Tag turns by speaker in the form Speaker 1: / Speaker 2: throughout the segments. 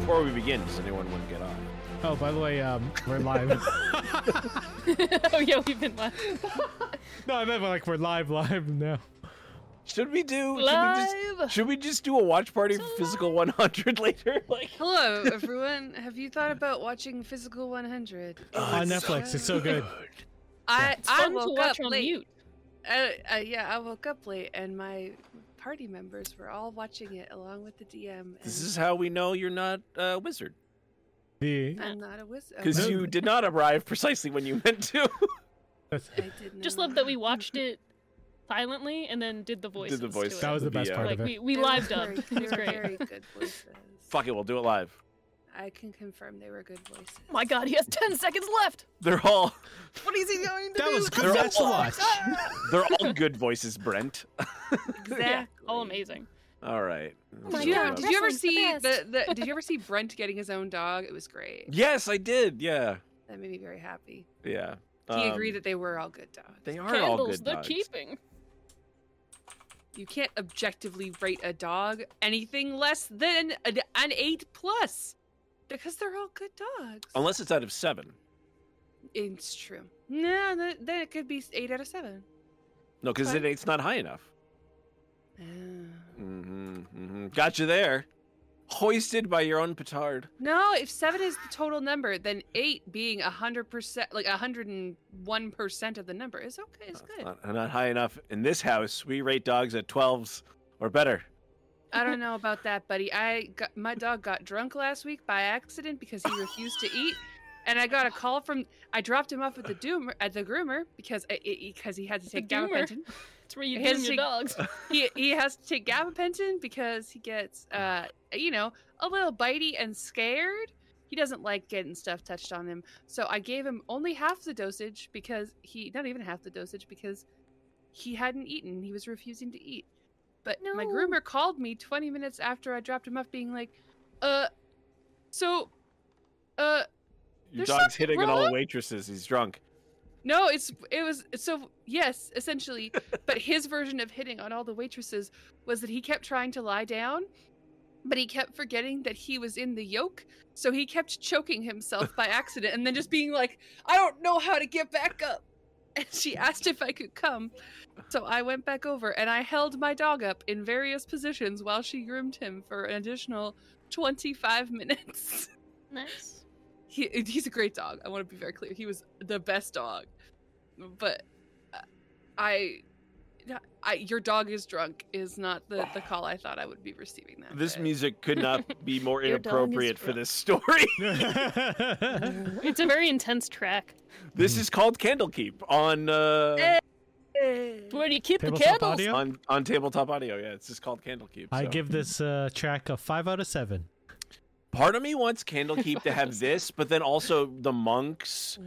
Speaker 1: before we begin, does anyone want to get off?
Speaker 2: Oh, by the way, um, we're live.
Speaker 3: oh yeah, we've been live.
Speaker 2: no, I meant like we're live, live now.
Speaker 1: Should we do? Should we
Speaker 3: Live.
Speaker 1: just, should we just do a watch party for
Speaker 3: It's
Speaker 1: Physical 100 later? Like,
Speaker 4: Hello, everyone. Have you thought about watching Physical 100?
Speaker 2: On
Speaker 1: it's
Speaker 2: Netflix, Uh, it's so good.
Speaker 4: I
Speaker 3: It's
Speaker 4: I
Speaker 3: fun to
Speaker 4: woke up
Speaker 3: watch on
Speaker 4: late.
Speaker 3: mute.
Speaker 4: I- I- yeah, I woke up late, and my party members were all watching it along with the DM. And
Speaker 1: This is how we know you're not a wizard
Speaker 2: The
Speaker 4: I'm not a wizard.
Speaker 1: because you did not arrive precisely when you meant to.
Speaker 2: that's,
Speaker 4: I did
Speaker 3: Just
Speaker 4: not.
Speaker 3: love that we watched it silently and then did the voices.
Speaker 1: did the
Speaker 3: to
Speaker 1: voice?
Speaker 3: it.
Speaker 2: That was the best
Speaker 1: VO.
Speaker 2: part
Speaker 3: like
Speaker 2: of it.
Speaker 3: we we
Speaker 4: They were
Speaker 3: live
Speaker 4: very-
Speaker 3: dubbed. It
Speaker 4: they
Speaker 3: was
Speaker 4: were
Speaker 3: great.
Speaker 4: Very good voices.
Speaker 1: Fuck it, we'll do it live.
Speaker 4: I can confirm they were good voices.
Speaker 3: Oh My God, he has ten seconds left.
Speaker 1: They're all
Speaker 4: What is he going to
Speaker 2: that
Speaker 4: do?
Speaker 2: was
Speaker 1: They're
Speaker 2: good.
Speaker 1: all
Speaker 2: That's a lot.
Speaker 1: they're all good voices, Brent.
Speaker 4: Exactly. Oh
Speaker 3: Yeah, all amazing.
Speaker 1: All right.
Speaker 3: Oh my
Speaker 4: Did you,
Speaker 3: God,
Speaker 4: did you ever
Speaker 3: wrestling's the
Speaker 4: see the,
Speaker 3: best.
Speaker 4: the, Did you ever see Brent getting his own dog? It was great.
Speaker 1: Yes, I did. Yeah,
Speaker 4: That made me very happy.
Speaker 1: yeah.
Speaker 4: He
Speaker 1: Um,
Speaker 4: agreed that they were all good dogs.
Speaker 1: they are all
Speaker 3: Candles,
Speaker 1: good
Speaker 3: the
Speaker 1: dogs.
Speaker 3: keeping.
Speaker 4: You can't objectively rate a dog anything less than an, an eight plus because they're all good dogs.
Speaker 1: Unless it's out of seven.
Speaker 4: it's true. No, th- then it could be eight out of seven.
Speaker 1: No, because it,
Speaker 4: Okay.
Speaker 1: it's not high enough.
Speaker 4: Ah.
Speaker 1: Mm-hmm, mm-hmm. Got you there. Hoisted by your own petard.
Speaker 4: No, if seven is the total number, then eight being a hundred percent, like a hundred and one percent of the number, is okay. It's
Speaker 1: No,
Speaker 4: good.
Speaker 1: Not, not high enough. In this house, we rate dogs at 12s or better.
Speaker 4: I don't know about that, buddy. I got, my dog got drunk last week by accident because he refused to eat, and I got a call from. I dropped him off at the doomer at the groomer because it, it, because he had to
Speaker 3: The
Speaker 4: take
Speaker 3: doomer.
Speaker 4: gabapentin.
Speaker 3: It's where you
Speaker 4: It has
Speaker 3: groom your
Speaker 4: to-
Speaker 3: dogs.
Speaker 4: He he has to take gabapentin because he gets uh you know a little bitey and scared. He doesn't like getting stuff touched on him, so I gave him only half the dosage because he not even half the dosage because he hadn't eaten. He was refusing to eat. But my
Speaker 3: No.
Speaker 4: groomer called me 20 minutes after I dropped him off, being like, "Uh, so, uh,
Speaker 1: Your
Speaker 4: There's
Speaker 1: dog's
Speaker 4: something
Speaker 1: hitting on all
Speaker 4: wrong?
Speaker 1: waitresses. He's drunk.
Speaker 4: No, it's it was so yes, essentially. but his version of hitting on all the waitresses was that he kept trying to lie down, but he kept forgetting that he was in the yoke, so he kept choking himself by accident and then just being like, "I don't know how to get back up." And she asked if I could come. So I went back over and I held my dog up in various positions while she groomed him for an additional 25 minutes.
Speaker 3: nice.
Speaker 4: he he's a great dog. I want to be very clear. He was the best dog, but uh, I, I your dog is drunk is not the the call I thought I would be receiving. That
Speaker 1: This
Speaker 4: day.
Speaker 1: music could not be more
Speaker 3: Your dog is
Speaker 1: inappropriate for
Speaker 3: drunk.
Speaker 1: this story.
Speaker 3: It's a very intense track.
Speaker 1: this is called Candlekeep on uh,
Speaker 3: It's Where do you keep the
Speaker 2: Tabletop
Speaker 3: candles?
Speaker 2: audio?
Speaker 1: on on tabletop audio. Yeah, it's just called Candlekeep.
Speaker 2: I
Speaker 1: so.
Speaker 2: give this uh, track a five out of seven.
Speaker 1: Part of me wants Candlekeep to have this, but then also the monks,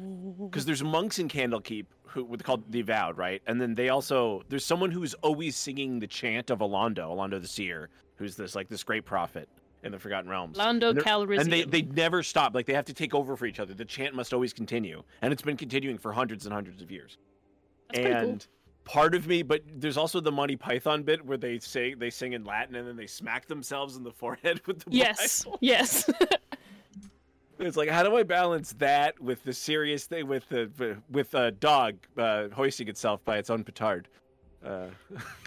Speaker 1: because there's monks in Candlekeep who were called the Avowed, right? And then they also there's someone who's always singing the chant of Alondo, Alondo the Seer, who's this like this great prophet in the Forgotten Realms.
Speaker 3: Lando
Speaker 1: And they're-
Speaker 3: Calrissian.
Speaker 1: and they, they never stop. Like they have to take over for each other. The chant must always continue, and it's been continuing for hundreds and hundreds of years.
Speaker 3: That's pretty cool.
Speaker 1: and part of me, but there's also the Monty Python bit where they say they sing in Latin and then they smack themselves in the forehead with the
Speaker 3: Yes. Yes.
Speaker 1: It's like, how do I balance that with the serious thing with the with a dog uh, hoisting itself by its own petard? Uh,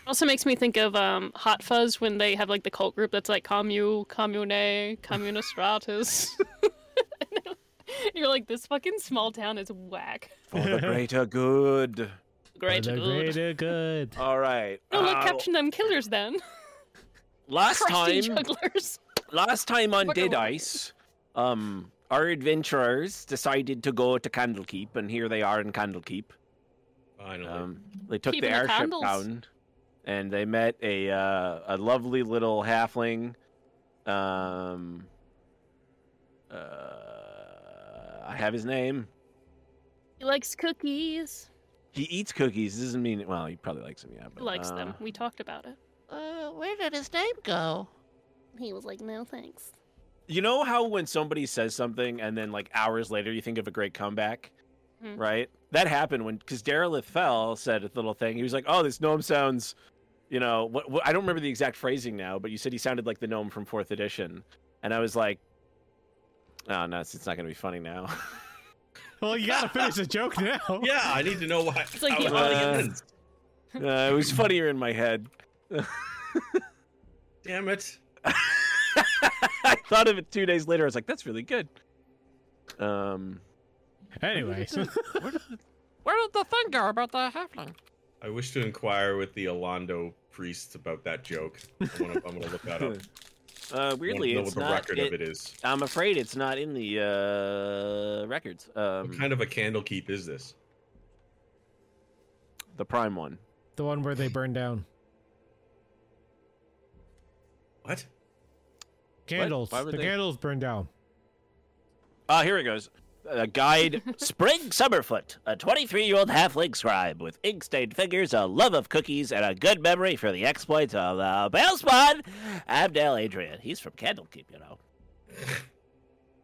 Speaker 3: Also makes me think of um, Hot Fuzz when they have like the cult group that's like Commu, Commune, Communistratus. You're like, this fucking small town is whack.
Speaker 1: for the greater good.
Speaker 3: Great.
Speaker 2: For the
Speaker 3: good.
Speaker 2: greater good.
Speaker 1: All right.
Speaker 3: No, Oh, look,
Speaker 1: Uh,
Speaker 3: caption them killers then.
Speaker 1: last
Speaker 3: Crusty
Speaker 1: time,
Speaker 3: jugglers.
Speaker 1: last time on
Speaker 4: Fucking
Speaker 1: Dead Ice, um, our adventurers decided to go to Candlekeep, and here they are in Candlekeep.
Speaker 5: Finally.
Speaker 1: Um, they took
Speaker 3: Keeping
Speaker 1: the
Speaker 3: the
Speaker 1: airship
Speaker 3: candles.
Speaker 1: down, and they met a uh, a lovely little halfling. Um, uh, I have his name.
Speaker 3: He likes cookies.
Speaker 1: He eats cookies. Doesn't mean well. He probably likes them. Yeah,
Speaker 3: He
Speaker 1: but,
Speaker 3: likes them.
Speaker 1: uh,
Speaker 3: We talked about it.
Speaker 6: Uh, where did his name go?
Speaker 3: He was like, no thanks.
Speaker 1: You know how when somebody says something and then like hours later you think of a great comeback,
Speaker 3: Mhm.
Speaker 1: right? That happened when because Derelith Fell said a little thing. He was like, "Oh, this gnome sounds." You know, what, what, I don't remember the exact phrasing now, but you said he sounded like the gnome from fourth edition, and I was like,
Speaker 7: Oh no, it's, it's not gonna be funny now.
Speaker 2: Well, you gotta finish the joke now.
Speaker 8: Yeah, I need to know why.
Speaker 3: It's like
Speaker 8: how
Speaker 3: the
Speaker 8: it really
Speaker 7: audience.
Speaker 8: ends.
Speaker 7: uh, it was funnier in my head.
Speaker 8: Damn it.
Speaker 7: I thought of it two days later. I was like, that's really good. Um,
Speaker 2: Anyway, so
Speaker 6: Where did the thing go about the halfling?
Speaker 8: I wish to inquire with the Alondo priests about that joke. I wanna, I'm gonna look that up. I wanna
Speaker 7: uh, weirdly,
Speaker 8: know what
Speaker 7: it's
Speaker 8: the
Speaker 7: not.
Speaker 8: record
Speaker 7: it-
Speaker 8: of it is.
Speaker 7: I'm afraid it's not in the uh, records. Um,
Speaker 8: What kind of a candle keep is this?
Speaker 7: The prime one.
Speaker 2: the one where they burn down
Speaker 8: What?
Speaker 2: candles.
Speaker 7: Why
Speaker 2: The
Speaker 7: would they-
Speaker 2: candles burn down.
Speaker 7: Ah, here it goes. Uh, guide Spring Summerfoot, a 23 year old halfling scribe with ink stained fingers, a love of cookies, and a good memory for the exploits of the Bale Spawn, Abdel Adrian. He's from Candlekeep, you know.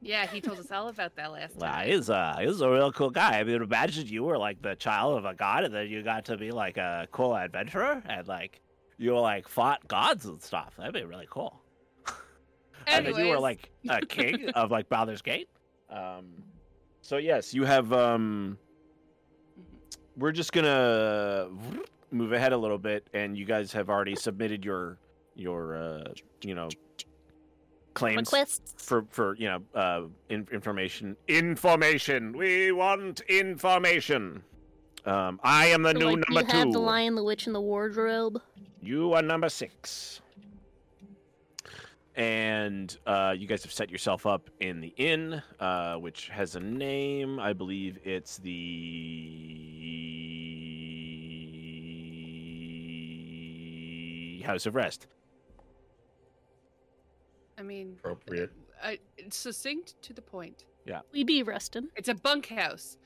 Speaker 4: Yeah, he told us all about that last time.
Speaker 7: Wow, he's, uh, he's a real cool guy. I mean, imagine you were like the child of a god, and then you got to be like a cool adventurer, and like you like fought gods and stuff. That'd be really cool. And then you were
Speaker 4: Anyways,
Speaker 7: like a king of like Baldur's Gate. Um, so yes, you have. Um, we're just gonna move ahead a little bit, and you guys have already submitted your your uh, you know claims
Speaker 3: Requests.
Speaker 7: for for you know uh, in- information. Information. We want information. Um, I am the new number two.
Speaker 3: the witch, and the wardrobe.
Speaker 7: You are number six. And uh, you guys have set yourself up in the inn, uh, which has a name. I believe it's the House of Rest.
Speaker 4: I mean,
Speaker 8: Appropriate.
Speaker 4: I, it's succinct to the point.
Speaker 3: We be resting.
Speaker 4: It's a bunkhouse.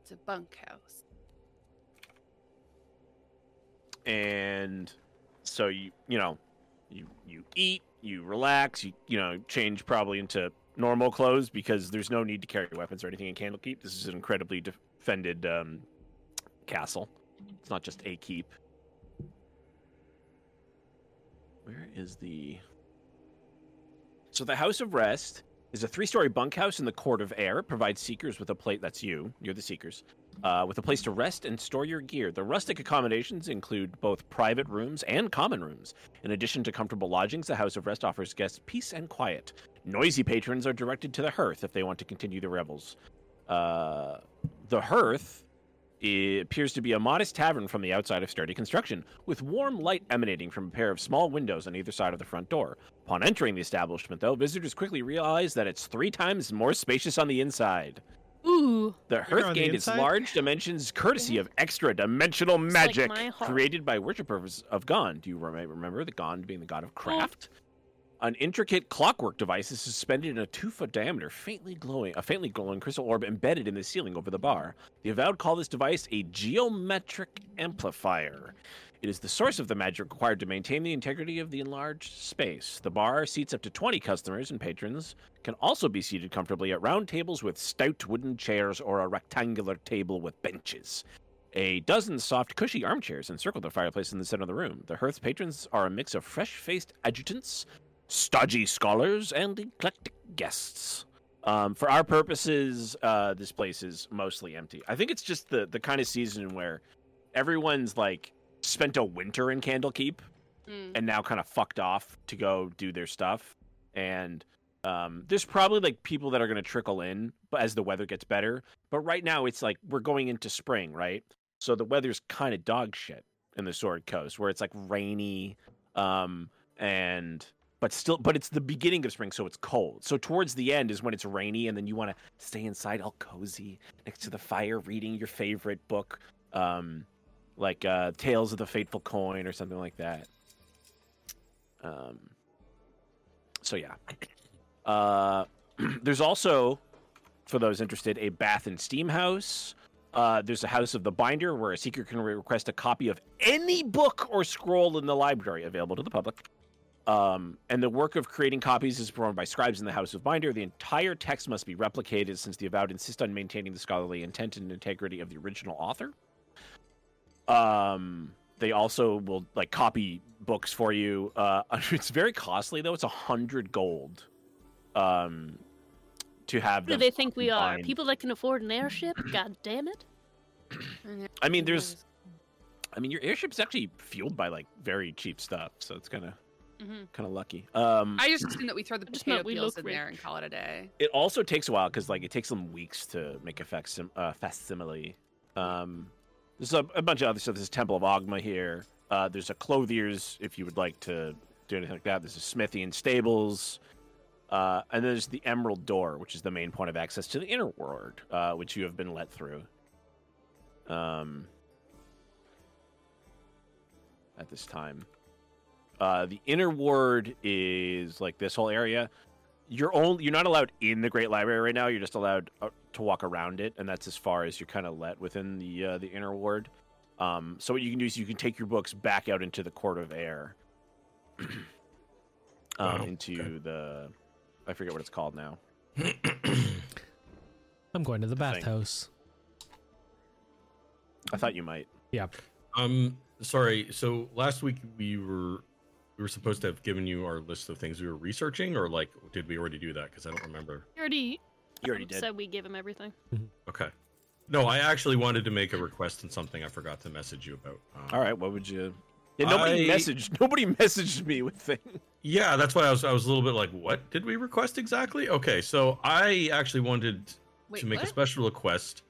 Speaker 4: It's a bunkhouse.
Speaker 7: and so you you know you you eat you relax you you know change probably into normal clothes because there's no need to carry weapons or anything in candlekeep this is an incredibly defended um, castle it's not just a keep where is the so the house of rest is a three-story bunkhouse in the court of air It provides seekers with a plate that's you you're the seekers uh, with a place to rest and store your gear. The rustic accommodations include both private rooms and common rooms. In addition to comfortable lodgings, the House of Rest offers guests peace and quiet. Noisy patrons are directed to the hearth if they want to continue the revels. Uh, the hearth i- appears to be a modest tavern from the outside of sturdy construction, with warm light emanating from a pair of small windows on either side of the front door. Upon entering the establishment, though, visitors quickly realize that it's three times more spacious on the inside.
Speaker 3: Ooh.
Speaker 7: The Hearth
Speaker 2: on the
Speaker 7: gained its
Speaker 2: inside?
Speaker 7: large dimensions courtesy of extra dimensional
Speaker 3: like
Speaker 7: magic
Speaker 3: my heart.
Speaker 7: created by worshippers of Gond. Do you remi- remember the Gond being the god of craft? An intricate clockwork device is suspended in a two foot diameter, faintly glowing, a faintly glowing crystal orb embedded in the ceiling over the bar. The avowed call this device a geometric amplifier. It is the source of the magic required to maintain the integrity of the enlarged space. The bar seats up to 20 customers and patrons can also be seated comfortably at round tables with stout wooden chairs or a rectangular table with benches. A dozen soft, cushy armchairs encircle the fireplace in the center of the room. The hearth patrons are a mix of fresh faced adjutants, stodgy scholars, and eclectic guests. Um, for our purposes, uh, this place is mostly empty. I think it's just the, the kind of season where everyone's like spent a winter in Candlekeep
Speaker 4: Mm.
Speaker 7: and now kind of fucked off to go do their stuff. And um, there's probably like people that are going to trickle in, but as the weather gets better. But right now, it's like we're going into spring, right? So the weather's kind of dog shit in the Sword Coast, where it's like rainy, um, and but still, but it's the beginning of spring, so it's cold. So towards the end is when it's rainy, and then you want to stay inside all cozy next to the fire, reading your favorite book, um, like uh, Tales of the Fateful Coin or something like that. Um, so yeah, uh, there's also, for those interested, a bath and steam house. Uh, there's a house of the binder where a seeker can re- request a copy of any book or scroll in the library available to the public. Um, and the work of creating copies is performed by scribes in the House of Binder. The entire text must be replicated since the avowed insist on maintaining the scholarly intent and integrity of the original author. Um, they also will like copy books for you. Uh, it's very costly though. It's a hundred gold, um, to have
Speaker 3: Who do
Speaker 7: them.
Speaker 3: they think we are?
Speaker 7: combined.
Speaker 3: People that can afford an airship? God damn it.
Speaker 7: I mean, there's. I mean, your airship's actually fueled by like very cheap stuff, so it's kind of
Speaker 3: hmm
Speaker 7: kind of lucky. Um,
Speaker 4: I just assume that we throw the
Speaker 3: Just
Speaker 4: potato
Speaker 3: not we
Speaker 4: peels
Speaker 3: look
Speaker 4: in there
Speaker 3: rich.
Speaker 4: and call it a day.
Speaker 7: it also takes a while because like it takes them weeks to make a facsim- uh, facsimile. Um, there's a, a bunch of other stuff. There's Temple of Ogma here. Uh, there's a clothier's if you would like to do anything like that. There's a smithy and stables. Uh, and then there's the Emerald Door, which is the main point of access to the inner world, uh, which you have been let through. Um, at this time, uh, the inner ward is like this whole area you're only you're not allowed in the great library right now you're just allowed uh, to walk around it and that's as far as you're kind of let within the uh, the inner ward um, so what you can do is you can take your books back out into the court of air um,
Speaker 8: Wow,
Speaker 7: into
Speaker 8: okay.
Speaker 7: the i forget what it's called now
Speaker 2: I'm going to the
Speaker 7: Thing.
Speaker 2: bathhouse.
Speaker 7: i thought you might
Speaker 8: um, sorry. So last week we were we were supposed to have given you our list of things we were researching, or like did we already do that? Because I don't remember.
Speaker 3: You already,
Speaker 7: you already did
Speaker 3: said we give him everything.
Speaker 8: Okay. No, I actually wanted to make a request on something I forgot to message you about. Um,
Speaker 7: all right what would you yeah, nobody
Speaker 8: I-
Speaker 7: messaged nobody messaged me with things
Speaker 8: Yeah, that's why I was I was a little bit like, what did we request exactly? Okay, so I actually wanted
Speaker 4: Wait,
Speaker 8: to make a
Speaker 4: what?
Speaker 8: special request.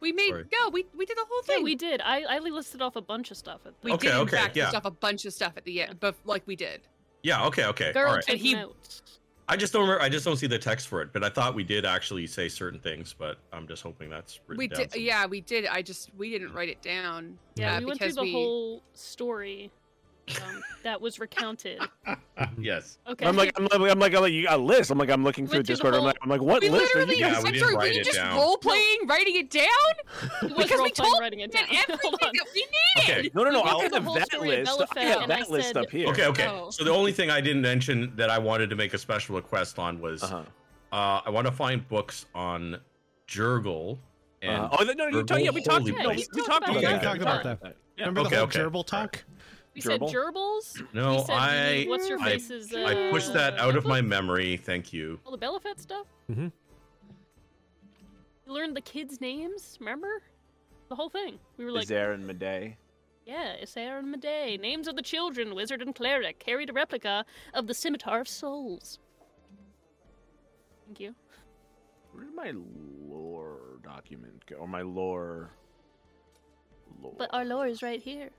Speaker 4: we made
Speaker 8: sorry.
Speaker 4: no, we we did the whole thing.
Speaker 3: Yeah, we did. I, I listed off a bunch of stuff. At
Speaker 4: We
Speaker 3: the...
Speaker 8: Okay,
Speaker 4: did in
Speaker 8: okay,
Speaker 4: fact
Speaker 8: yeah.
Speaker 4: list off a bunch of stuff at the end, but like we did.
Speaker 8: Yeah, okay, okay.
Speaker 3: Girl
Speaker 8: All right.
Speaker 3: took
Speaker 4: And he-
Speaker 3: notes.
Speaker 8: I just don't remember I just don't see the text for it, but I thought we did actually say certain things, but I'm just hoping that's written
Speaker 4: we
Speaker 8: down
Speaker 4: did,
Speaker 8: somewhere.
Speaker 4: yeah, we did. I just we didn't write it down.
Speaker 3: Yeah,
Speaker 4: uh,
Speaker 3: we went through
Speaker 4: because
Speaker 3: the
Speaker 4: we-
Speaker 3: whole story um, that was recounted.
Speaker 8: yes.
Speaker 3: Okay.
Speaker 7: i'm like i'm like i'm like, I'm like you got a list i'm like i'm looking
Speaker 3: Went
Speaker 7: through
Speaker 3: through the
Speaker 7: discord i'm
Speaker 3: whole-
Speaker 7: like i'm like what
Speaker 4: We
Speaker 7: list are you
Speaker 4: literally
Speaker 8: Yeah,
Speaker 7: guys
Speaker 8: we
Speaker 4: went
Speaker 8: didn't
Speaker 4: through. Were
Speaker 8: write
Speaker 4: you
Speaker 8: it
Speaker 4: just
Speaker 8: down.
Speaker 4: role playing, writing it down,
Speaker 3: It was
Speaker 4: because we
Speaker 3: role-playing
Speaker 4: told
Speaker 3: writing it down.
Speaker 4: and everything
Speaker 3: Hold on.
Speaker 4: that we needed.
Speaker 8: Okay.
Speaker 7: no no no
Speaker 3: We went
Speaker 7: i'll
Speaker 3: through
Speaker 7: have
Speaker 3: the whole
Speaker 7: that
Speaker 3: story of
Speaker 7: list i
Speaker 3: Bellafeld,
Speaker 7: have
Speaker 3: and I
Speaker 7: that list
Speaker 3: said-
Speaker 7: up here
Speaker 8: Okay, okay.
Speaker 4: Oh.
Speaker 8: So the only thing I didn't mention that I wanted to make a special request on was uh
Speaker 7: uh-huh.
Speaker 8: I want to find books on Jurgle and
Speaker 7: Uh, oh no, no, you
Speaker 8: Gerbil
Speaker 7: talk, yeah, we talked.
Speaker 8: Holy
Speaker 7: Yeah, we,
Speaker 8: Place.
Speaker 7: we talked
Speaker 3: Yeah,
Speaker 7: about
Speaker 2: we
Speaker 7: that.
Speaker 2: talked about that. Remember
Speaker 8: Okay,
Speaker 2: the whole
Speaker 8: okay.
Speaker 2: gerbil talk?
Speaker 3: we said
Speaker 7: Gerbil?
Speaker 3: gerbils.
Speaker 8: No,
Speaker 3: we said
Speaker 8: I
Speaker 3: the- what's your
Speaker 8: I-
Speaker 3: face's? Uh,
Speaker 8: I pushed that out of my
Speaker 3: book?
Speaker 8: memory. Thank you.
Speaker 3: All the Bellafed stuff.
Speaker 7: Mm-hmm.
Speaker 2: Mhm.
Speaker 3: You learned the kids' names. Remember the whole thing. We were like,
Speaker 7: Zarin Medei.
Speaker 3: yeah, Isair and Medei, names of the children, wizard and cleric, carried a replica of the scimitar of souls. Thank you.
Speaker 7: Where did my lore document go? Or my lore. lore.
Speaker 3: But our lore is right here.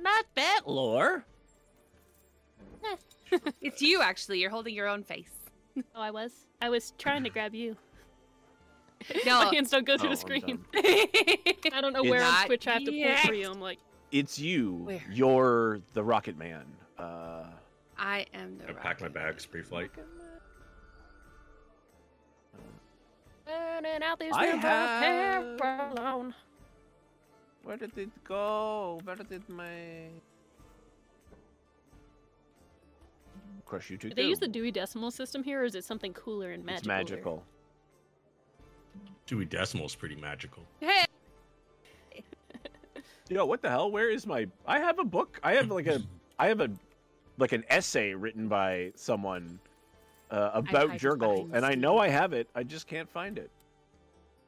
Speaker 7: not that lore.
Speaker 4: It's you actually. You're holding your own face.
Speaker 3: Oh, I was. I was trying to grab you.
Speaker 4: No,
Speaker 3: My hands don't go
Speaker 7: Oh,
Speaker 3: through
Speaker 7: I'm
Speaker 3: the screen.
Speaker 7: done.
Speaker 3: I don't know
Speaker 7: It's
Speaker 3: where on
Speaker 4: not
Speaker 3: Twitch I have to pull
Speaker 4: yet.
Speaker 3: through you. I'm like,
Speaker 7: It's you.
Speaker 4: Where?
Speaker 7: You're the Rocket Man. Uh,
Speaker 4: I am the.
Speaker 8: I packed my
Speaker 4: rocket.
Speaker 8: bags pre-flight.
Speaker 3: burning out these
Speaker 7: I
Speaker 3: windows,
Speaker 7: have-
Speaker 3: hair alone.
Speaker 7: where did it go? Where did my? Of course, you two.
Speaker 3: Do they use the Dewey Decimal System here, or is it something cooler and magical?
Speaker 7: It's magical.
Speaker 8: Dewey Decimal is pretty magical.
Speaker 4: Hey,
Speaker 7: Yo, what the hell? Where is my? I have a book. I have like a. I have a, like an essay written by someone, uh, about
Speaker 4: hide
Speaker 7: Jurgle,
Speaker 4: behind
Speaker 7: and I know I have it. I just can't find it.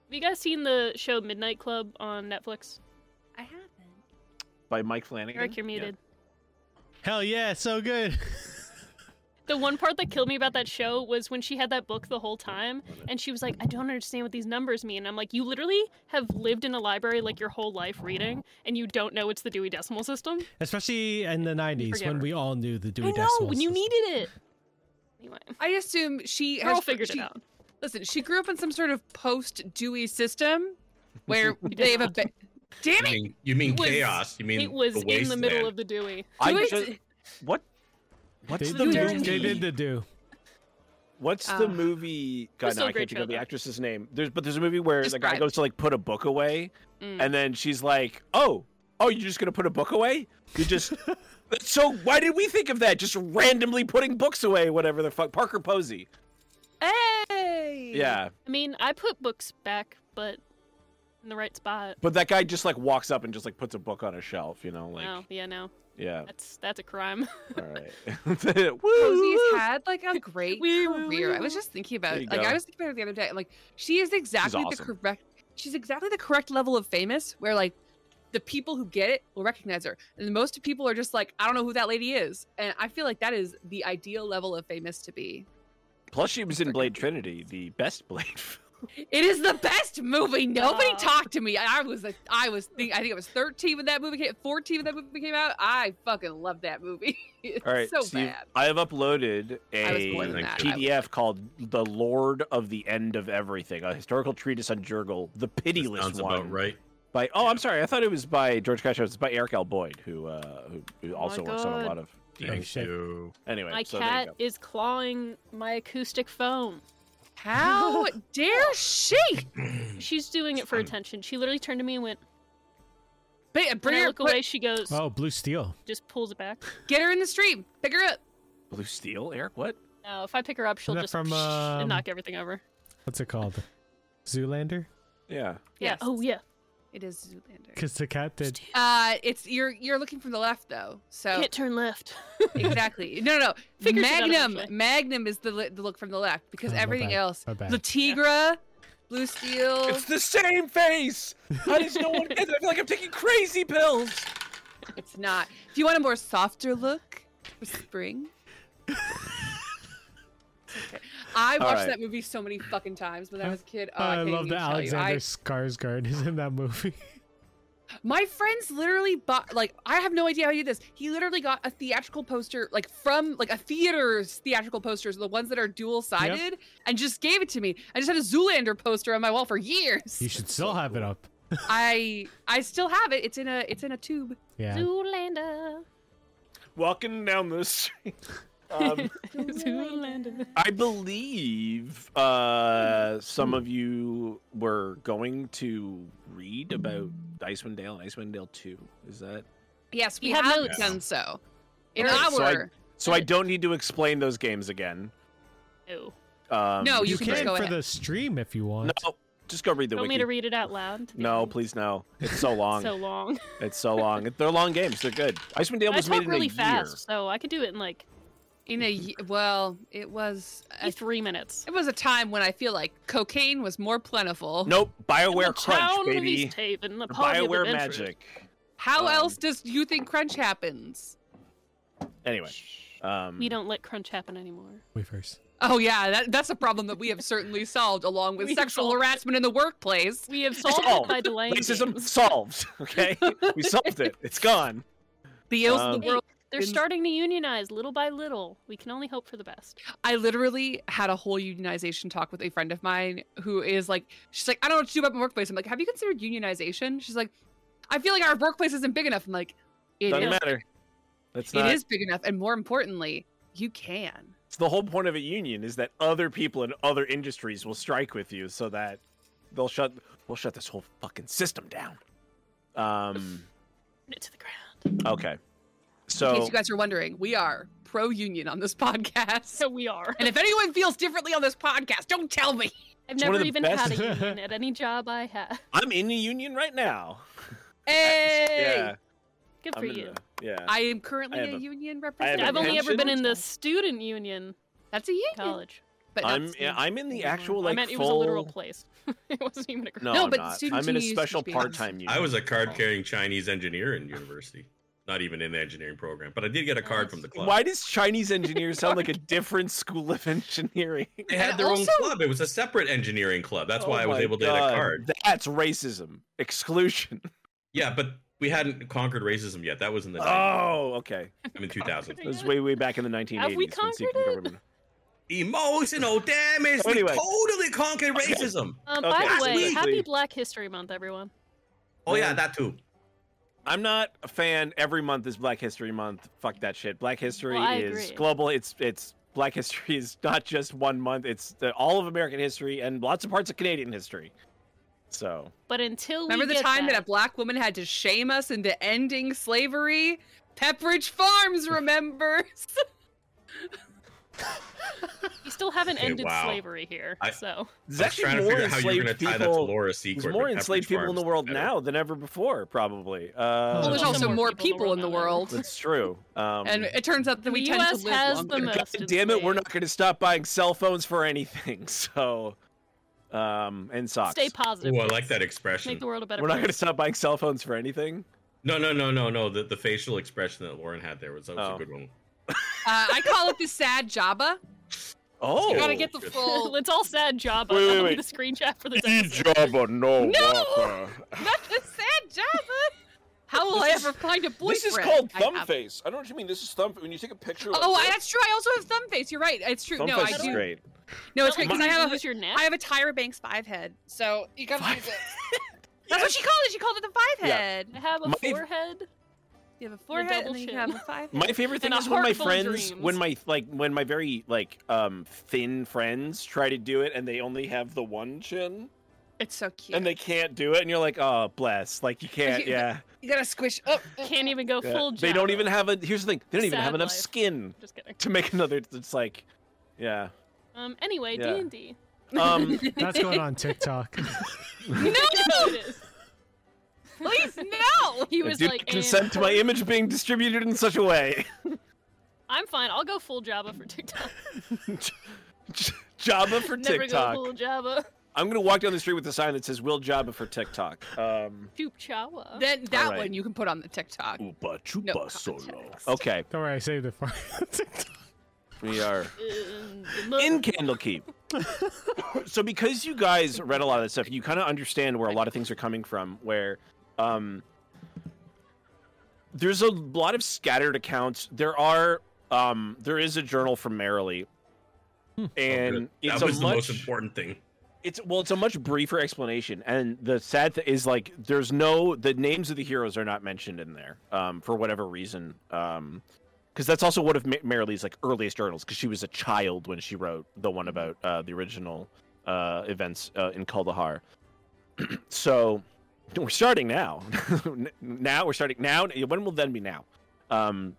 Speaker 3: Have you guys seen the show Midnight Club on Netflix?
Speaker 4: I haven't.
Speaker 7: By Mike Flanagan.
Speaker 3: Eric, you're
Speaker 7: Yeah.
Speaker 3: muted.
Speaker 2: Hell yeah, so good.
Speaker 3: The one part that killed me about that show was when she had that book the whole time, and she was like, "I don't understand what these numbers mean." And I'm like, "You literally have lived in a library like your whole life reading, and you don't know it's the Dewey Decimal System."
Speaker 2: Especially in the 90s
Speaker 3: forget
Speaker 2: when
Speaker 3: her.
Speaker 2: we all knew the Dewey
Speaker 3: I know
Speaker 2: Decimal
Speaker 3: when you
Speaker 2: System.
Speaker 3: needed it. Anyway,
Speaker 4: I assume she
Speaker 3: Carl
Speaker 4: has
Speaker 3: figured
Speaker 4: she-
Speaker 3: it out.
Speaker 4: Listen, she grew up in some sort of post Dewey system where they have a. Ba-
Speaker 8: You
Speaker 4: Damn it!
Speaker 8: mean, you mean
Speaker 3: It was-
Speaker 8: chaos? You mean
Speaker 3: It was
Speaker 8: the
Speaker 3: in the middle
Speaker 8: wasteland.
Speaker 3: of the Dewey.
Speaker 7: I
Speaker 4: Dewey-
Speaker 7: just, what? What's
Speaker 2: they,
Speaker 7: the
Speaker 2: they-
Speaker 7: movie?
Speaker 2: they did the do.
Speaker 7: What's
Speaker 4: Uh,
Speaker 7: the movie? God,
Speaker 3: still
Speaker 7: no,
Speaker 3: a
Speaker 7: I
Speaker 3: great
Speaker 7: can't think of
Speaker 3: show,
Speaker 7: the
Speaker 3: though.
Speaker 7: actress's name. There's, but there's a movie where the guy
Speaker 4: Describe.
Speaker 7: goes to like put a book away,
Speaker 4: Mm.
Speaker 7: and then she's like, "Oh, oh, you're just gonna put a book away? You just." so why did we think of that? Just randomly putting books away, whatever the fuck. Parker Posey.
Speaker 4: Hey.
Speaker 7: Yeah,
Speaker 3: I mean, I put books back, but in the right spot. Oh.
Speaker 7: but that guy just like walks up and just like puts a book on a shelf, you know, like.
Speaker 3: no, yeah, no.
Speaker 7: Yeah.
Speaker 3: That's that's a crime.
Speaker 7: All right.
Speaker 4: Rosie's
Speaker 7: Woo!
Speaker 4: had like a great
Speaker 3: Wee, wee, wee,
Speaker 4: career. I was
Speaker 3: wee.
Speaker 4: just thinking
Speaker 7: There
Speaker 4: about
Speaker 7: you
Speaker 4: like
Speaker 7: go.
Speaker 4: I was thinking about her the other day. Like she is exactly the
Speaker 7: awesome.
Speaker 4: correct. She's exactly the correct level of famous, where like the people who get it will recognize her, and most people are just like, I don't know who that lady is. And I feel like that is the ideal level of famous to be.
Speaker 7: Plus, she was in Blade Trinity, the best Blade. film.
Speaker 4: It is the best movie. Nobody
Speaker 3: Wow.
Speaker 4: talked to me. I was like, I was think I think I was thirteen when that movie came, fourteen when that movie came out. I fucking love that movie. It's
Speaker 7: All right,
Speaker 4: so
Speaker 7: Steve,
Speaker 4: bad.
Speaker 7: I have uploaded
Speaker 4: I was
Speaker 7: a
Speaker 4: more than
Speaker 8: Thank
Speaker 4: that. I was-
Speaker 7: PDF called "The Lord of the End of Everything," a historical treatise on Jurgle, the
Speaker 8: This
Speaker 7: pitiless
Speaker 8: sounds
Speaker 7: one.
Speaker 8: about right.
Speaker 7: By oh, I'm sorry, I thought it was by George Cashel. It's by Eric L. Boyd, who uh, who, who
Speaker 3: Oh my
Speaker 7: also works on a
Speaker 3: God.
Speaker 7: lot of.
Speaker 8: Thank
Speaker 2: shit.
Speaker 8: you.
Speaker 7: Anyway,
Speaker 3: my
Speaker 7: so there you
Speaker 3: cat
Speaker 7: go.
Speaker 3: is clawing my acoustic phone.
Speaker 4: How dare she?
Speaker 3: She's doing it for attention. She literally turned to me and went,
Speaker 4: Ba-
Speaker 3: when
Speaker 4: Bring
Speaker 3: I
Speaker 4: her,
Speaker 3: look
Speaker 4: uh, put-
Speaker 3: away, she goes,
Speaker 2: Oh, blue steel.
Speaker 3: just pulls it back.
Speaker 4: Get her in the stream. Pick her up.
Speaker 7: Blue Steel, Eric. What?
Speaker 3: No, if I pick her up, she'll
Speaker 2: that
Speaker 3: just
Speaker 2: from, um,
Speaker 3: and knock everything over.
Speaker 2: What's it called? Zoolander?
Speaker 7: Yeah.
Speaker 3: Yeah. Oh yeah.
Speaker 4: It is Zoolander.
Speaker 2: Because the cat did.
Speaker 4: Uh, it's you're you're looking from the left though.
Speaker 7: Oh.
Speaker 4: So
Speaker 3: Can't turn left.
Speaker 4: exactly. No, no. no.
Speaker 3: Figures it out
Speaker 4: Magnum.
Speaker 3: eventually.
Speaker 4: Magnum is the, li- the look from the left because
Speaker 2: Oh, my
Speaker 4: everything
Speaker 2: bad.
Speaker 4: else.
Speaker 2: My bad.
Speaker 4: The Tigra, Blue Steel.
Speaker 7: It's the same face. How does no one get it? I feel like I'm taking crazy pills.
Speaker 4: It's not. Do you want a more softer look for spring? It's okay. I
Speaker 7: All
Speaker 4: watched
Speaker 7: right.
Speaker 4: that movie so many fucking times when I was a kid. Oh,
Speaker 2: I
Speaker 4: can't
Speaker 2: love
Speaker 4: even
Speaker 2: that
Speaker 4: tell you. I-
Speaker 2: Alexander Skarsgård is in that movie.
Speaker 4: My friends literally bought like I have no idea how he did this. He literally got a theatrical poster like from like a theater's theatrical posters, the ones that are dual sided, and just gave it to me. I just had a Zoolander poster on my wall for years.
Speaker 2: You should still have it up.
Speaker 4: I I still have it. It's in a it's in a tube.
Speaker 2: Yeah.
Speaker 3: Zoolander.
Speaker 7: Walking down the street. Um,
Speaker 3: Zoolander.
Speaker 7: I believe uh, some of you were going to read about Icewind Dale and Icewind Dale 2. Is that
Speaker 4: Yes, we
Speaker 3: You have
Speaker 4: have
Speaker 3: notes.
Speaker 4: done so. In
Speaker 7: Okay,
Speaker 4: our
Speaker 7: so I- so?
Speaker 3: Uh,
Speaker 7: I don't need to explain those games again.
Speaker 3: No.
Speaker 7: Um,
Speaker 4: No, Oh,
Speaker 7: which
Speaker 4: you
Speaker 7: is
Speaker 4: can just
Speaker 7: great.
Speaker 2: for
Speaker 4: go ahead.
Speaker 2: the stream if you want.
Speaker 7: No, just go read the
Speaker 3: Want
Speaker 7: wiki.
Speaker 3: me to read it out loud?
Speaker 7: no, please, no. It's so long.
Speaker 3: So long.
Speaker 7: It's so long. They're long games. They're good. Icewind Dale
Speaker 3: I
Speaker 7: was
Speaker 3: talk
Speaker 7: made in
Speaker 3: really
Speaker 7: a year.
Speaker 3: fast, so I could do it in like
Speaker 4: in a y- well, it was a,
Speaker 3: three minutes.
Speaker 4: it was a time when I feel like cocaine was more plentiful.
Speaker 7: Nope. Bioware
Speaker 3: The
Speaker 7: Crunch,
Speaker 3: town of
Speaker 7: baby.
Speaker 3: East Haven, the party of
Speaker 7: Bioware
Speaker 3: adventurers.
Speaker 7: magic.
Speaker 4: How
Speaker 7: Um,
Speaker 4: else does you think crunch happens?
Speaker 7: Anyway, um,
Speaker 3: We don't let crunch happen anymore.
Speaker 2: We first.
Speaker 4: Oh yeah, that, that's a problem that we have certainly solved, along with
Speaker 3: We have
Speaker 4: sexual
Speaker 3: solved
Speaker 4: harassment in the workplace.
Speaker 3: We have solved
Speaker 7: all.
Speaker 3: it by delaying
Speaker 7: racism
Speaker 3: games.
Speaker 7: solved. Okay, we solved it. It's gone.
Speaker 4: The ills
Speaker 7: Um,
Speaker 4: of the world.
Speaker 3: They're
Speaker 4: Didn't-
Speaker 3: starting to unionize little by little. We can only hope for the best.
Speaker 4: I literally had a whole unionization talk with a friend of mine who is like, she's like, I don't know what to do about my workplace. I'm like, have you considered unionization? She's like, I feel like our workplace isn't big enough. I'm like, it
Speaker 7: Doesn't
Speaker 4: is.
Speaker 7: matter. That's
Speaker 4: It
Speaker 7: not.
Speaker 4: is big enough, and more importantly, you can.
Speaker 7: it's the whole point of a union is that other people in other industries will strike with you, so that they'll shut. We'll shut this whole fucking system down. Um.
Speaker 3: Put it to the ground.
Speaker 7: Okay.
Speaker 4: In
Speaker 7: So
Speaker 4: case you guys are wondering, we are pro-union on this podcast.
Speaker 3: So we are.
Speaker 4: And if anyone feels differently on this podcast, don't tell me.
Speaker 3: I've
Speaker 7: It's one
Speaker 3: never
Speaker 7: of the
Speaker 3: even
Speaker 7: best-
Speaker 3: had a union at any job I had.
Speaker 7: I'm in a union right now.
Speaker 4: Hey,
Speaker 7: Yeah.
Speaker 3: Good for
Speaker 7: I'm in
Speaker 3: you.
Speaker 7: a- yeah.
Speaker 4: I am currently
Speaker 7: I
Speaker 4: a
Speaker 7: have a-
Speaker 4: union
Speaker 7: I
Speaker 4: representative.
Speaker 7: have
Speaker 3: I've only ever
Speaker 7: pension?
Speaker 3: been in the student union
Speaker 4: That's a union.
Speaker 3: college.
Speaker 4: But not
Speaker 7: I'm
Speaker 4: student
Speaker 7: I'm in the
Speaker 4: union.
Speaker 7: actual
Speaker 3: I
Speaker 7: like
Speaker 3: meant it was
Speaker 7: full.
Speaker 3: a literal place. it wasn't even a group.
Speaker 7: No,
Speaker 4: No,
Speaker 7: I'm
Speaker 4: but
Speaker 7: not.
Speaker 4: student
Speaker 7: I'm in a
Speaker 4: union used to
Speaker 7: special
Speaker 4: be-
Speaker 7: part-time union.
Speaker 8: I was a card-carrying Chinese engineer in university. Not even in the engineering program, but I did get a card from the club.
Speaker 7: Why does Chinese engineers sound like a different school of engineering?
Speaker 8: They had
Speaker 4: And
Speaker 8: their
Speaker 4: also-
Speaker 8: own club. It was a separate engineering club. That's
Speaker 7: Oh
Speaker 8: why I was
Speaker 7: my
Speaker 8: able to get
Speaker 7: God,
Speaker 8: a card.
Speaker 7: That's racism, exclusion.
Speaker 8: Yeah, but we hadn't conquered racism yet. That was in the
Speaker 7: Oh, okay.
Speaker 8: I mean, 2000.
Speaker 7: It was way, way back in the 1980s.
Speaker 3: Have we
Speaker 7: when secret
Speaker 3: conquered it?
Speaker 7: government-
Speaker 8: Emotional damage.
Speaker 7: Anyway.
Speaker 8: We totally conquered racism.
Speaker 3: Um,
Speaker 7: Okay,
Speaker 3: by the way,
Speaker 8: absolutely.
Speaker 3: happy Black History Month, everyone.
Speaker 8: Oh yeah, that too.
Speaker 7: I'm not a fan. Every month is Black History Month. Fuck that shit. Black History
Speaker 3: Well, I
Speaker 7: is
Speaker 3: agree.
Speaker 7: global. It's it's Black History is not just one month. It's the, all of American history and lots of parts of Canadian history. So
Speaker 3: But until
Speaker 4: Remember
Speaker 3: we
Speaker 4: the
Speaker 3: get
Speaker 4: time that.
Speaker 3: that
Speaker 4: a black woman had to shame us into ending slavery? Pepperidge Farms remembers.
Speaker 3: You still haven't
Speaker 8: Okay,
Speaker 3: ended
Speaker 8: wow.
Speaker 3: slavery here,
Speaker 8: I-
Speaker 3: so
Speaker 7: There's
Speaker 8: I was trying
Speaker 7: actually
Speaker 8: to
Speaker 7: more
Speaker 8: figure out how you were going
Speaker 7: enslaved
Speaker 8: to tie that to
Speaker 7: people.
Speaker 8: Laura's secret.
Speaker 7: There's
Speaker 8: but
Speaker 7: more
Speaker 8: Pepperidge
Speaker 7: enslaved people in the
Speaker 8: Farm's
Speaker 7: world
Speaker 8: better.
Speaker 7: now than ever before, probably. Uh,
Speaker 2: Well,
Speaker 9: there's
Speaker 2: there's
Speaker 9: also more people in the world.
Speaker 7: that's true. Um,
Speaker 4: and it turns out that we
Speaker 3: the
Speaker 4: tend to
Speaker 3: U.S.
Speaker 4: live
Speaker 3: has
Speaker 4: longer.
Speaker 3: the most.
Speaker 7: God damn it, we're not going to stop buying cell phones for anything. So, um, and socks.
Speaker 3: Stay positive.
Speaker 8: Ooh, I like
Speaker 3: please.
Speaker 8: that expression.
Speaker 3: Make the world a better.
Speaker 7: We're not going to
Speaker 3: place.
Speaker 7: stop buying cell phones for anything.
Speaker 8: No, no, no, no, no. The, the facial expression that Lauren had there was that was
Speaker 7: Oh.
Speaker 8: a good one.
Speaker 9: Uh, I call it the sad Jabba.
Speaker 7: Oh,
Speaker 9: You gotta get the
Speaker 8: good.
Speaker 9: full.
Speaker 3: Let's all sad Jabba.
Speaker 7: Wait, wait,
Speaker 3: That'll be
Speaker 7: wait.
Speaker 3: the screenshot for this. episode.
Speaker 7: Jabba, no,
Speaker 9: Walker. not the sad Jabba. How will I ever find a boyfriend?
Speaker 7: This is called
Speaker 9: I have-
Speaker 7: thumb face. I don't know what you mean. This is thumb. When you take a picture.
Speaker 9: Oh,
Speaker 7: like
Speaker 9: I,
Speaker 7: this,
Speaker 9: that's true. I also have thumb face. You're right. It's true.
Speaker 7: thumb
Speaker 9: no,
Speaker 7: face
Speaker 9: I
Speaker 7: is
Speaker 9: do.
Speaker 7: great.
Speaker 9: No, it's
Speaker 3: Not
Speaker 9: great because I
Speaker 3: like
Speaker 9: have a
Speaker 3: you lose your neck.
Speaker 9: I have a Tyra Banks five head. So you gotta
Speaker 7: Five-
Speaker 9: use it. That's what she called it. She called it the five
Speaker 7: Yeah.
Speaker 9: head.
Speaker 3: I have a
Speaker 7: My-
Speaker 3: forehead.
Speaker 9: You have a forehead
Speaker 3: double
Speaker 9: and then you
Speaker 3: chin.
Speaker 9: have a five.
Speaker 7: My favorite thing
Speaker 3: And a
Speaker 7: is when my
Speaker 3: heart full of
Speaker 7: friends, when
Speaker 3: dreams.
Speaker 7: my like, when my very like um thin friends try to do it and they only have the one chin
Speaker 4: It's so cute.
Speaker 7: and they can't do it, and you're like, oh bless, like you can't,
Speaker 4: You-
Speaker 7: yeah.
Speaker 4: you gotta squish up.
Speaker 3: Can't even go
Speaker 7: yeah.
Speaker 3: full.
Speaker 7: They don't
Speaker 3: Jabba.
Speaker 7: even have a. Here's the thing, they don't even
Speaker 3: Sad
Speaker 7: have enough
Speaker 3: life.
Speaker 7: skin
Speaker 3: Just kidding.
Speaker 7: to make another. It's like, yeah.
Speaker 3: Um. Anyway, D
Speaker 7: Yeah.
Speaker 3: and D.
Speaker 7: Um,
Speaker 2: That's going on TikTok.
Speaker 9: No,
Speaker 3: It is.
Speaker 9: please no.
Speaker 3: He
Speaker 7: I
Speaker 3: was
Speaker 7: do
Speaker 3: like,
Speaker 7: consent
Speaker 3: and
Speaker 7: to my image being distributed in such a way.
Speaker 3: I'm fine. I'll go full Java for TikTok.
Speaker 7: Java for
Speaker 3: Never
Speaker 7: TikTok.
Speaker 3: go full Java.
Speaker 7: I'm gonna walk down the street with a sign that says "Will Jabba for TikTok." Um,
Speaker 3: Choop chawa.
Speaker 4: Then that
Speaker 7: right.
Speaker 4: one you can put on the TikTok.
Speaker 7: Uba
Speaker 4: No
Speaker 7: Chupa
Speaker 4: context.
Speaker 7: Solo. Oh, Okay,
Speaker 2: Don't worry, I saved it for TikTok.
Speaker 7: we are
Speaker 3: Uh,
Speaker 7: in Candlekeep. so, because you guys read a lot of this stuff, you kind of understand where a lot of things are coming from. Where um, there's a lot of scattered accounts. There are um, there is a journal from Merrily,
Speaker 8: Oh,
Speaker 7: and
Speaker 8: good.
Speaker 7: it's
Speaker 8: that
Speaker 7: a
Speaker 8: was the
Speaker 7: much
Speaker 8: most important thing.
Speaker 7: It's well, it's a much briefer explanation, and the sad thing is, like, there's no the names of the heroes are not mentioned in there, um, for whatever reason, um, because that's also one of Ma- Marilee's like earliest journals, because she was a child when she wrote the one about uh, the original uh, events uh, in Kaldahar. so we're starting now. N- now we're starting now. When will then be now? Um,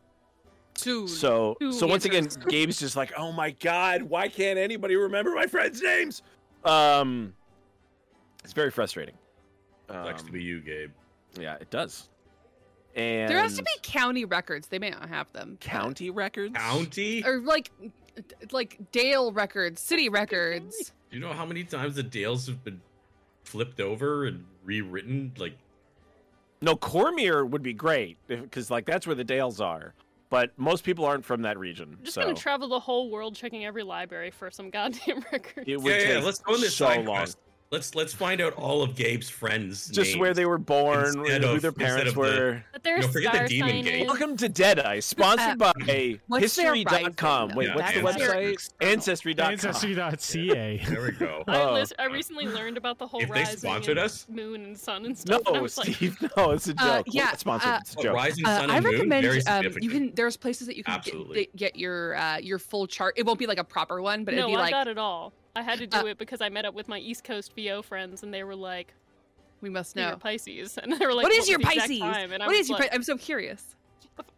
Speaker 9: Soon.
Speaker 7: so
Speaker 3: Who
Speaker 7: so once again, Gabe's just like, oh my god, why can't anybody remember my friends' names? Um, it's very frustrating.
Speaker 8: Sucks to
Speaker 7: Um,
Speaker 8: be you, Gabe.
Speaker 7: Yeah, it does. And
Speaker 4: There has to be county records. They may not have them.
Speaker 7: county
Speaker 4: Um,
Speaker 7: records.
Speaker 8: County. Do
Speaker 4: Or like like Dale records, city records.
Speaker 8: you know how many times the Dales have been flipped over and rewritten? Like,
Speaker 7: No, Cormier would be great because like that's where the Dales are. But most people aren't from that region,
Speaker 3: I'm just
Speaker 7: so
Speaker 3: gonna travel the whole world checking every library for some goddamn records.
Speaker 7: it would
Speaker 8: yeah, yeah, yeah,
Speaker 7: take
Speaker 8: let's go on this
Speaker 7: so
Speaker 8: side
Speaker 7: long.
Speaker 8: quest. Let's let's find out all of Gabe's friends.
Speaker 7: Just where
Speaker 8: names.
Speaker 7: they were born,
Speaker 8: Instead
Speaker 7: who
Speaker 8: of-
Speaker 7: their
Speaker 8: instead
Speaker 7: parents
Speaker 8: of the-
Speaker 7: were.
Speaker 3: But there's
Speaker 8: No, forget the
Speaker 3: star
Speaker 8: demon
Speaker 3: sign
Speaker 8: gate.
Speaker 3: is-
Speaker 7: Welcome to Deadeye, sponsored by
Speaker 4: What's their rising
Speaker 7: History.com. Wait,
Speaker 8: though?
Speaker 7: what's
Speaker 8: Yeah,
Speaker 7: the
Speaker 4: Uh, That's their
Speaker 7: website?
Speaker 4: external.
Speaker 7: Ancestry.com.
Speaker 2: Ancestry.ca.
Speaker 8: There we go.
Speaker 3: I,
Speaker 7: Oh.
Speaker 3: lis- I recently learned about the whole
Speaker 8: If they
Speaker 3: rising
Speaker 8: sponsored
Speaker 3: and
Speaker 8: us?
Speaker 3: moon and sun and
Speaker 7: No,
Speaker 3: stuff. and I was like,
Speaker 7: Steve. No, it's a joke.
Speaker 4: Uh,
Speaker 7: We're
Speaker 4: yeah,
Speaker 7: not sponsored.
Speaker 4: uh,
Speaker 7: it's a
Speaker 8: Oh,
Speaker 7: joke.
Speaker 8: Rising
Speaker 4: Uh,
Speaker 8: Sun
Speaker 4: I
Speaker 8: and Moon. Very
Speaker 4: recommend um,
Speaker 8: significant.
Speaker 4: you can. There's places that you can get,
Speaker 8: Absolutely.
Speaker 4: that get your uh, your full chart. It won't be like a proper one, but
Speaker 3: no,
Speaker 4: it'd be
Speaker 3: I
Speaker 4: like
Speaker 3: got it all. I had to do
Speaker 4: Uh,
Speaker 3: it because I met up with my East Coast VO friends and they were like,
Speaker 4: we must
Speaker 3: "You're
Speaker 4: know.
Speaker 3: Pisces," and they were like,
Speaker 9: What is
Speaker 3: was
Speaker 9: your
Speaker 3: the exact
Speaker 9: Pisces?
Speaker 3: Time? And I
Speaker 4: What
Speaker 3: was
Speaker 4: is your?
Speaker 3: like,
Speaker 4: Pri- I'm so curious.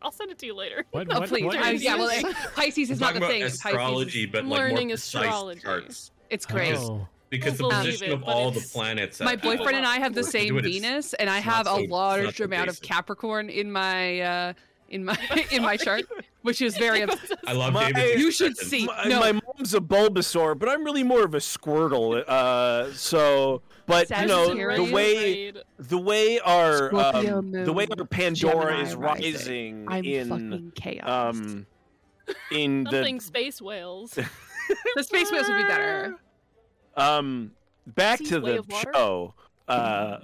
Speaker 3: I'll send it to you later.
Speaker 2: What,
Speaker 4: Oh,
Speaker 2: what,
Speaker 4: please.
Speaker 2: what
Speaker 4: I-
Speaker 2: is
Speaker 4: yeah, well,
Speaker 2: this?
Speaker 4: it- Pisces is
Speaker 8: We're
Speaker 4: not
Speaker 8: talking
Speaker 4: the thing.
Speaker 8: about astrology,
Speaker 4: Pisces,
Speaker 8: but like
Speaker 3: Learning
Speaker 8: more precise
Speaker 3: astrology.
Speaker 8: charts.
Speaker 4: it's great.
Speaker 8: Oh.
Speaker 2: Oh,
Speaker 8: Because the
Speaker 3: We'll believe
Speaker 8: position
Speaker 3: it,
Speaker 8: of
Speaker 3: but
Speaker 8: all the
Speaker 3: it's-
Speaker 8: planets.
Speaker 4: My
Speaker 8: at- at-
Speaker 4: boyfriend and I have the
Speaker 8: Well, you
Speaker 4: same
Speaker 8: do it, it's-
Speaker 4: Venus, and I
Speaker 8: it's not
Speaker 4: have
Speaker 8: so-
Speaker 4: a
Speaker 8: it's not
Speaker 4: large
Speaker 8: so
Speaker 4: amount of
Speaker 8: basic.
Speaker 4: Capricorn in my uh, in my in my chart, which is very. Obs-
Speaker 8: I love
Speaker 7: My-
Speaker 8: David.
Speaker 4: You should see.
Speaker 7: my,
Speaker 4: no,
Speaker 7: my mom's a Bulbasaur, but I'm really more of a Squirtle. Uh, so, but you know,
Speaker 4: Sagittarius.
Speaker 7: the way
Speaker 3: Right.
Speaker 7: the way our
Speaker 4: Scorpio
Speaker 7: um, the way
Speaker 4: moon,
Speaker 7: our Pandora
Speaker 4: Gemini
Speaker 7: is
Speaker 4: rising.
Speaker 7: rising,
Speaker 4: I'm
Speaker 7: in
Speaker 4: fucking chaos.
Speaker 7: um in
Speaker 3: something
Speaker 7: the
Speaker 3: space whales.
Speaker 4: the space whales would be better.
Speaker 7: um back
Speaker 3: Sea
Speaker 7: to
Speaker 3: way
Speaker 7: the
Speaker 3: of water?
Speaker 7: show. Uh,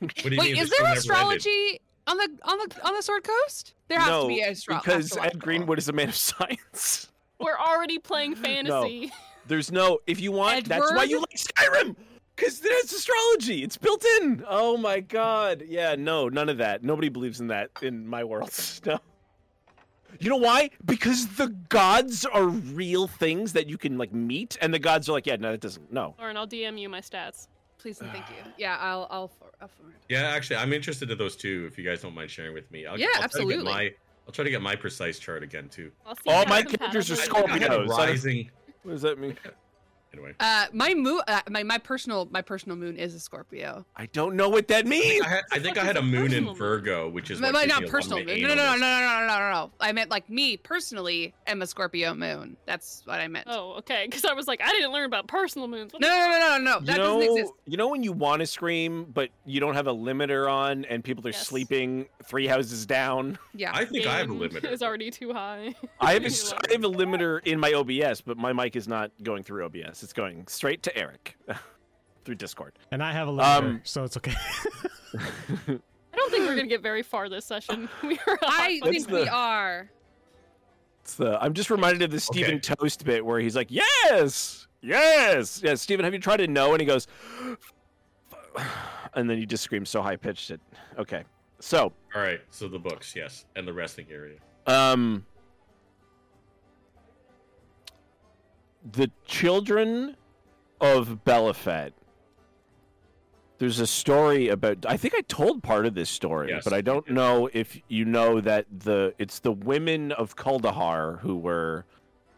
Speaker 8: What do you mean
Speaker 4: Wait, is
Speaker 8: this
Speaker 4: there
Speaker 8: show never ended?
Speaker 4: astrology on the on the on the Sword Coast? There has to
Speaker 7: no,
Speaker 4: be astrology
Speaker 7: because Ed Greenwood is a man of science.
Speaker 3: We're already playing fantasy.
Speaker 7: There's no if you want. That's why
Speaker 4: Edward?
Speaker 7: you like Skyrim, because there's astrology. It's built in. Oh my god. Yeah. No. None of that. Nobody believes in that in my world. No. You know why? Because the gods are real things that you can like meet, and the gods are like, yeah, no, that doesn't. No.
Speaker 3: Lauren, I'll DM you my stats.
Speaker 4: Please and thank you. Yeah, I'll I'll, for, I'll forward.
Speaker 8: Yeah, actually, I'm interested in those too. If you guys don't mind sharing with me, I'll,
Speaker 4: Yeah,
Speaker 8: I'll try to get
Speaker 4: absolutely.
Speaker 8: my I'll try to get my precise chart again too.
Speaker 3: I'll see
Speaker 7: All
Speaker 3: how
Speaker 7: my characters are
Speaker 8: I
Speaker 3: compatible-
Speaker 8: think I had
Speaker 7: Scorpios. I don't-
Speaker 8: rising.
Speaker 7: What does that mean?
Speaker 8: Anyway,
Speaker 4: Uh, my moon, uh, my my personal my personal moon is a Scorpio.
Speaker 7: I don't know what that
Speaker 8: I,
Speaker 7: means.
Speaker 8: had, I think I
Speaker 3: fuck
Speaker 8: had
Speaker 3: is
Speaker 8: a
Speaker 3: a
Speaker 8: moon
Speaker 3: personal
Speaker 8: in
Speaker 3: moon?
Speaker 8: Virgo, which is
Speaker 4: My,
Speaker 8: what
Speaker 4: my,
Speaker 8: gives
Speaker 4: not
Speaker 8: me a
Speaker 4: personal
Speaker 8: one
Speaker 4: moon.
Speaker 8: to
Speaker 4: No,
Speaker 8: eight
Speaker 4: no, no,
Speaker 8: on
Speaker 4: no, no,
Speaker 8: this.
Speaker 4: no, no, no, no. I meant like me personally am a Scorpio moon. That's what I meant.
Speaker 3: Oh, okay. Because I was like, I didn't learn about personal moons. What
Speaker 4: No,
Speaker 3: the-
Speaker 4: no, no, no, no, no. That
Speaker 7: you know,
Speaker 4: doesn't exist.
Speaker 7: you know when you want to scream but you don't have a limiter on, and people are
Speaker 3: Yes.
Speaker 7: sleeping three houses down.
Speaker 4: Yeah.
Speaker 8: I think I have a
Speaker 3: Game
Speaker 8: limiter.
Speaker 3: Is already too high.
Speaker 7: I have
Speaker 3: You
Speaker 7: a, s-
Speaker 3: love
Speaker 7: I have a limiter in my OBS, but my mic is not going through OBS. It's going straight to Eric through Discord.
Speaker 2: And I have a limiter,
Speaker 7: Um,
Speaker 2: so it's okay.
Speaker 3: I don't think we're gonna get very far this session. We are.
Speaker 4: I
Speaker 7: What's
Speaker 4: think
Speaker 7: the-
Speaker 4: we are.
Speaker 7: It's the, I'm just reminded of the Stephen
Speaker 8: Okay.
Speaker 7: Toast bit where he's like, "Yes, yes, yes." Stephen, have you tried to know? And he goes, and then he just screams so high pitched it. Okay, so
Speaker 8: All right, so the books, yes, and the resting area.
Speaker 7: Um, the children of Belafet. There's a story about. I think I told part of this story,
Speaker 8: Yes,
Speaker 7: but I
Speaker 8: you
Speaker 7: don't
Speaker 8: did.
Speaker 7: know if you know that the it's the women of Kuldahar who were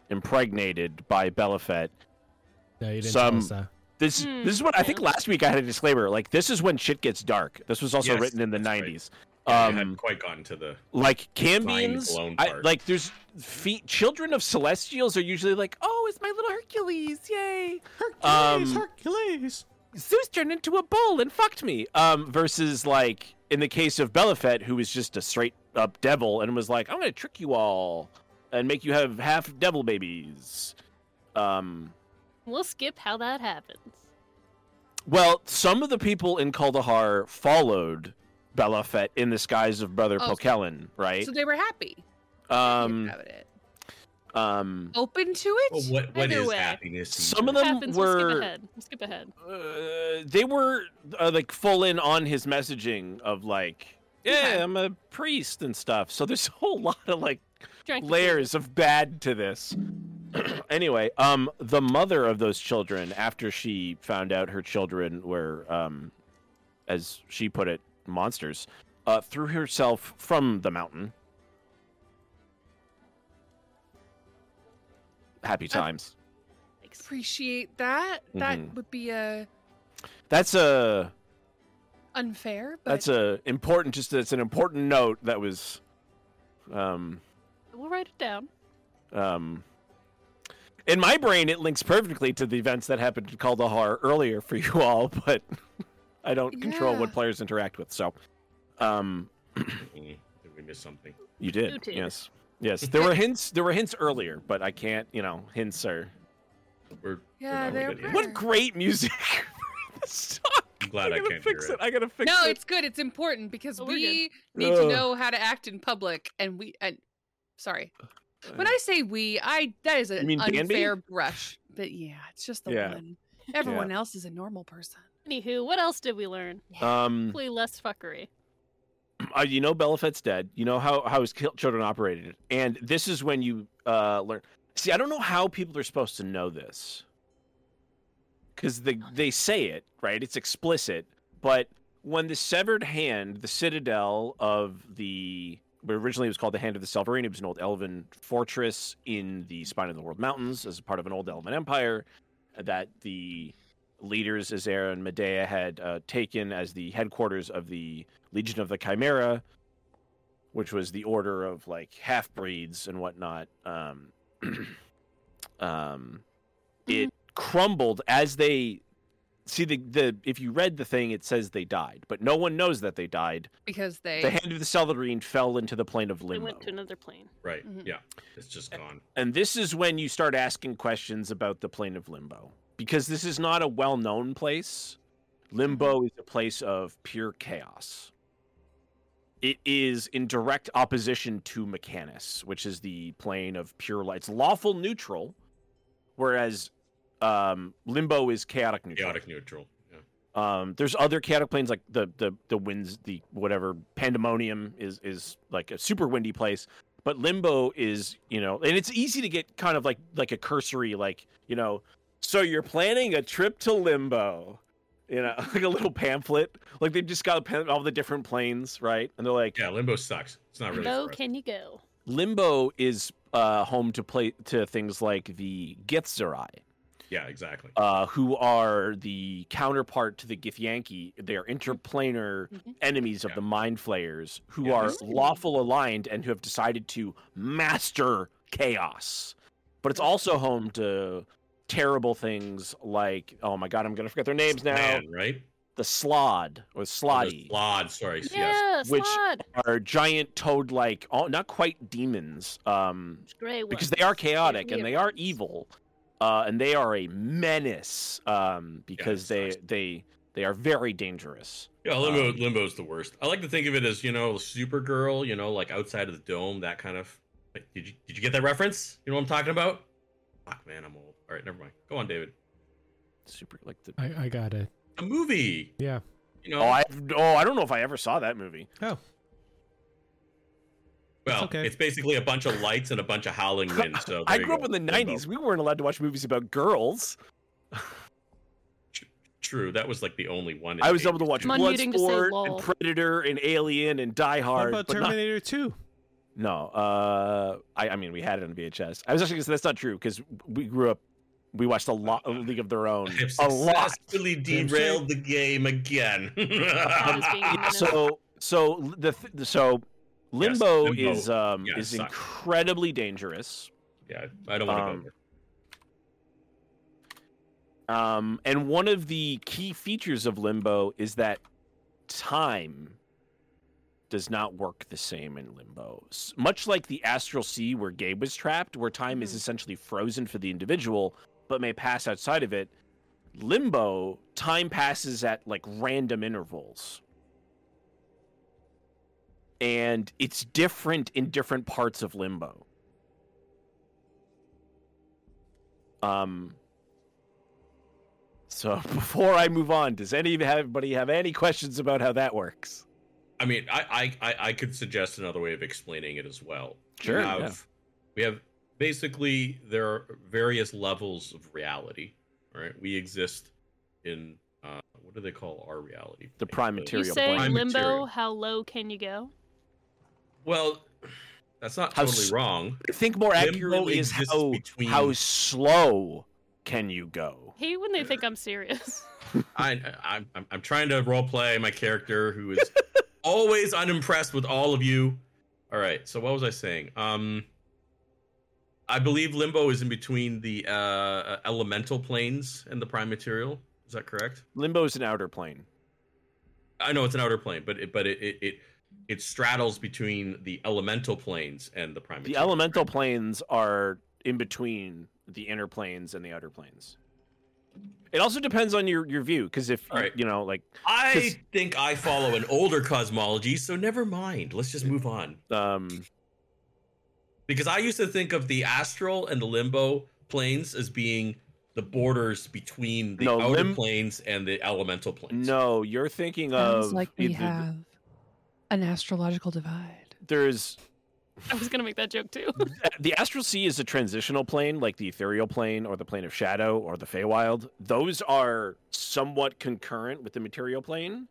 Speaker 7: impregnated by Belafet.
Speaker 2: no, you didn't
Speaker 7: some-
Speaker 2: tell us that.
Speaker 7: This
Speaker 3: Hmm,
Speaker 7: this is what I think
Speaker 3: yeah.
Speaker 7: last week I had a disclaimer. Like this is when shit gets dark. This was also
Speaker 8: Yes,
Speaker 7: written in the
Speaker 8: that's right.
Speaker 7: 90s.
Speaker 8: I
Speaker 7: Um,
Speaker 8: hadn't quite gotten to the.
Speaker 7: like
Speaker 8: Mind
Speaker 7: cambians
Speaker 8: blown
Speaker 7: I,
Speaker 8: part.
Speaker 7: like there's feet children of celestials are usually like oh it's my little hercules yay
Speaker 2: Hercules,
Speaker 7: Um,
Speaker 2: Hercules.
Speaker 7: zeus turned into a bull and fucked me um versus like in the case of belafet who was just a straight up devil and was like i'm gonna trick you all and make you have half devil babies um
Speaker 3: We'll skip how that happens.
Speaker 7: well some of the people in kaldahar followed belafet in the skies of brother
Speaker 4: Oh, so-
Speaker 7: Pokellen, right
Speaker 4: So they were happy.
Speaker 7: um
Speaker 4: about it.
Speaker 7: um
Speaker 4: Open to it.
Speaker 8: Well, Oh, what what
Speaker 3: Either
Speaker 8: is
Speaker 3: way,
Speaker 8: happiness? to
Speaker 7: some
Speaker 8: you?
Speaker 7: of them
Speaker 3: happens. We'll
Speaker 7: were
Speaker 3: skip ahead. We'll skip ahead.
Speaker 7: uh, they were uh, like full in on his messaging of like yeah
Speaker 4: Okay.
Speaker 7: i'm a priest and stuff so there's a whole lot of like
Speaker 3: Drank the
Speaker 7: layers of bad to this anyway um the mother of those children after she found out her children were um as she put it monsters uh threw herself from the mountain happy
Speaker 3: flakes.
Speaker 7: times
Speaker 4: Appreciate that. That
Speaker 8: Mm-hmm.
Speaker 7: Mhm.
Speaker 4: would be uh,
Speaker 7: that's a
Speaker 4: unfair, but
Speaker 7: That's a important. Just that's an important note that was, um,
Speaker 3: We'll write it down.
Speaker 7: um. In my brain, it links perfectly to the events that happened in Kaldahar earlier for you all, but I don't control what
Speaker 4: Yeah.
Speaker 7: players interact with. So, um,
Speaker 8: Mm, Did we miss something?
Speaker 7: you did,
Speaker 3: You did.
Speaker 7: yes, yes. There were hints. There were hints earlier, but I can't. You know, hints are.
Speaker 8: We're, we're
Speaker 4: Yeah,
Speaker 8: not really
Speaker 4: they're
Speaker 8: good yet.
Speaker 4: pretty-
Speaker 7: What great music! This song.
Speaker 8: I'm glad I,
Speaker 7: gotta
Speaker 8: can't
Speaker 7: fix
Speaker 8: hear it.
Speaker 7: I gotta fix
Speaker 4: no,
Speaker 7: it.
Speaker 4: it's good. It's important because
Speaker 3: Oh, we're
Speaker 4: we need to
Speaker 7: Ugh.
Speaker 4: know how to act in public, and we and sorry, when I say we, I that is an
Speaker 7: mean Danby?
Speaker 4: unfair brush. But yeah, it's just the
Speaker 7: Yeah.
Speaker 4: one. Everyone else is a normal person.
Speaker 3: Anywho, what else did we learn?
Speaker 7: um,
Speaker 3: Hopefully less fuckery.
Speaker 7: uh, you know Belafet's dead. You know how how his ki- children operated, and this is when you uh, learn. See, I don't know how people are supposed to know this because they they say it right. It's explicit, but when the severed hand, the citadel of the but originally it was called the Hand of the Salvarine. It was an old elven fortress in the spine of the World Mountains as part of an old elven empire that the leaders Azera and Medea had uh, taken as the headquarters of the Legion of the Chimera, which was the order of like half breeds and whatnot. Um, um,
Speaker 3: Mm-hmm.
Speaker 7: it crumbled as they see the, the if you read the thing, it says they died, but no one knows that they died.
Speaker 4: Because they,
Speaker 7: The hand of the Salvarine fell into the plane of
Speaker 3: They
Speaker 7: limbo.
Speaker 3: went to another plane.
Speaker 8: Right.
Speaker 4: Mhm.
Speaker 8: Yeah. It's just gone.
Speaker 7: And this is when you start asking questions about the plane of limbo because this is not a well known place. Limbo is a place of pure chaos. It is in direct opposition to Mechanus, which is the plane of pure light. It's lawful neutral, whereas um, limbo is chaotic neutral.
Speaker 8: Chaotic neutral. Yeah.
Speaker 7: Um, there's other chaotic planes like the the the winds, the whatever pandemonium is is like a super windy place. But limbo is you know, and it's easy to get kind of like like a cursory like you know. So you're planning a trip to limbo. you know, like a little pamphlet. Like they just got a pam- all the different planes, right? And they're like,
Speaker 8: Yeah, limbo sucks. It's not really.
Speaker 3: Bo,
Speaker 8: for us.
Speaker 3: can you go?
Speaker 7: Limbo is uh, home to play to things like the Githzerai,
Speaker 8: Yeah, exactly.
Speaker 7: uh, who are the counterpart to the Githyanki. They are interplanar
Speaker 3: Mhm.
Speaker 7: enemies of
Speaker 8: Yeah.
Speaker 7: the Mind Flayers, who
Speaker 8: Yeah.
Speaker 7: are lawful aligned and who have decided to master chaos. But it's also home to terrible things like, oh my god, I'm gonna forget their names now.
Speaker 8: Man, right?
Speaker 7: The Slod
Speaker 8: Or
Speaker 7: or
Speaker 8: the
Speaker 7: Slotty
Speaker 8: Slod, sorry. Yes.
Speaker 3: Yeah,
Speaker 7: which-
Speaker 3: Slod.
Speaker 7: are giant toad-like, oh, not quite demons. Um,
Speaker 3: Gray one.
Speaker 7: because they are chaotic and
Speaker 3: weird
Speaker 7: they are
Speaker 3: ones.
Speaker 7: evil uh, and they are a menace um, because they
Speaker 8: sucks.
Speaker 7: they they are very dangerous
Speaker 8: Yeah, limbo limbo's the worst. I like to think of it as, you know, Supergirl, you know, like outside of the dome, that kind of like, did you did you get that reference? You know what I'm talking about? Fuck man, I'm old. All right, never mind. Go on, David.
Speaker 7: super like the
Speaker 2: I, I got it.
Speaker 8: A movie.
Speaker 2: Yeah.
Speaker 8: You know,
Speaker 7: oh i oh i don't know if i ever saw that movie
Speaker 2: Oh,
Speaker 8: well,
Speaker 2: okay.
Speaker 8: it's basically a bunch of lights and a bunch of howling winds. So
Speaker 7: i
Speaker 8: there you
Speaker 7: grew up
Speaker 8: go,
Speaker 7: in the
Speaker 8: Limbo.
Speaker 7: 90s we weren't allowed to watch movies about girls
Speaker 8: True, that was like the only one. in
Speaker 7: i was
Speaker 8: the
Speaker 7: able to
Speaker 8: 80s,
Speaker 7: watch
Speaker 8: too.
Speaker 3: I'm unmuting to say
Speaker 7: bloodsport
Speaker 3: lol.
Speaker 7: and predator and alien and die
Speaker 2: how
Speaker 7: hard
Speaker 2: about
Speaker 7: but not-
Speaker 2: Terminator 2?
Speaker 7: no uh I, I mean we had it on vhs i was actually gonna say that's not true because we grew up we watched a lot of league of their own
Speaker 8: I have
Speaker 7: a lot
Speaker 8: successfully
Speaker 2: Damn straight.
Speaker 8: derailed the game again.
Speaker 3: Slod is being
Speaker 7: yeah,
Speaker 3: menace.
Speaker 7: so so l- the th- so limbo,
Speaker 8: Limbo.
Speaker 7: is um
Speaker 8: Yeah, it
Speaker 7: is
Speaker 8: sucks.
Speaker 7: incredibly dangerous
Speaker 8: yeah, I don't want to
Speaker 7: Um,
Speaker 8: go. there.
Speaker 7: um and one of the key features of limbo is that time does not work the same in limbo S- much like the astral sea where gabe was trapped where time is essentially frozen for the individual but may pass outside of it limbo time passes at like random intervals and it's different in different parts of limbo um so before i move on does any anybody have any questions about how that works
Speaker 8: I mean, I, I, I, I could suggest another way of explaining it as well.
Speaker 7: Sure,
Speaker 8: We
Speaker 7: yeah.
Speaker 8: have, we have basically there are various levels of reality. Right, we exist in uh, what do they call our reality?
Speaker 7: The prime
Speaker 3: you
Speaker 7: material
Speaker 3: say
Speaker 8: plane.
Speaker 3: limbo,
Speaker 8: Material.
Speaker 3: how low can you go?
Speaker 8: Well, that's not
Speaker 7: How
Speaker 8: totally
Speaker 7: s-
Speaker 8: wrong.
Speaker 7: I think more
Speaker 8: Limbo
Speaker 7: accurately is
Speaker 8: exists
Speaker 7: how
Speaker 8: between-
Speaker 7: how slow can you go?
Speaker 3: Hey, when they think I'm serious.
Speaker 8: I, I- I'm, I'm, I'm trying to role play my character who is always unimpressed with all of you. All right, so what was I saying? Um, I believe limbo is in between the uh, uh, elemental planes and the prime material. Is that correct?
Speaker 7: Limbo is an outer plane.
Speaker 8: I know it's an outer plane, but it, but it, it, it it straddles between the elemental planes and the prime.
Speaker 7: The
Speaker 8: material.
Speaker 7: elemental planes are in between the inner planes and the outer planes. It also depends on your, your view, because if you-
Speaker 8: Alright.
Speaker 7: you know, like,
Speaker 8: I
Speaker 7: 'cause-
Speaker 8: think I follow an older cosmology, so never mind. Let's just move on.
Speaker 7: um,
Speaker 8: Because I used to think of the astral and the limbo planes as being the borders between the
Speaker 7: No,
Speaker 8: outer
Speaker 7: lim-
Speaker 8: planes and the elemental planes.
Speaker 7: no, you're thinking
Speaker 10: Sounds
Speaker 7: of
Speaker 10: like we
Speaker 7: either-
Speaker 10: have an astrological divide.
Speaker 7: there's
Speaker 3: I was gonna make that joke too.
Speaker 7: the astral sea is a transitional plane, like the ethereal plane or the plane of shadow or the Feywild. Those are somewhat concurrent with the material plane,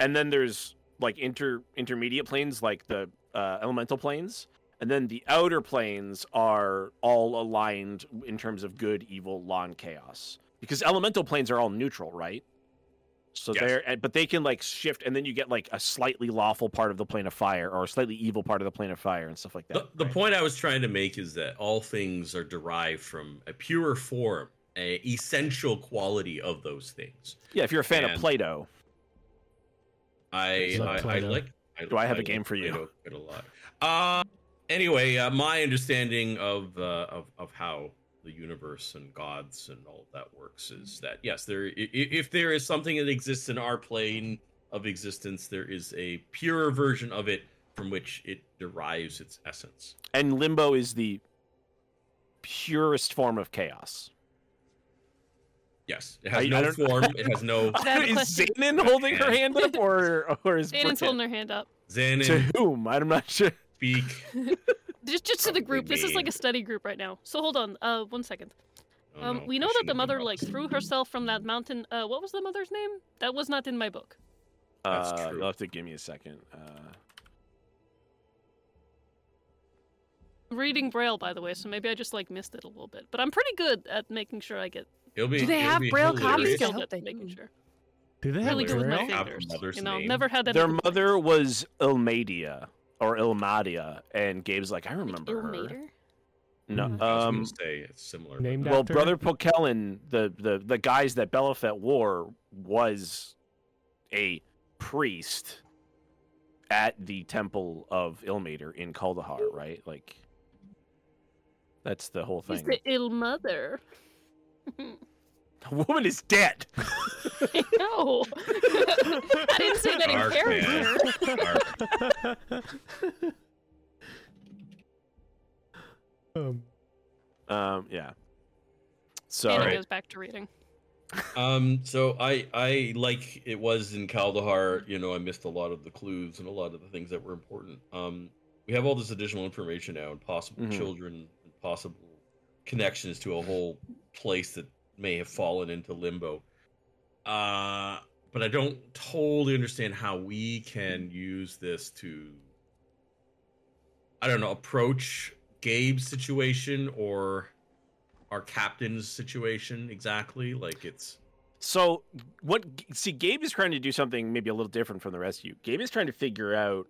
Speaker 7: and then there's like inter intermediate planes, like the uh, elemental planes, and then the outer planes are all aligned in terms of good, evil, law, and chaos. Because elemental planes are all neutral, right? So
Speaker 8: Yes.
Speaker 7: they're and- but they can like shift, and then you get like a slightly lawful part of the plane of fire or a slightly evil part of the plane of fire and stuff like that.
Speaker 8: The, the
Speaker 7: right?
Speaker 8: point I was trying to make is that all things are derived from a pure form, a essential quality of those things.
Speaker 7: Yeah, if you're a fan of
Speaker 8: And-
Speaker 7: Play-Doh,
Speaker 8: I
Speaker 2: Love
Speaker 8: I, I
Speaker 2: Plato.
Speaker 8: like. I,
Speaker 7: Do I have a
Speaker 8: like
Speaker 7: game for you?
Speaker 8: Plato Quite a lot. Uh, anyway, uh, my understanding of, uh, of of how the universe and gods and all of that works is that yes, there i- i- if there is something that exists in our plane of existence, there is a purer version of it from which it derives its essence.
Speaker 7: and Limbo is the purest form of chaos.
Speaker 8: Yes, it has
Speaker 7: I- I
Speaker 8: no
Speaker 7: don't-
Speaker 8: form. It has no
Speaker 3: I have a
Speaker 7: is
Speaker 3: question.
Speaker 7: Zanin holding her hand up, or or is
Speaker 3: Zanon's
Speaker 7: Britt-
Speaker 3: holding her hand up.
Speaker 7: to
Speaker 8: Xanon
Speaker 7: whom? I'm not sure.
Speaker 8: speak.
Speaker 3: Just, just to the
Speaker 8: Probably
Speaker 3: group. This is like
Speaker 8: mean.
Speaker 3: a study group right now. So hold on. Uh, one second.
Speaker 8: Oh,
Speaker 3: Um,
Speaker 8: no,
Speaker 3: we
Speaker 8: I
Speaker 3: know that
Speaker 8: shouldn't
Speaker 3: the
Speaker 8: have
Speaker 3: mother
Speaker 8: brought
Speaker 3: like
Speaker 8: this.
Speaker 3: threw herself from that mountain. Uh, what was the mother's name? That was not in my book.
Speaker 8: That's
Speaker 7: uh,
Speaker 8: true.
Speaker 7: You'll have to give me a second. Uh,
Speaker 3: I'm reading braille, by the way, so maybe I just like missed it a little bit. But I'm pretty good at making sure I get
Speaker 8: It'll be,
Speaker 10: Do they
Speaker 8: it'll
Speaker 10: have
Speaker 8: be
Speaker 10: braille
Speaker 3: pretty
Speaker 10: copies?
Speaker 8: hilarious.
Speaker 10: I
Speaker 3: skilled
Speaker 10: hope
Speaker 3: at
Speaker 10: they
Speaker 3: making
Speaker 10: do.
Speaker 3: sure.
Speaker 2: Do they have
Speaker 3: Really good with my
Speaker 8: Braille? Have the
Speaker 3: fingers.
Speaker 8: mother's
Speaker 3: You know,
Speaker 8: name.
Speaker 3: never had that.
Speaker 7: their mother was Ilmadia or Ilmadia, and Gabe's like, I remember her. No,
Speaker 8: I was gonna
Speaker 7: um,
Speaker 8: say it's similar. but-
Speaker 2: named
Speaker 7: well,
Speaker 2: after?
Speaker 7: brother Pokellen, the the the guys that Belafet wore was a priest at the temple of Ilmater in Kaldahar, right? Like, that's the whole
Speaker 3: He's
Speaker 7: thing.
Speaker 3: the ill mother.
Speaker 7: The woman is dead.
Speaker 3: no, I didn't say that in
Speaker 8: Dark, man.
Speaker 3: character.
Speaker 8: Dark.
Speaker 2: um,
Speaker 7: Um, yeah. So
Speaker 3: Anna
Speaker 8: Alright.
Speaker 3: goes back to reading.
Speaker 8: um, so I, I like it was in Kaldahar. You know, I missed a lot of the clues and a lot of the things that were important. Um, we have all this additional information now, and possible
Speaker 7: Mhm.
Speaker 8: children, and possible connections to a whole place that may have fallen into limbo. Uh, but I don't totally understand how we can use this to, I don't know, approach Gabe's situation or our captain's situation exactly. Like it's
Speaker 7: So what? See, Gabe is trying to do something maybe a little different from the rest of you. Gabe is trying to figure out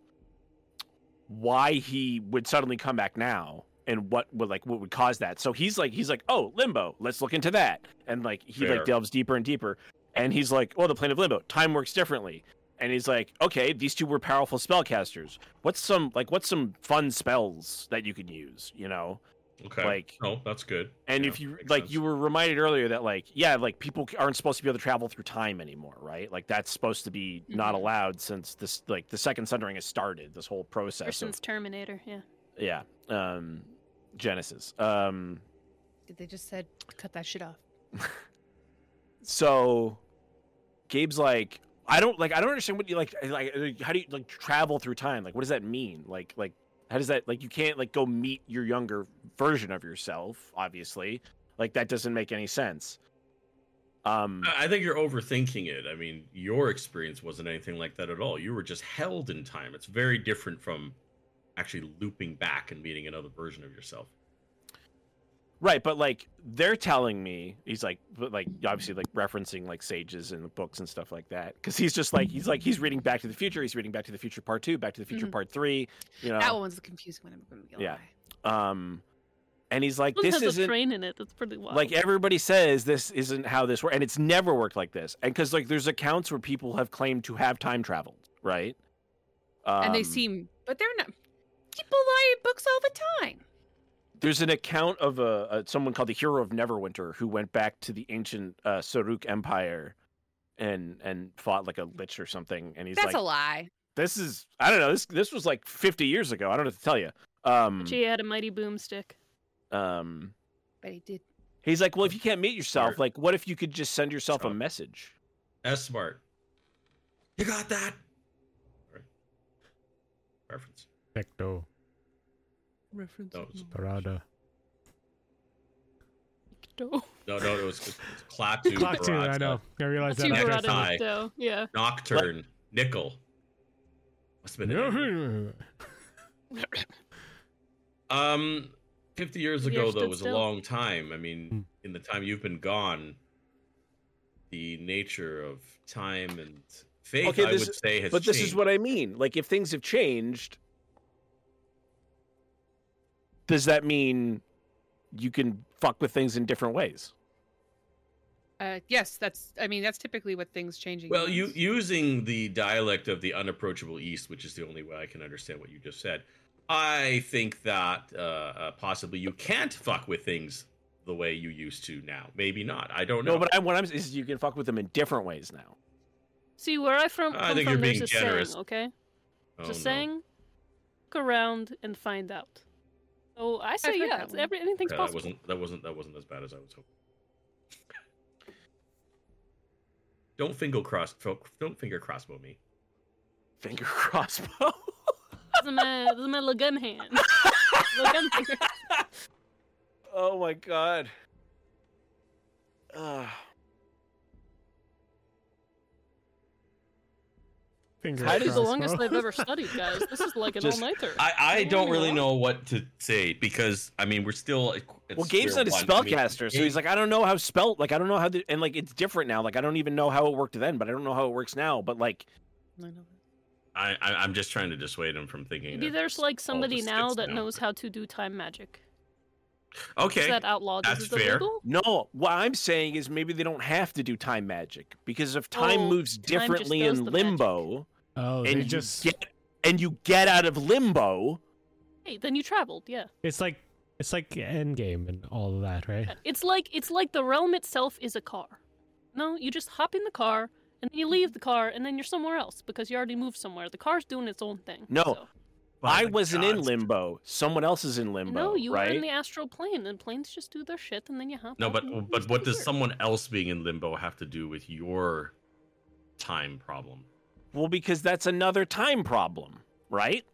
Speaker 7: why he would suddenly come back now, and what would like what would cause that. So he's like, he's like, oh, limbo. Let's look into that. And like he
Speaker 8: Fair.
Speaker 7: like delves deeper and deeper, and he's like, well, the plane of limbo. Time works differently. And he's like, okay, these two were powerful spellcasters. What's some like what's some fun spells that you could use? You know,
Speaker 8: okay.
Speaker 7: like
Speaker 8: oh, that's good.
Speaker 7: and
Speaker 8: Yeah,
Speaker 7: if you
Speaker 8: makes
Speaker 7: like,
Speaker 8: sense.
Speaker 7: you were reminded earlier that like, yeah, like people c- aren't supposed to be able to travel through time anymore, right? Like that's supposed to be not
Speaker 8: Mm-hmm.
Speaker 3: Mhm.
Speaker 7: allowed since this, like, the second Sundering has started. This whole process,
Speaker 3: Or
Speaker 7: of-
Speaker 3: since Terminator, yeah.
Speaker 7: yeah, um, Genesis. Um,
Speaker 9: They just said cut that shit off.
Speaker 7: so Gabe's like, I don't like, I don't understand what you like, like, like, how do you like travel through time? Like, what does that mean? Like, like, how does that like you can't like go meet your younger version of yourself? Obviously, like that doesn't make any sense. Um,
Speaker 8: I I think you're overthinking it. I mean, your experience wasn't anything like that at all. You were just held in time. It's very different from actually looping back and meeting another version of yourself.
Speaker 7: Right, but like they're telling me he's like but like obviously like referencing like sages and books and stuff like that cuz he's just like he's like he's reading Back to the Future, he's reading Back to the Future Part 2, Back to the Future
Speaker 9: Mhm.
Speaker 7: Part 3, you
Speaker 9: That
Speaker 7: know.
Speaker 9: one was the confusing one. I'm gonna be
Speaker 7: Oh. Yeah. Um and he's like
Speaker 3: This,
Speaker 7: this
Speaker 3: has a
Speaker 7: isn't
Speaker 3: train in it. That's pretty wild.
Speaker 7: like everybody says this isn't how this works and it's never worked like this. And cuz like there's accounts where people have claimed to have time traveled, right? Um,
Speaker 4: and they seem, but they're not. People lie in books all the time.
Speaker 7: there's an account of a, a someone called the hero of neverwinter who went back to the ancient uh, saruk empire and and fought like a lich or something and he's
Speaker 9: That's
Speaker 7: like
Speaker 9: a lie.
Speaker 7: this is i don't know this this was like 50 years ago i don't know what to tell you um
Speaker 3: she had a mighty boomstick.
Speaker 7: um
Speaker 9: But he did.
Speaker 7: he's like well if you can't meet yourself
Speaker 8: Smart.
Speaker 7: like what if you could just send yourself a
Speaker 8: Smart.
Speaker 7: message
Speaker 8: That's smart. You got that. All right. Reference.
Speaker 2: Tecto
Speaker 10: Reference.
Speaker 8: No, it's-
Speaker 2: Parada.
Speaker 3: Dough.
Speaker 8: No, no, it was, it was Klaatu.
Speaker 2: Clock two, I
Speaker 8: Barata,
Speaker 2: know. I realized
Speaker 3: Two
Speaker 2: that.
Speaker 8: That's
Speaker 2: after I
Speaker 8: Barada.
Speaker 2: said
Speaker 8: tie.
Speaker 3: Dorados dough. Yeah.
Speaker 8: Nocturne. Nickel. Must have been. a nickel.
Speaker 2: it.
Speaker 8: Um, fifty years
Speaker 3: Maybe I
Speaker 8: ago
Speaker 3: stood
Speaker 8: though was
Speaker 3: still.
Speaker 8: a long time. I mean,
Speaker 2: Hmm.
Speaker 8: in the time you've been gone, the nature of time and faith,
Speaker 7: Okay,
Speaker 8: I
Speaker 7: this
Speaker 8: would
Speaker 7: is-
Speaker 8: say, has
Speaker 7: but this is
Speaker 8: changed.
Speaker 7: what i mean like if things have changed does that mean you can fuck with things in different ways
Speaker 9: Uh, yes, that's. I mean, that's typically what things changing.
Speaker 8: Well, you
Speaker 9: means.
Speaker 8: using the dialect of the unapproachable East, which is the only way I can understand what you just said. I think that uh, uh, possibly you can't fuck with things the way you used to now. Maybe not. I don't know.
Speaker 7: No, but I, what I'm is you can fuck with them in different ways now.
Speaker 3: See where I from
Speaker 8: I
Speaker 3: come
Speaker 8: think
Speaker 3: from.
Speaker 8: you're
Speaker 3: There's
Speaker 8: being
Speaker 3: a
Speaker 8: generous.
Speaker 3: saying, okay?
Speaker 8: Oh,
Speaker 3: Just
Speaker 8: no.
Speaker 3: saying. Look around and find out. Oh, I
Speaker 9: heard
Speaker 3: say yeah.
Speaker 9: that
Speaker 3: it's
Speaker 9: one.
Speaker 3: Every, anything's
Speaker 8: Yeah, that
Speaker 3: possible.
Speaker 8: wasn't that wasn't that wasn't as bad as I was hoping. Don't finger cross. Don't finger crossbow me.
Speaker 7: Finger crossbow.
Speaker 3: This is my, this is my little gun hand. Little gun finger.
Speaker 7: oh my god. Uh,
Speaker 2: Fingers
Speaker 7: How
Speaker 3: This is the
Speaker 7: Crossed,
Speaker 3: longest
Speaker 2: huh?
Speaker 3: I've ever studied, guys. This is like an
Speaker 7: Just-
Speaker 3: all-nighter.
Speaker 8: I, I don't really
Speaker 3: Wow.
Speaker 8: know what to say because I mean we're still. At, at
Speaker 7: well, Gabe's
Speaker 8: square
Speaker 7: not
Speaker 8: one.
Speaker 7: a
Speaker 8: I mean,
Speaker 7: spellcaster, so he's like, I don't know how spell. Like, I don't know how the and like it's different now. Like, I don't even know how it worked then, but I don't know how it works now. But like,
Speaker 8: I, I I'm just trying to dissuade him from thinking.
Speaker 3: Maybe
Speaker 8: that
Speaker 3: there's like somebody
Speaker 8: just
Speaker 3: now
Speaker 8: sticks
Speaker 3: that
Speaker 8: now.
Speaker 3: knows how to do time magic. Is
Speaker 8: okay.
Speaker 3: that outlawed?
Speaker 8: that's
Speaker 3: is it
Speaker 8: fair.
Speaker 3: illegal?
Speaker 7: no, what I'm saying is maybe they don't have to do time magic because if time
Speaker 3: Oh,
Speaker 7: moves
Speaker 3: time just
Speaker 7: differently
Speaker 3: does
Speaker 7: in
Speaker 3: the magic.
Speaker 7: limbo
Speaker 2: Oh, they
Speaker 7: and you
Speaker 2: just
Speaker 7: get and you get out of limbo,
Speaker 3: Hey, then you traveled. Yeah.
Speaker 2: it's like it's like Endgame and all of that, right?
Speaker 3: It's like it's like the realm itself is a car. No, you just hop in the car and then you leave the car and then you're somewhere else because you already moved somewhere. The car's doing its own thing.
Speaker 7: No,
Speaker 3: so-
Speaker 8: By
Speaker 7: I
Speaker 8: the
Speaker 7: wasn't in
Speaker 8: gods.
Speaker 7: limbo. Someone else is in limbo.
Speaker 3: No, you
Speaker 7: right?
Speaker 3: were in the astral plane and planes just do their shit and then you hop.
Speaker 8: No,
Speaker 3: off
Speaker 8: but
Speaker 3: and
Speaker 8: but
Speaker 3: you
Speaker 8: what does
Speaker 3: disappear.
Speaker 8: someone else being in limbo have to do with your time problem?
Speaker 7: Well, because that's another time problem, right?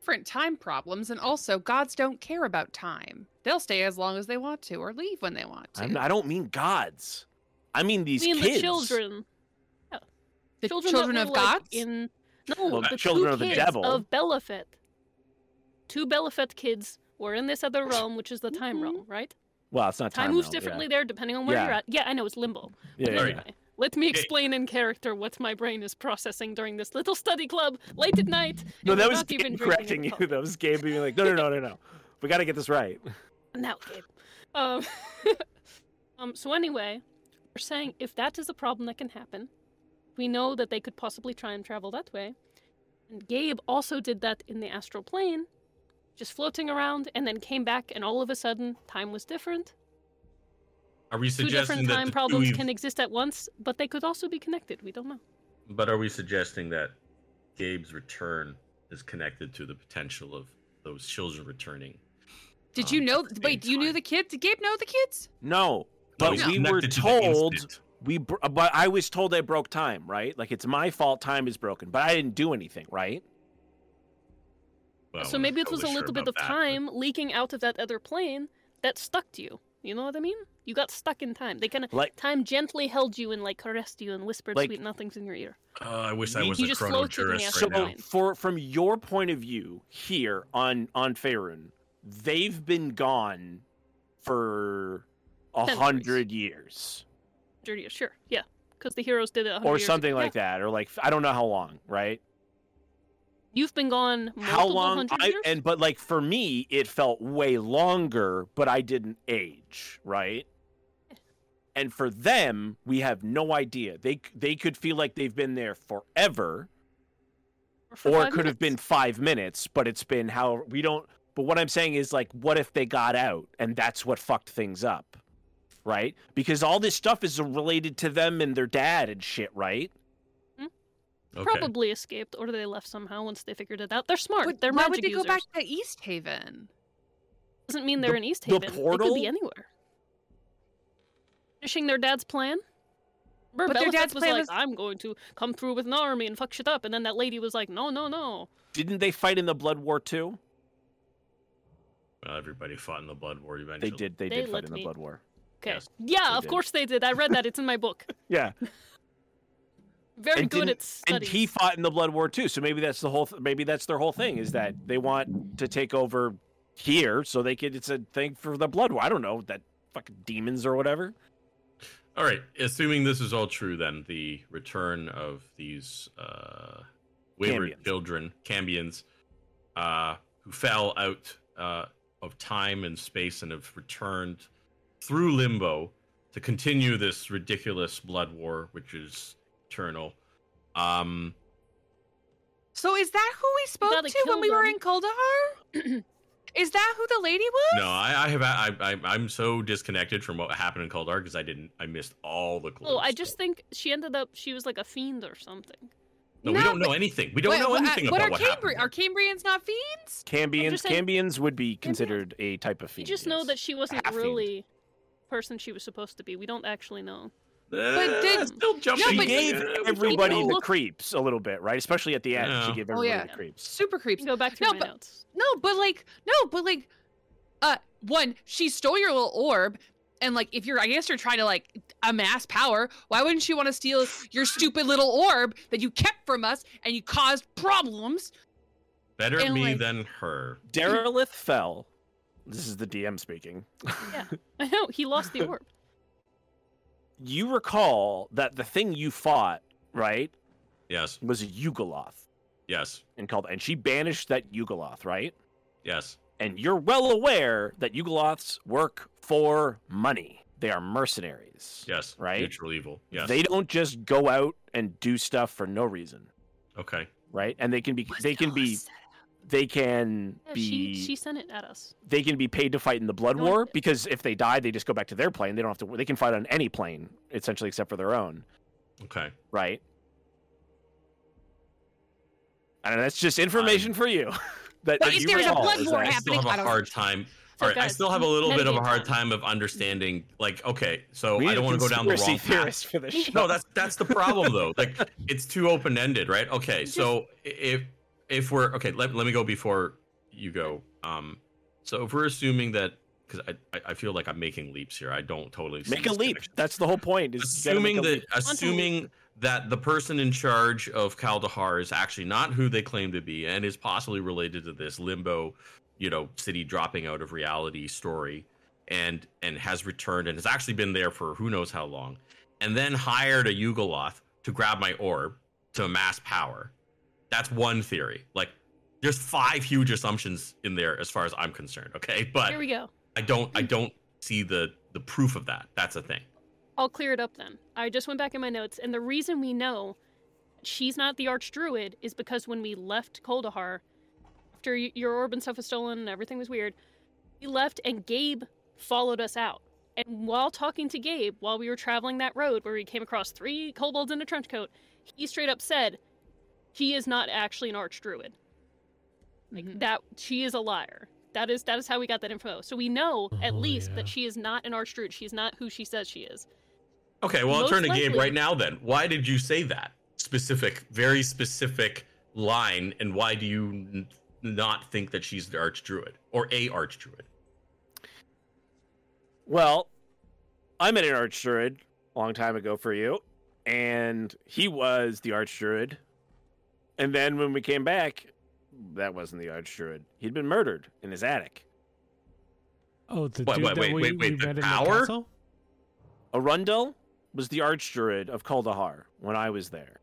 Speaker 4: Different time problems, and also gods don't care about time. They'll stay as long as they want to, or leave when they want to.
Speaker 7: I'm, I don't mean gods. I mean these
Speaker 3: I mean
Speaker 7: kids.
Speaker 3: the children,
Speaker 4: the
Speaker 3: children,
Speaker 4: children,
Speaker 3: that
Speaker 4: of
Speaker 3: were, like,
Speaker 4: gods.
Speaker 3: in no,
Speaker 7: Well,
Speaker 3: the
Speaker 7: children
Speaker 3: two
Speaker 7: of the
Speaker 3: kids
Speaker 7: devil.
Speaker 3: of Belafet. Two Belafet kids were in this other realm, which is the time
Speaker 4: Mm-hmm.
Speaker 3: realm, right?
Speaker 7: Well, it's not
Speaker 3: Time,
Speaker 7: time.
Speaker 3: moves
Speaker 7: now, yeah.
Speaker 3: differently there depending on where
Speaker 7: Yeah.
Speaker 3: you're at. Yeah, I know it's limbo.
Speaker 7: Yeah,
Speaker 3: But
Speaker 7: yeah,
Speaker 8: Alright.
Speaker 7: yeah.
Speaker 3: anyway, let me explain in character what my brain is processing during this little study club late at night.
Speaker 7: No,
Speaker 3: and
Speaker 7: that
Speaker 3: we're
Speaker 7: was
Speaker 3: not even
Speaker 7: Gabe
Speaker 3: drinking
Speaker 7: correcting you.
Speaker 3: alcohol.
Speaker 7: That was Gabe being like, no, no, no, no, no. We got to get this right.
Speaker 3: No, Gabe. Um, um, so anyway, we're saying if that is a problem that can happen, we know that they could possibly try and travel that way. And Gabe also did that in the astral plane, just floating around, and then came back, and all of a sudden, time was different.
Speaker 8: Are we
Speaker 3: Two
Speaker 8: suggesting
Speaker 3: different
Speaker 8: that
Speaker 3: time
Speaker 8: the two
Speaker 3: problems
Speaker 8: ev-
Speaker 3: can exist at once, but they could also be connected. We don't know.
Speaker 8: But are we suggesting that Gabe's return is connected to the potential of those children returning?
Speaker 4: Did you
Speaker 8: um,
Speaker 4: know?
Speaker 8: at the
Speaker 4: Wait,
Speaker 8: same
Speaker 4: you knew
Speaker 8: time?
Speaker 4: the kids? Did Gabe know the kids?
Speaker 7: No,
Speaker 8: No,
Speaker 7: but
Speaker 8: it's
Speaker 7: we were
Speaker 8: connected to the
Speaker 7: told
Speaker 8: instant.
Speaker 7: we. Br- uh, but I was told I broke time, right? Like it's my fault. Time is broken, but I didn't do anything, right?
Speaker 8: Well,
Speaker 3: so
Speaker 8: we're
Speaker 3: maybe it
Speaker 8: not
Speaker 3: was a
Speaker 8: totally
Speaker 3: little
Speaker 8: sure
Speaker 3: bit
Speaker 8: about
Speaker 3: of
Speaker 8: that, but-
Speaker 3: time leaking out of that other plane that stuck to you. You know what I mean? You got stuck in time. They kind of
Speaker 7: Like
Speaker 3: time gently held you and like caressed you and whispered
Speaker 7: Like-
Speaker 3: sweet nothings in your ear.
Speaker 8: Uh, I wish I
Speaker 7: You-
Speaker 8: was
Speaker 3: you
Speaker 8: a
Speaker 3: just
Speaker 8: chrono
Speaker 3: float through the
Speaker 8: jurist
Speaker 7: so
Speaker 3: astral
Speaker 8: right now.
Speaker 3: plane.
Speaker 7: for from your point of view here on on Faerun, they've been gone for a
Speaker 3: Centuries.
Speaker 7: hundred years
Speaker 3: Dirty, sure, yeah, because the heroes did it. 100
Speaker 7: or
Speaker 3: years
Speaker 7: something
Speaker 3: ago.
Speaker 7: like that, or like I don't know how long, right?
Speaker 3: You've been gone multiple
Speaker 7: how long
Speaker 3: hundred
Speaker 7: I
Speaker 3: years?
Speaker 7: and but like for me it felt way longer, but I didn't age, right? And for them, we have no idea. They c- they could feel like they've been there forever,
Speaker 3: for
Speaker 7: or it
Speaker 3: five
Speaker 7: could have been
Speaker 3: minutes?
Speaker 7: five minutes, but it's been how we don't. But what I'm saying is like, what if they got out and that's what fucked things up, right? Because all this stuff is related to them and their dad and shit, right?
Speaker 8: Okay.
Speaker 3: probably escaped, or they left somehow once they figured it out. They're smart.
Speaker 4: Would-
Speaker 3: they're
Speaker 4: why
Speaker 3: magic
Speaker 4: would they
Speaker 3: users.
Speaker 4: go back to East Haven?
Speaker 3: Doesn't mean
Speaker 7: the-
Speaker 3: they're in East
Speaker 7: the
Speaker 3: Haven. They could
Speaker 7: portal?
Speaker 3: be anywhere. Finishing their dad's plan. Remember,
Speaker 4: But their
Speaker 3: Belichick
Speaker 4: dad's
Speaker 3: was
Speaker 4: plan
Speaker 3: like,
Speaker 4: was-
Speaker 3: "I'm going to come through with an army and fuck shit up," and then that lady was like, "No, no, no."
Speaker 7: Didn't they fight in the Blood War too?
Speaker 8: Well, everybody fought in the Blood War
Speaker 7: They
Speaker 8: eventually.
Speaker 7: did. They,
Speaker 3: They
Speaker 7: did
Speaker 3: let
Speaker 7: fight in the
Speaker 3: me-
Speaker 7: Blood War.
Speaker 3: Okay.
Speaker 8: Yes,
Speaker 3: yeah,
Speaker 7: they
Speaker 3: of
Speaker 7: did.
Speaker 3: course they did. I read that. It's in my book.
Speaker 7: Yeah.
Speaker 3: Very
Speaker 7: And
Speaker 3: good
Speaker 7: didn't-
Speaker 3: at studies.
Speaker 7: And he fought in the Blood War too. So maybe that's the whole. Th- maybe that's their whole thing is that they want to take over here, so they could. It's a thing for the Blood War. I don't know that fucking demons or whatever.
Speaker 8: All right. Assuming this is all true, then the return of these uh, wayward
Speaker 7: Cambions.
Speaker 8: children, Cambians, uh, who fell out uh, of time and space and have returned through limbo to continue this ridiculous blood war, which is eternal. Um,
Speaker 4: So is that who we spoke
Speaker 3: gotta
Speaker 4: to when
Speaker 3: kill
Speaker 4: we were
Speaker 3: them.
Speaker 4: in Kaldahar? is that who the lady was?
Speaker 8: no, I, I have. I, I, I'm so disconnected from what happened in Kaldar because I didn't. I missed all the clues.
Speaker 3: Oh, I just think she ended up. She was like a fiend or something.
Speaker 8: No, we
Speaker 4: No,
Speaker 8: don't know
Speaker 4: but-
Speaker 8: anything. We don't
Speaker 4: Wait,
Speaker 8: know
Speaker 3: uh,
Speaker 4: wha-
Speaker 8: anything
Speaker 4: what
Speaker 8: about
Speaker 4: are
Speaker 8: what
Speaker 4: Cambri-
Speaker 8: happened.
Speaker 4: Are Cambrians not fiends?
Speaker 7: Cambians,
Speaker 3: saying-
Speaker 7: Cambians would be considered a type of
Speaker 3: You
Speaker 7: fiend.
Speaker 3: just know
Speaker 7: yes.
Speaker 3: that she wasn't
Speaker 7: Half fiend.
Speaker 3: really the person she was supposed to be. We don't actually know.
Speaker 8: Uh,
Speaker 4: did-
Speaker 8: still jumping?
Speaker 7: she
Speaker 4: but-
Speaker 7: gave
Speaker 8: Uh, we
Speaker 7: everybody
Speaker 8: don't
Speaker 7: the
Speaker 8: know.
Speaker 7: creeps a little bit, right? Especially at the end, she
Speaker 8: Yeah.
Speaker 7: gave
Speaker 4: Oh,
Speaker 7: everybody
Speaker 4: yeah.
Speaker 7: the creeps.
Speaker 4: Super
Speaker 3: You
Speaker 4: creeps.
Speaker 3: can go back through
Speaker 4: No,
Speaker 3: my
Speaker 4: but-
Speaker 3: notes.
Speaker 4: No, but like, no, but like, uh, one, she stole your little orb, And like, if you're, I guess you're trying to like amass power. Why wouldn't she want to steal your stupid little orb that you kept from us and you caused problems?
Speaker 8: Better
Speaker 4: And,
Speaker 8: me
Speaker 4: like-
Speaker 8: than her.
Speaker 7: Derelith fell. This is the DM speaking.
Speaker 3: I know he lost the orb.
Speaker 7: You recall that the thing you fought, right,
Speaker 8: Yes,
Speaker 7: was a Yugoloth
Speaker 8: yes,
Speaker 7: and called, and she banished that Yugoloth, right?
Speaker 8: yes.
Speaker 7: And you're well aware that Yugoloths work for money. They are mercenaries.
Speaker 8: Yes.
Speaker 7: Right?
Speaker 8: Neutral evil. Yes.
Speaker 7: They don't just go out and do stuff for no reason,
Speaker 8: Okay.
Speaker 7: right? And they can be they can be they can
Speaker 3: Yeah,
Speaker 7: be
Speaker 3: she she sent it at us.
Speaker 7: they can be paid to fight in the blood
Speaker 3: No, I
Speaker 7: war
Speaker 3: did.
Speaker 7: because if they die, they just go back to their plane. They don't have to. They can fight on any plane essentially, except for their own,
Speaker 8: Okay.
Speaker 7: right? And that's just information for you. that
Speaker 9: But
Speaker 7: that
Speaker 9: if
Speaker 7: you
Speaker 9: there's a
Speaker 7: recall,
Speaker 9: blood
Speaker 7: is
Speaker 9: war
Speaker 7: that-
Speaker 8: Oh, I still
Speaker 9: happening,
Speaker 8: have
Speaker 9: I
Speaker 8: a
Speaker 9: don't-
Speaker 8: hard time.
Speaker 3: So
Speaker 8: All right, I
Speaker 3: guys,
Speaker 8: still have a little bit of a
Speaker 3: mitigate
Speaker 8: hard
Speaker 3: that.
Speaker 8: time of understanding. Like, okay, so
Speaker 7: we
Speaker 8: Oh, I
Speaker 7: need a
Speaker 8: don't want to go down the
Speaker 7: conspiracy
Speaker 8: wrong path.
Speaker 7: theorist for this. Show.
Speaker 8: no that's that's the problem though like it's too open-ended right okay so if if we're okay let, let me go before you go um so if we're assuming that because I, I i feel like i'm making leaps here i don't totally see
Speaker 7: make a
Speaker 8: this
Speaker 7: leap.
Speaker 8: connection.
Speaker 7: That's the whole point. Is you gotta make
Speaker 8: assuming
Speaker 7: a
Speaker 8: that
Speaker 7: leap.
Speaker 8: assuming that the person in charge of kaldahar is actually not who they claim to be and is possibly related to this limbo you know city dropping out of reality story and and has returned and has actually been there for who knows how long and then hired a Yugoloth to grab my orb to amass power. That's one theory. Like, there's five huge assumptions in there as far as I'm concerned. Okay, but
Speaker 3: Here we go.
Speaker 8: I don't, I don't see the the proof of that. That's a thing.
Speaker 3: I'll clear it up then. I just went back in my notes, and the reason we know she's not the Archdruid is because when we left Koldahar, after y- your orb and stuff was stolen and everything was weird, we left and Gabe followed us out. And while talking to Gabe, while we were traveling that road where we came across three kobolds in a trench coat, he straight up said, "He is not actually an Archdruid. Like
Speaker 4: Mhm.
Speaker 3: that, she is a liar." That is that is how we got that info. So we know at
Speaker 2: Oh,
Speaker 3: least
Speaker 2: yeah.
Speaker 3: that she is not an Archdruid. She's not who she says she is.
Speaker 8: Okay, well, I'll
Speaker 3: Most
Speaker 8: turn to Gabe
Speaker 3: likely.
Speaker 8: right now. Then, why did you say that specific, very specific line, and why do you n- not think that she's the Archdruid or a Archdruid?
Speaker 7: Well, I met an archdruid a long time ago for you, and he was the archdruid. And then when we came back, that wasn't the archdruid. He'd been murdered in his attic.
Speaker 2: Oh, the
Speaker 8: Wait,
Speaker 2: dude
Speaker 8: wait,
Speaker 2: that
Speaker 8: wait,
Speaker 2: we,
Speaker 8: wait, wait,
Speaker 2: we
Speaker 8: the
Speaker 2: met in
Speaker 8: power?
Speaker 2: the castle?
Speaker 7: Arundel was the archdruid of Kaldahar when I was there.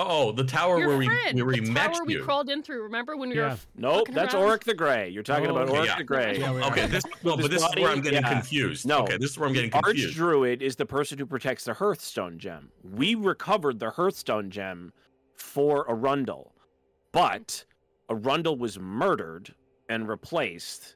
Speaker 8: Oh, the tower
Speaker 4: Your
Speaker 8: where
Speaker 4: friend,
Speaker 8: we where we
Speaker 3: the
Speaker 8: met
Speaker 3: tower we
Speaker 8: you.
Speaker 3: crawled in through. Remember when we were?
Speaker 2: Yeah.
Speaker 3: f-
Speaker 7: Nope,
Speaker 3: Fucking
Speaker 7: that's
Speaker 3: around.
Speaker 7: Oric the Grey. You're talking
Speaker 2: Oh,
Speaker 7: about
Speaker 2: okay,
Speaker 7: Oric
Speaker 8: yeah.
Speaker 7: the Grey.
Speaker 2: Yeah, we
Speaker 8: Okay, this no,
Speaker 7: This
Speaker 8: but this is where
Speaker 7: body-
Speaker 8: I'm getting
Speaker 7: yeah.
Speaker 8: confused.
Speaker 7: No.
Speaker 8: okay, this is where I'm getting
Speaker 7: the
Speaker 8: confused.
Speaker 7: Archdruid is the person who protects the Hearthstone gem. We recovered the Hearthstone gem for Arundel, but Arundel was murdered and replaced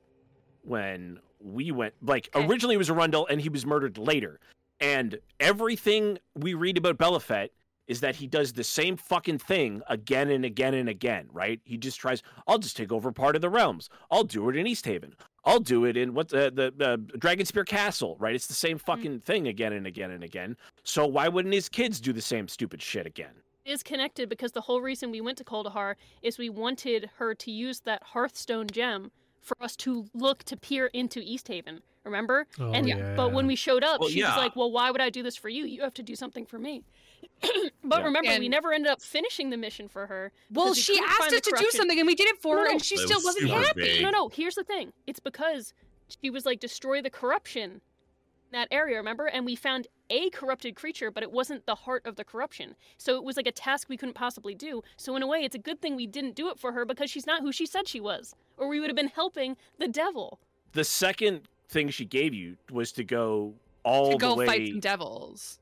Speaker 7: when we went. Like
Speaker 3: Okay.
Speaker 7: originally, it was Arundel, and he was murdered later. And everything we read about Belafet is that he does the same fucking thing again and again and again, right? He just tries. I'll just take over part of the realms. I'll do it in East Haven. I'll do it in what the the uh, Dragon Spear Castle, right? It's the same
Speaker 4: Mm.
Speaker 7: fucking thing again and again and again. So why wouldn't his kids do the same stupid shit again?
Speaker 3: Is connected because the whole reason we went to Kaldahar is we wanted her to use that Hearthstone gem for us to look to peer into East Haven. Remember?
Speaker 2: Oh,
Speaker 3: and
Speaker 2: yeah.
Speaker 3: but when we showed up,
Speaker 8: Well,
Speaker 3: she
Speaker 8: yeah.
Speaker 3: was like, "Well, why would I do this for you? You have to do something for me." but
Speaker 7: Yeah.
Speaker 3: remember, we
Speaker 4: And-
Speaker 3: never ended up finishing the mission for her.
Speaker 4: Well,
Speaker 3: Because you
Speaker 4: she
Speaker 3: couldn't
Speaker 4: asked
Speaker 3: find
Speaker 4: us
Speaker 3: the
Speaker 4: to do
Speaker 3: corruption.
Speaker 4: something and we did it for her,
Speaker 3: No,
Speaker 4: and she
Speaker 8: That
Speaker 4: still
Speaker 8: was
Speaker 4: wasn't
Speaker 8: super
Speaker 4: happy.
Speaker 8: vague.
Speaker 3: No, no. Here's the thing. It's because she was like destroy the corruption in that area. Remember? And we found a corrupted creature, but it wasn't the heart of the corruption. So it was like a task we couldn't possibly do. So in a way, it's a good thing we didn't do it for her because she's not who she said she was, or we would have been helping the devil.
Speaker 7: The second thing she gave you was to go all
Speaker 4: to go
Speaker 7: the way.
Speaker 4: fight some devils.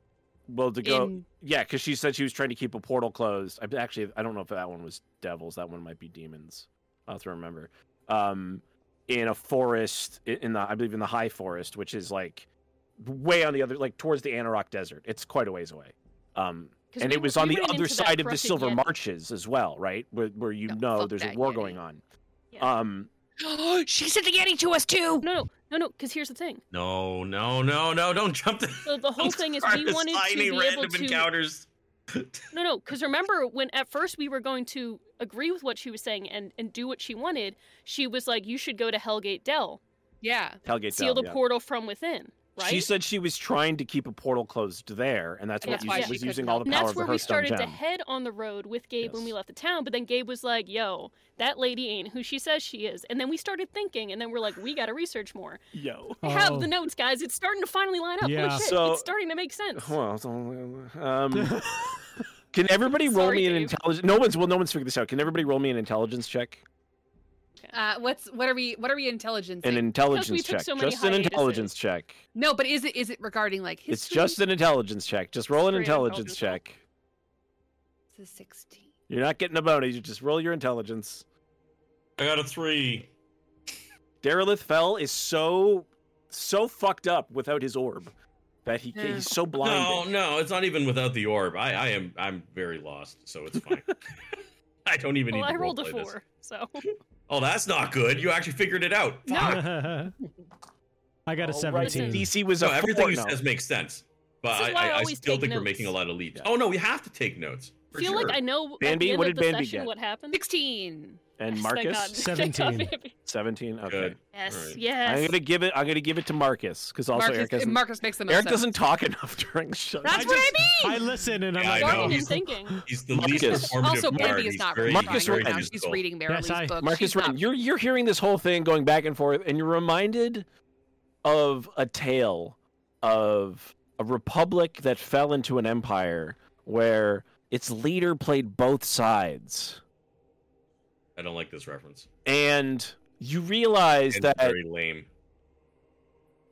Speaker 7: well, to go
Speaker 4: in-
Speaker 7: yeah, because she said she was trying to keep a portal closed. I actually I don't know if that one was devils. That one might be demons. I'll have to remember. Um, in a forest i- in the I believe in the high forest, which is like way on the other like towards the Anorak Desert. It's quite a ways away. Um,
Speaker 3: 'Cause
Speaker 7: and
Speaker 3: we
Speaker 7: it was
Speaker 3: were-
Speaker 7: on
Speaker 3: we
Speaker 7: the
Speaker 3: ran
Speaker 7: other
Speaker 3: into that
Speaker 7: side of the
Speaker 3: corrupted
Speaker 7: Silver
Speaker 3: Yeti.
Speaker 7: Marches as well, right? Where where you
Speaker 4: No,
Speaker 7: know
Speaker 4: fuck
Speaker 7: there's a
Speaker 4: that
Speaker 7: war
Speaker 4: Yeti.
Speaker 7: going on.
Speaker 3: Yeah.
Speaker 7: Um,
Speaker 4: she sent the Yeti to us too.
Speaker 3: No, no, no, no. Because here's the thing.
Speaker 8: No, no, no, no! Don't jump. The,
Speaker 3: So the whole thing is we wanted to be able
Speaker 8: random
Speaker 3: to.
Speaker 8: encounters.
Speaker 3: No, no, because remember when at first we were going to agree with what she was saying and, and do what she wanted, she was like, you should go to Hellgate Dell,
Speaker 4: Yeah.
Speaker 7: Hellgate
Speaker 3: seal
Speaker 7: Dell,
Speaker 3: the
Speaker 7: yeah.
Speaker 3: portal from within, right?
Speaker 7: She said she was trying to keep a portal closed there, and that's
Speaker 9: And
Speaker 7: what
Speaker 9: that's why
Speaker 7: us-
Speaker 9: she
Speaker 7: was
Speaker 9: couldn't
Speaker 7: using all the
Speaker 9: help.
Speaker 7: power
Speaker 3: and that's
Speaker 7: of the
Speaker 3: where we
Speaker 7: Hearthstone
Speaker 3: started to
Speaker 7: gem.
Speaker 3: head on the road with Gabe when we
Speaker 7: Yes.
Speaker 3: left the town. But then Gabe was like, "Yo, that lady ain't who she says she is." And then we started thinking, and then we're like, "We gotta research more."
Speaker 7: Yo.
Speaker 3: I have
Speaker 2: Oh.
Speaker 3: the notes, guys. It's starting to finally line up.
Speaker 2: Yeah.
Speaker 3: Holy shit,
Speaker 7: So-
Speaker 3: it's starting to make sense.
Speaker 7: Well, so,
Speaker 2: Oh.
Speaker 7: um, can everybody roll
Speaker 3: Sorry,
Speaker 7: me an
Speaker 3: Dave.
Speaker 7: intelligence? No one's well, no one's figured this out. Can everybody roll me an intelligence check?
Speaker 9: Yeah.
Speaker 4: Uh, what's what are we what are we intelligence?
Speaker 7: An intelligence
Speaker 3: took
Speaker 7: check.
Speaker 3: so many
Speaker 7: just an intelligence
Speaker 3: hiatuses.
Speaker 7: check.
Speaker 4: no, but is it is it regarding like history?
Speaker 7: It's just an intelligence check. Just roll an
Speaker 3: Straight
Speaker 7: intelligence
Speaker 3: intelligence roll.
Speaker 7: check.
Speaker 4: It's a sixteen.
Speaker 7: You're not getting a bonus. You just roll your intelligence.
Speaker 8: I got a three.
Speaker 7: Derelith Fell is so so fucked up without his orb that he
Speaker 4: Yeah.
Speaker 7: he's so
Speaker 8: No,
Speaker 7: blinded.
Speaker 8: no, it's not even without the orb. I, I am, I'm very lost, so it's fine. I don't even
Speaker 3: Well,
Speaker 8: need
Speaker 3: I
Speaker 8: to
Speaker 3: rolled a
Speaker 8: roleplay this.
Speaker 3: four, so
Speaker 8: Oh, that's not good. You actually figured it out. Fuck.
Speaker 2: I got a
Speaker 7: All right,
Speaker 2: 17.
Speaker 7: DC was a
Speaker 8: No, everything
Speaker 7: four
Speaker 8: you
Speaker 7: now.
Speaker 8: says makes sense, but
Speaker 3: This is
Speaker 8: I,
Speaker 3: why I
Speaker 8: I, I
Speaker 3: always
Speaker 8: still
Speaker 3: take
Speaker 8: think we're
Speaker 3: notes.
Speaker 8: making a lot of leaps.
Speaker 7: Yeah.
Speaker 8: Oh no, we have to take notes.
Speaker 3: I
Speaker 8: for
Speaker 3: feel
Speaker 8: sure.
Speaker 3: like I know. at
Speaker 7: Bambi,
Speaker 3: the end
Speaker 7: what
Speaker 3: of
Speaker 7: did
Speaker 3: the
Speaker 7: Bambi
Speaker 3: session
Speaker 7: get?
Speaker 3: What happened?
Speaker 4: Sixteen.
Speaker 7: and
Speaker 3: Yes, thank God.
Speaker 7: Marcus
Speaker 3: Thank God,
Speaker 2: 17.
Speaker 3: Bambi.
Speaker 7: seventeen. Okay.
Speaker 8: Good.
Speaker 3: Yes,
Speaker 8: right.
Speaker 3: yes.
Speaker 7: I'm gonna give it. I'm gonna give it to Marcus because also
Speaker 4: Marcus, uh,
Speaker 7: Eric hasn't.
Speaker 4: Marcus makes the most
Speaker 7: Eric
Speaker 4: sense.
Speaker 7: doesn't talk enough during the show.
Speaker 4: That's
Speaker 2: I
Speaker 4: what
Speaker 2: just-
Speaker 4: I mean.
Speaker 2: I listen and I'm
Speaker 8: Yeah, I
Speaker 2: like,
Speaker 8: know.
Speaker 3: Talking
Speaker 8: He's-
Speaker 3: and thinking.
Speaker 8: He's the
Speaker 7: Marcus.
Speaker 8: least performative
Speaker 4: also,
Speaker 8: bard.
Speaker 4: Bambi is
Speaker 8: He's
Speaker 4: not
Speaker 8: very,
Speaker 7: Marcus
Speaker 4: Marcus
Speaker 8: very
Speaker 4: right now. She's
Speaker 8: physical.
Speaker 4: reading Marilee's
Speaker 2: Yes, I-
Speaker 4: book.
Speaker 7: Marcus
Speaker 4: She's
Speaker 7: Wren,
Speaker 4: not-
Speaker 7: you're you're hearing this whole thing going back and forth, and you're reminded of a tale of a republic that fell into an empire where its leader played both sides,
Speaker 8: I don't like this reference.
Speaker 7: and you realize
Speaker 8: It's
Speaker 7: that
Speaker 8: very lame.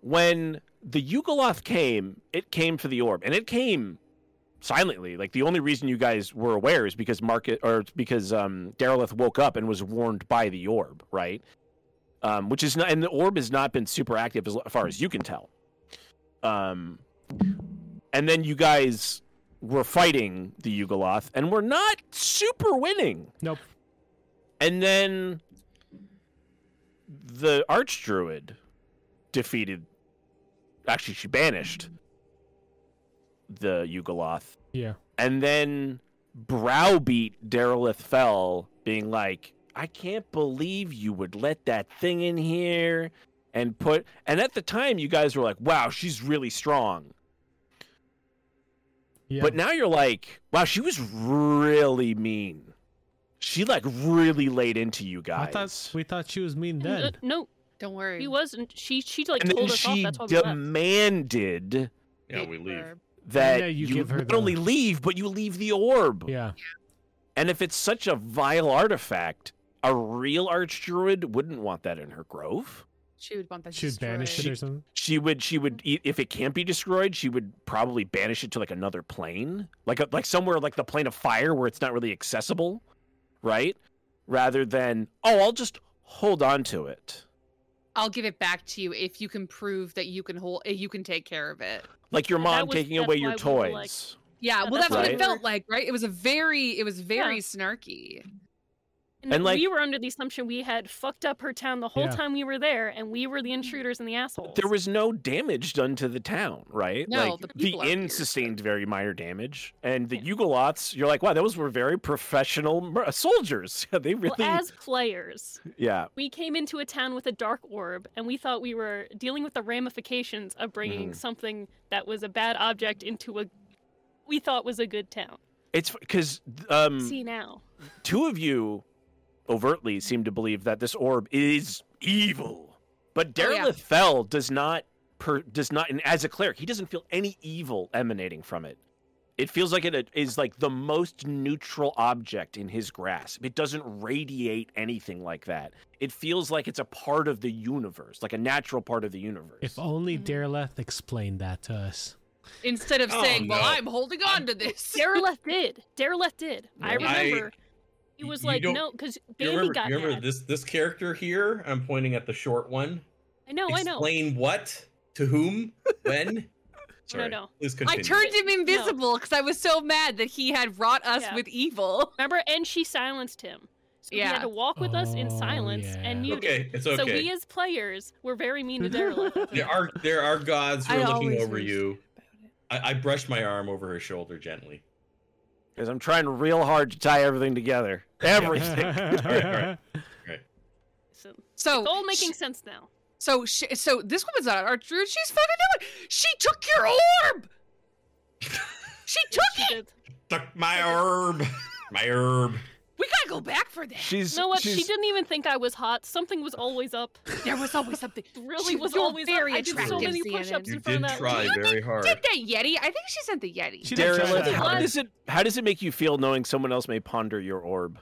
Speaker 7: when the Yugoloth came, it came for the orb, and it came silently. Like the only reason you guys were aware is because Market or because um, Derelith woke up and was warned by the orb, right? Um, which is not, and the orb has not been super active as far as you can tell. Um, and then you guys were fighting the Yugoloth, and we're not super winning.
Speaker 2: nope.
Speaker 7: And then the archdruid defeated actually she banished the Yugoloth.
Speaker 2: Yeah.
Speaker 7: And then browbeat Derelith Fell, being like, I can't believe you would let that thing in here and put and at the time you guys were like, Wow, she's really strong.
Speaker 2: Yeah.
Speaker 7: But now you're like, wow, she was really mean. She like really laid into you
Speaker 2: I
Speaker 7: guys.
Speaker 2: thought we thought she was mean then.
Speaker 3: N- uh, No,
Speaker 4: Don't worry.
Speaker 3: he wasn't. She she like
Speaker 7: and then
Speaker 3: told us off.
Speaker 7: she
Speaker 3: That's why we left.
Speaker 7: demanded
Speaker 8: Yeah, we leave.
Speaker 7: that
Speaker 2: Yeah, you
Speaker 7: you,
Speaker 2: give her
Speaker 7: not
Speaker 2: the-
Speaker 7: only leave, but you leave the orb.
Speaker 2: Yeah.
Speaker 7: And if it's such a vile artifact, a real archdruid wouldn't want that in her grove.
Speaker 4: She would want that.
Speaker 2: She would banish it
Speaker 4: destroyed.
Speaker 2: or something.
Speaker 7: She would, she would, e- if it can't be destroyed, she would probably banish it to like another plane, like a, like somewhere like the plane of fire where it's not really accessible, right? Rather than oh, I'll just hold on to it.
Speaker 4: I'll give it back to you if you can prove that you can hold. uh, You can take care of it.
Speaker 7: Like your
Speaker 3: That
Speaker 7: mom
Speaker 3: was-
Speaker 7: taking
Speaker 3: that's
Speaker 7: away your
Speaker 3: why we were, like-
Speaker 7: toys.
Speaker 3: Yeah,
Speaker 4: Yeah, well,
Speaker 3: that's
Speaker 4: that's what
Speaker 7: Right.
Speaker 4: it felt like, right? It was a very, it was very
Speaker 3: Yeah.
Speaker 4: snarky.
Speaker 3: And,
Speaker 7: And, like-
Speaker 3: we were under the assumption we had fucked up her town the whole
Speaker 2: Yeah.
Speaker 3: time we were there, and we were the intruders and the assholes.
Speaker 7: There was no damage done to the town, right?
Speaker 4: No,
Speaker 7: like,
Speaker 4: the
Speaker 7: the
Speaker 4: people are
Speaker 7: inn
Speaker 4: weird.
Speaker 7: sustained very minor damage, and the Yugoloths, you're like, wow, those were very professional mer- soldiers. they really,
Speaker 3: well, as players,
Speaker 7: yeah,
Speaker 3: we came into a town with a dark orb, and we thought we were dealing with the ramifications of bringing
Speaker 7: Mhm.
Speaker 3: something that was a bad object into a we thought was a good town.
Speaker 7: it's because um,
Speaker 3: See now,
Speaker 7: two of you overtly seem to believe that this orb is evil, but
Speaker 4: Oh,
Speaker 7: Derelith
Speaker 4: yeah.
Speaker 7: Fell does not per, does not, and as a cleric, he doesn't feel any evil emanating from it. It feels like it is like the most neutral object in his grasp. It doesn't radiate anything like that. It feels like it's a part of the universe, like a natural part of the universe.
Speaker 2: If only
Speaker 4: Mhm.
Speaker 2: Dereleth explained that to us.
Speaker 4: Instead of
Speaker 8: Oh,
Speaker 4: saying, "Well,
Speaker 8: no.
Speaker 4: I'm holding on to this,"
Speaker 3: Dereleth did. Dereleth did. I
Speaker 8: Yeah. I-
Speaker 3: remember. he
Speaker 8: y-
Speaker 3: was
Speaker 8: you
Speaker 3: like,
Speaker 8: don't-
Speaker 3: no, because
Speaker 8: You
Speaker 3: Bambi
Speaker 8: remember,
Speaker 3: got
Speaker 8: you remember
Speaker 3: mad.
Speaker 8: this this character here? I'm pointing at the short one.
Speaker 3: I know, Oh, I know.
Speaker 8: Explain what to whom when. Sorry,
Speaker 3: no.
Speaker 8: Please
Speaker 4: I
Speaker 8: continue.
Speaker 4: turned him invisible because I was so mad that he had wrought us
Speaker 3: Yeah.
Speaker 4: with evil.
Speaker 3: Remember, and she silenced him. So he
Speaker 4: Yeah.
Speaker 3: had to walk with us in
Speaker 2: Oh,
Speaker 3: silence and
Speaker 2: yeah.
Speaker 3: muted.
Speaker 8: Okay, it's
Speaker 3: So
Speaker 8: okay.
Speaker 3: we as players were very mean to Derelith.
Speaker 8: There are there are gods who
Speaker 10: I
Speaker 8: are looking
Speaker 10: always
Speaker 8: over
Speaker 10: wish
Speaker 8: you.
Speaker 10: about it.
Speaker 8: I, I brushed my arm over her shoulder gently.
Speaker 7: Because I'm trying real hard to tie everything together. Everything.
Speaker 8: right, all right.
Speaker 4: So
Speaker 3: It's all making sense now.
Speaker 4: So she, so this woman's not an archer. She's fucking doing. She took your orb. she took
Speaker 3: She
Speaker 4: it.
Speaker 3: did.
Speaker 8: Took my herb. My herb.
Speaker 4: We gotta go back for that.
Speaker 7: She's
Speaker 3: You know what? She
Speaker 7: she's-
Speaker 3: didn't even think I was hot. Something was always up.
Speaker 4: There was always something.
Speaker 3: Really
Speaker 4: You-
Speaker 3: was
Speaker 4: you're
Speaker 3: always
Speaker 4: very
Speaker 3: up. I did so
Speaker 4: attractive,
Speaker 3: many
Speaker 9: Shannon.
Speaker 3: push-ups
Speaker 8: You
Speaker 3: in front
Speaker 8: did
Speaker 3: of that.
Speaker 8: try
Speaker 3: light.
Speaker 8: very hard.
Speaker 4: Did that Yeti? I think she sent the Yeti.
Speaker 2: She did
Speaker 7: Derelict,
Speaker 2: try that
Speaker 7: how
Speaker 2: hard.
Speaker 7: does it how does it make you feel knowing someone else may ponder your orb?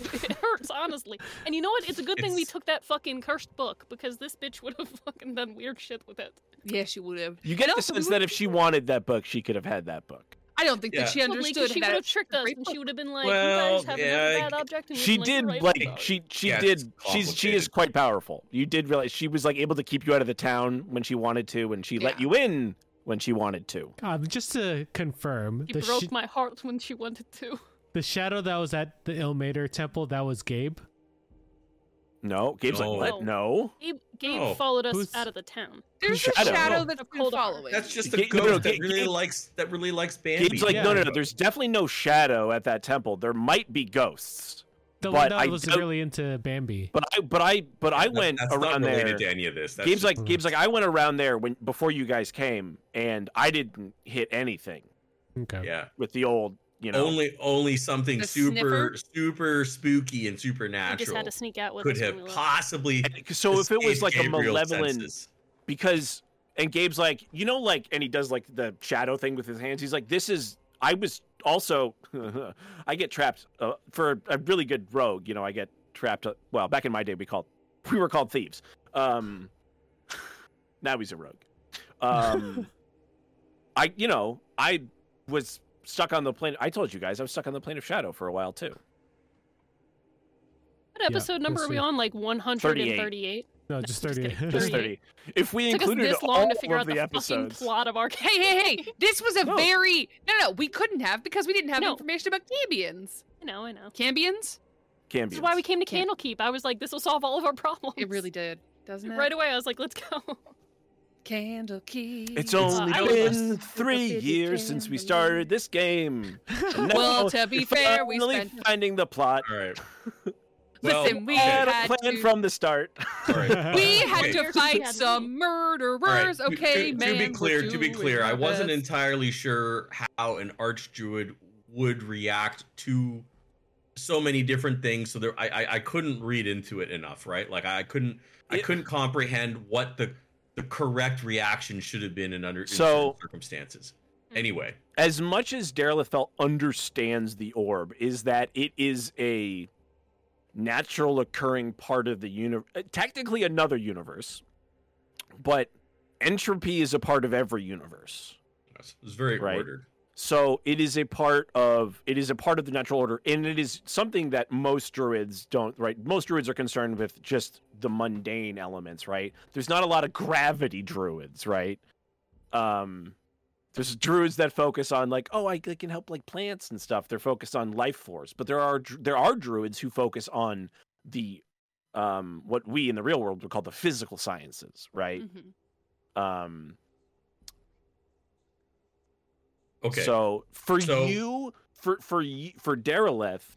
Speaker 3: it hurts, honestly. And you know what? It's a good thing we
Speaker 8: It's-
Speaker 3: took that fucking cursed book because this bitch would have fucking done weird shit with it.
Speaker 4: Yeah, she would have.
Speaker 7: You get
Speaker 4: And
Speaker 7: the
Speaker 4: also we
Speaker 7: sense
Speaker 4: would-
Speaker 7: that if she wanted that book, she could have had that book.
Speaker 4: I don't think
Speaker 8: Yeah.
Speaker 4: that she
Speaker 3: Probably 'cause
Speaker 4: understood
Speaker 3: she would
Speaker 4: that.
Speaker 3: have tricked us,
Speaker 4: great
Speaker 3: and
Speaker 4: book.
Speaker 3: she would have been like,
Speaker 8: Well,
Speaker 3: "You guys have
Speaker 8: yeah,
Speaker 3: another
Speaker 8: I-
Speaker 3: bad object." And we've
Speaker 7: She
Speaker 3: been,
Speaker 7: did
Speaker 3: "You're right
Speaker 7: like
Speaker 3: about it."
Speaker 7: she she
Speaker 8: Yeah, it's
Speaker 7: did she's she is
Speaker 8: complicated.
Speaker 7: quite powerful. You did realize she was like able to keep you out of the town when she wanted to, and she let
Speaker 4: Yeah.
Speaker 7: you in when she wanted to.
Speaker 2: God, Um, just to confirm,
Speaker 3: She
Speaker 2: the,
Speaker 3: broke
Speaker 2: sh-
Speaker 3: my heart when she wanted to.
Speaker 2: the shadow that was at the Ilmater temple, that was Gabe.
Speaker 7: No, Gabe's
Speaker 8: No.
Speaker 7: like what? No,
Speaker 3: Gabe, Gabe
Speaker 8: Oh,
Speaker 3: followed us
Speaker 2: who's-
Speaker 3: out of the town.
Speaker 4: There's a
Speaker 7: shadow.
Speaker 4: shadow, that's
Speaker 3: A
Speaker 4: been
Speaker 3: cold heart.
Speaker 4: following.
Speaker 8: That's just
Speaker 7: Ga-
Speaker 8: a
Speaker 7: no, no,
Speaker 8: ghost that
Speaker 7: Ga-
Speaker 8: really
Speaker 7: Ga-
Speaker 8: likes that really likes Bambi.
Speaker 7: Gabe's like
Speaker 2: yeah.
Speaker 7: no, no, no. There's definitely no shadow at that temple. There might be ghosts,
Speaker 2: The
Speaker 7: But
Speaker 2: one
Speaker 7: I
Speaker 2: that was
Speaker 7: don't-
Speaker 2: really into Bambi.
Speaker 7: but I but I but I
Speaker 8: That-
Speaker 7: went
Speaker 8: that's
Speaker 7: around
Speaker 8: not related
Speaker 7: there.
Speaker 8: to any of this. That's
Speaker 7: Gabe's
Speaker 8: just-
Speaker 7: like Gabe's like I went around there when before you guys came, and I didn't hit anything
Speaker 2: Okay.
Speaker 8: yeah.
Speaker 7: with the old you know.
Speaker 8: Only only something
Speaker 4: The
Speaker 8: super
Speaker 4: sniffer?
Speaker 8: super spooky
Speaker 3: We
Speaker 8: and
Speaker 3: just
Speaker 8: supernatural
Speaker 3: had to sneak out with
Speaker 8: could
Speaker 3: us. when we
Speaker 8: have
Speaker 3: left.
Speaker 8: possibly
Speaker 7: so if it was
Speaker 8: escaped
Speaker 7: like a
Speaker 8: Gabriel's
Speaker 7: malevolent
Speaker 8: senses.
Speaker 7: because and Gabe's like, you know, like, and he does like the shadow thing with his hands. He's like, this is. I was also, I get trapped uh, for a really good rogue. You know, I get trapped. Uh, well, back in my day, we called we were called thieves. Um, now he's a rogue. Um, I, you know, I was stuck on the plane. I told you guys I was stuck on the plane of shadow for a while too.
Speaker 3: What episode number
Speaker 2: yes,
Speaker 3: are we
Speaker 2: yeah.
Speaker 3: on? Like 138.
Speaker 2: No, just
Speaker 3: just
Speaker 2: 30.
Speaker 3: kidding. Thirty.
Speaker 7: Just thirty. If we
Speaker 3: It took us
Speaker 7: included
Speaker 3: this
Speaker 7: all
Speaker 3: long to figure
Speaker 7: of
Speaker 3: out
Speaker 7: the,
Speaker 3: the, fucking
Speaker 7: episodes,
Speaker 3: plot of our
Speaker 4: Hey, hey, hey! This was a
Speaker 7: No.
Speaker 4: very no, no. We couldn't have because we didn't have
Speaker 3: No.
Speaker 4: information about Cambians.
Speaker 3: I know, I know.
Speaker 4: Cambians?
Speaker 7: can
Speaker 3: This
Speaker 7: be
Speaker 3: is why we came to
Speaker 4: Can't-
Speaker 3: Candlekeep. I was like, this will solve all of our problems.
Speaker 4: It really did, doesn't it?
Speaker 3: Right away, I was like, let's go.
Speaker 4: Candle key.
Speaker 7: It's only
Speaker 3: I was
Speaker 7: been
Speaker 4: lost.
Speaker 7: three
Speaker 4: Little
Speaker 7: years
Speaker 4: bitty
Speaker 7: since we
Speaker 4: candle.
Speaker 7: started this game. And now
Speaker 4: Well, to be
Speaker 7: we're
Speaker 4: fair, we
Speaker 7: finally
Speaker 4: spent-
Speaker 7: finding the plot.
Speaker 8: All right.
Speaker 4: Listen, we
Speaker 7: I had
Speaker 4: had
Speaker 7: a plan
Speaker 4: to-
Speaker 7: from the start.
Speaker 8: all right.
Speaker 4: We had
Speaker 8: Okay.
Speaker 4: to fight some
Speaker 8: All right,
Speaker 4: murderers,
Speaker 8: to-
Speaker 4: okay,
Speaker 8: to,
Speaker 4: man?
Speaker 8: To be
Speaker 4: we're
Speaker 8: clear, to be
Speaker 4: doing
Speaker 8: clear, I
Speaker 4: our
Speaker 8: wasn't
Speaker 4: best.
Speaker 8: entirely sure how an archdruid would react to so many different things. So there, I, I, I couldn't read into it enough, right? Like I couldn't, I
Speaker 7: It-
Speaker 8: couldn't comprehend what the the correct reaction should have been in under in
Speaker 7: So-
Speaker 8: certain circumstances.
Speaker 4: Hmm.
Speaker 3: Mm.
Speaker 8: Anyway,
Speaker 7: As much as Derelithel understands the orb, is that it is a natural occurring part of the universe, technically another universe, but entropy is a part of every universe.
Speaker 8: it was very
Speaker 7: Right.
Speaker 8: ordered.
Speaker 7: So it is a part of it is a part of the natural order, and it is something that most druids don't. Right, most druids are concerned with just the mundane elements. Right, there's not a lot of gravity druids. Right, um, there's druids that focus on like, oh, I, I can help like plants and stuff. They're focused on life force, but there are dru- there are druids who focus on the um what we in the real world would call the physical sciences. Right,
Speaker 3: Mm-hmm.
Speaker 4: Mhm.
Speaker 7: um,
Speaker 8: Okay,
Speaker 7: So for
Speaker 8: So-
Speaker 7: you, for for y- for Dereleth,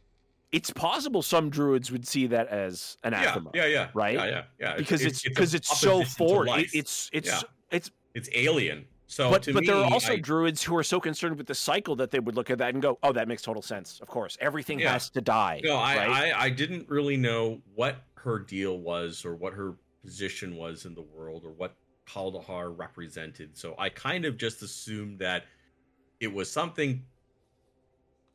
Speaker 7: it's possible some druids would see that as
Speaker 8: yeah,
Speaker 7: anathema,
Speaker 8: yeah, yeah,
Speaker 7: right?
Speaker 8: yeah, yeah, yeah.
Speaker 7: because it's
Speaker 8: a
Speaker 7: because it's, so
Speaker 8: opposition to
Speaker 7: foreign. It-
Speaker 8: life.
Speaker 7: it's it's
Speaker 8: Yeah.
Speaker 7: it's.
Speaker 8: it's alien. So,
Speaker 7: but
Speaker 8: to
Speaker 7: but there
Speaker 8: me,
Speaker 7: are also
Speaker 8: I-
Speaker 7: druids who are so concerned with the cycle that they would look at that and go, "Oh, that makes total sense. Of course, everything
Speaker 8: Yeah.
Speaker 7: has to die."
Speaker 8: No, I,
Speaker 7: right?
Speaker 8: I, I didn't really know what her deal was or what her position was in the world or what Kaldahar represented. So I kind of just assumed that it was something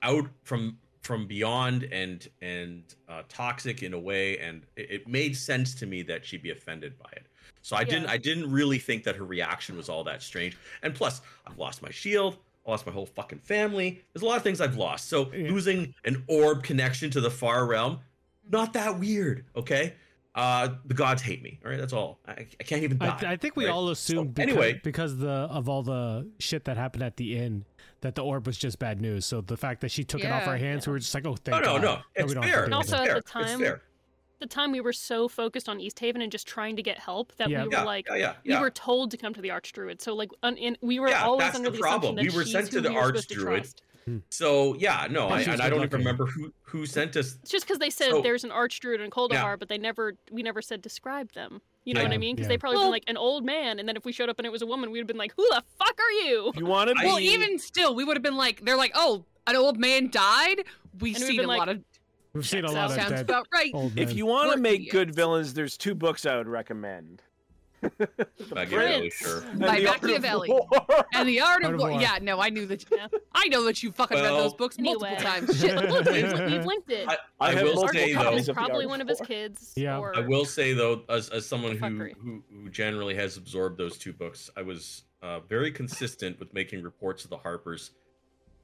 Speaker 8: out from from beyond and and uh, toxic in a way, and it, it made sense to me that she'd be offended by it. So I didn't
Speaker 3: Yeah.
Speaker 8: I didn't really think that her reaction was all that strange. And plus, I've lost my shield. I lost my whole fucking family. There's a lot of things I've lost. So
Speaker 2: Yeah.
Speaker 8: losing an orb connection to the far realm, not that weird. Okay. Uh, the gods hate me. All right, that's all. I, I can't even die.
Speaker 2: I, I think we
Speaker 8: right?
Speaker 2: all assumed because,
Speaker 8: anyway.
Speaker 2: because the of all the shit that happened at the inn that the orb was just bad news. So the fact that she took it off
Speaker 4: Yeah,
Speaker 2: our hands, we were just like, oh,
Speaker 8: No,
Speaker 2: thank
Speaker 8: no,
Speaker 2: God.
Speaker 8: no.
Speaker 2: that
Speaker 8: It's
Speaker 2: we don't
Speaker 8: fair.
Speaker 2: Have to do
Speaker 3: And
Speaker 8: It's
Speaker 3: also
Speaker 2: anything."
Speaker 3: at
Speaker 8: fair.
Speaker 3: the
Speaker 8: It's
Speaker 3: time-
Speaker 8: fair.
Speaker 3: At the time, we were so focused on East Haven and just trying to get help that
Speaker 2: Yeah.
Speaker 3: we were
Speaker 8: Yeah,
Speaker 3: like,
Speaker 8: yeah, yeah, yeah.
Speaker 3: we were told to come to the Archdruid. So, like, un- in, we were
Speaker 8: Yeah,
Speaker 3: always
Speaker 8: that's
Speaker 3: under
Speaker 8: the
Speaker 3: the assumption
Speaker 8: problem.
Speaker 3: that
Speaker 8: We were
Speaker 3: she's
Speaker 8: sent
Speaker 3: who
Speaker 8: to the
Speaker 3: we were supposed to
Speaker 8: Archdruid.
Speaker 3: trust.
Speaker 2: Hmm.
Speaker 8: So yeah, no, I,
Speaker 2: Perhaps
Speaker 8: and
Speaker 2: it's
Speaker 8: I don't
Speaker 2: good
Speaker 8: even
Speaker 2: luck.
Speaker 8: remember who who sent us.
Speaker 3: It's just because they said
Speaker 8: So-
Speaker 3: there's an archdruid in Koldahar,
Speaker 8: Yeah.
Speaker 3: but they never we never said describe them. You know what
Speaker 2: Yeah,
Speaker 3: I mean? Because
Speaker 2: yeah.
Speaker 3: they probably
Speaker 9: Well-
Speaker 3: been like an old man, and then if we showed up and it was a woman, we'd have been like, "Who the fuck are you?"
Speaker 7: You want to be?
Speaker 8: I-
Speaker 9: Well, even still, we would have been like, they're like, oh, an old man died. We've
Speaker 3: And we've
Speaker 9: seen
Speaker 3: been
Speaker 9: a
Speaker 3: like,
Speaker 9: lot of.
Speaker 2: We've seen a
Speaker 3: Checks
Speaker 2: lot
Speaker 3: out.
Speaker 2: of
Speaker 9: Sounds
Speaker 2: dead
Speaker 9: about right.
Speaker 2: old men.
Speaker 7: if you want
Speaker 9: We're
Speaker 7: to make
Speaker 9: idiots.
Speaker 7: good villains, there's two books I would recommend.
Speaker 8: Machiavelli,
Speaker 3: Prince.
Speaker 8: sure.
Speaker 7: And
Speaker 9: By
Speaker 7: The Art of
Speaker 9: Machiavelli.
Speaker 7: War.
Speaker 9: And the art
Speaker 2: Art
Speaker 9: of
Speaker 2: of
Speaker 9: war.
Speaker 2: War.
Speaker 9: Yeah, no, I knew that.
Speaker 3: Yeah.
Speaker 9: I know that you fucking read those
Speaker 8: Well,
Speaker 9: books multiple
Speaker 3: anyway.
Speaker 9: times. Shit.
Speaker 3: Shit, look, you've, li- you've linked it.
Speaker 8: I,
Speaker 7: I
Speaker 8: I
Speaker 7: have
Speaker 8: will
Speaker 7: multiple
Speaker 8: say
Speaker 7: copies
Speaker 8: though,
Speaker 3: probably,
Speaker 7: of the
Speaker 3: probably
Speaker 7: art
Speaker 3: one of his
Speaker 7: before.
Speaker 3: kids.
Speaker 2: Yeah.
Speaker 3: or-
Speaker 8: I will say though, as, as someone who,
Speaker 3: Fuckery.
Speaker 8: who who generally has absorbed those two books, I was uh, very consistent with making reports of the Harpers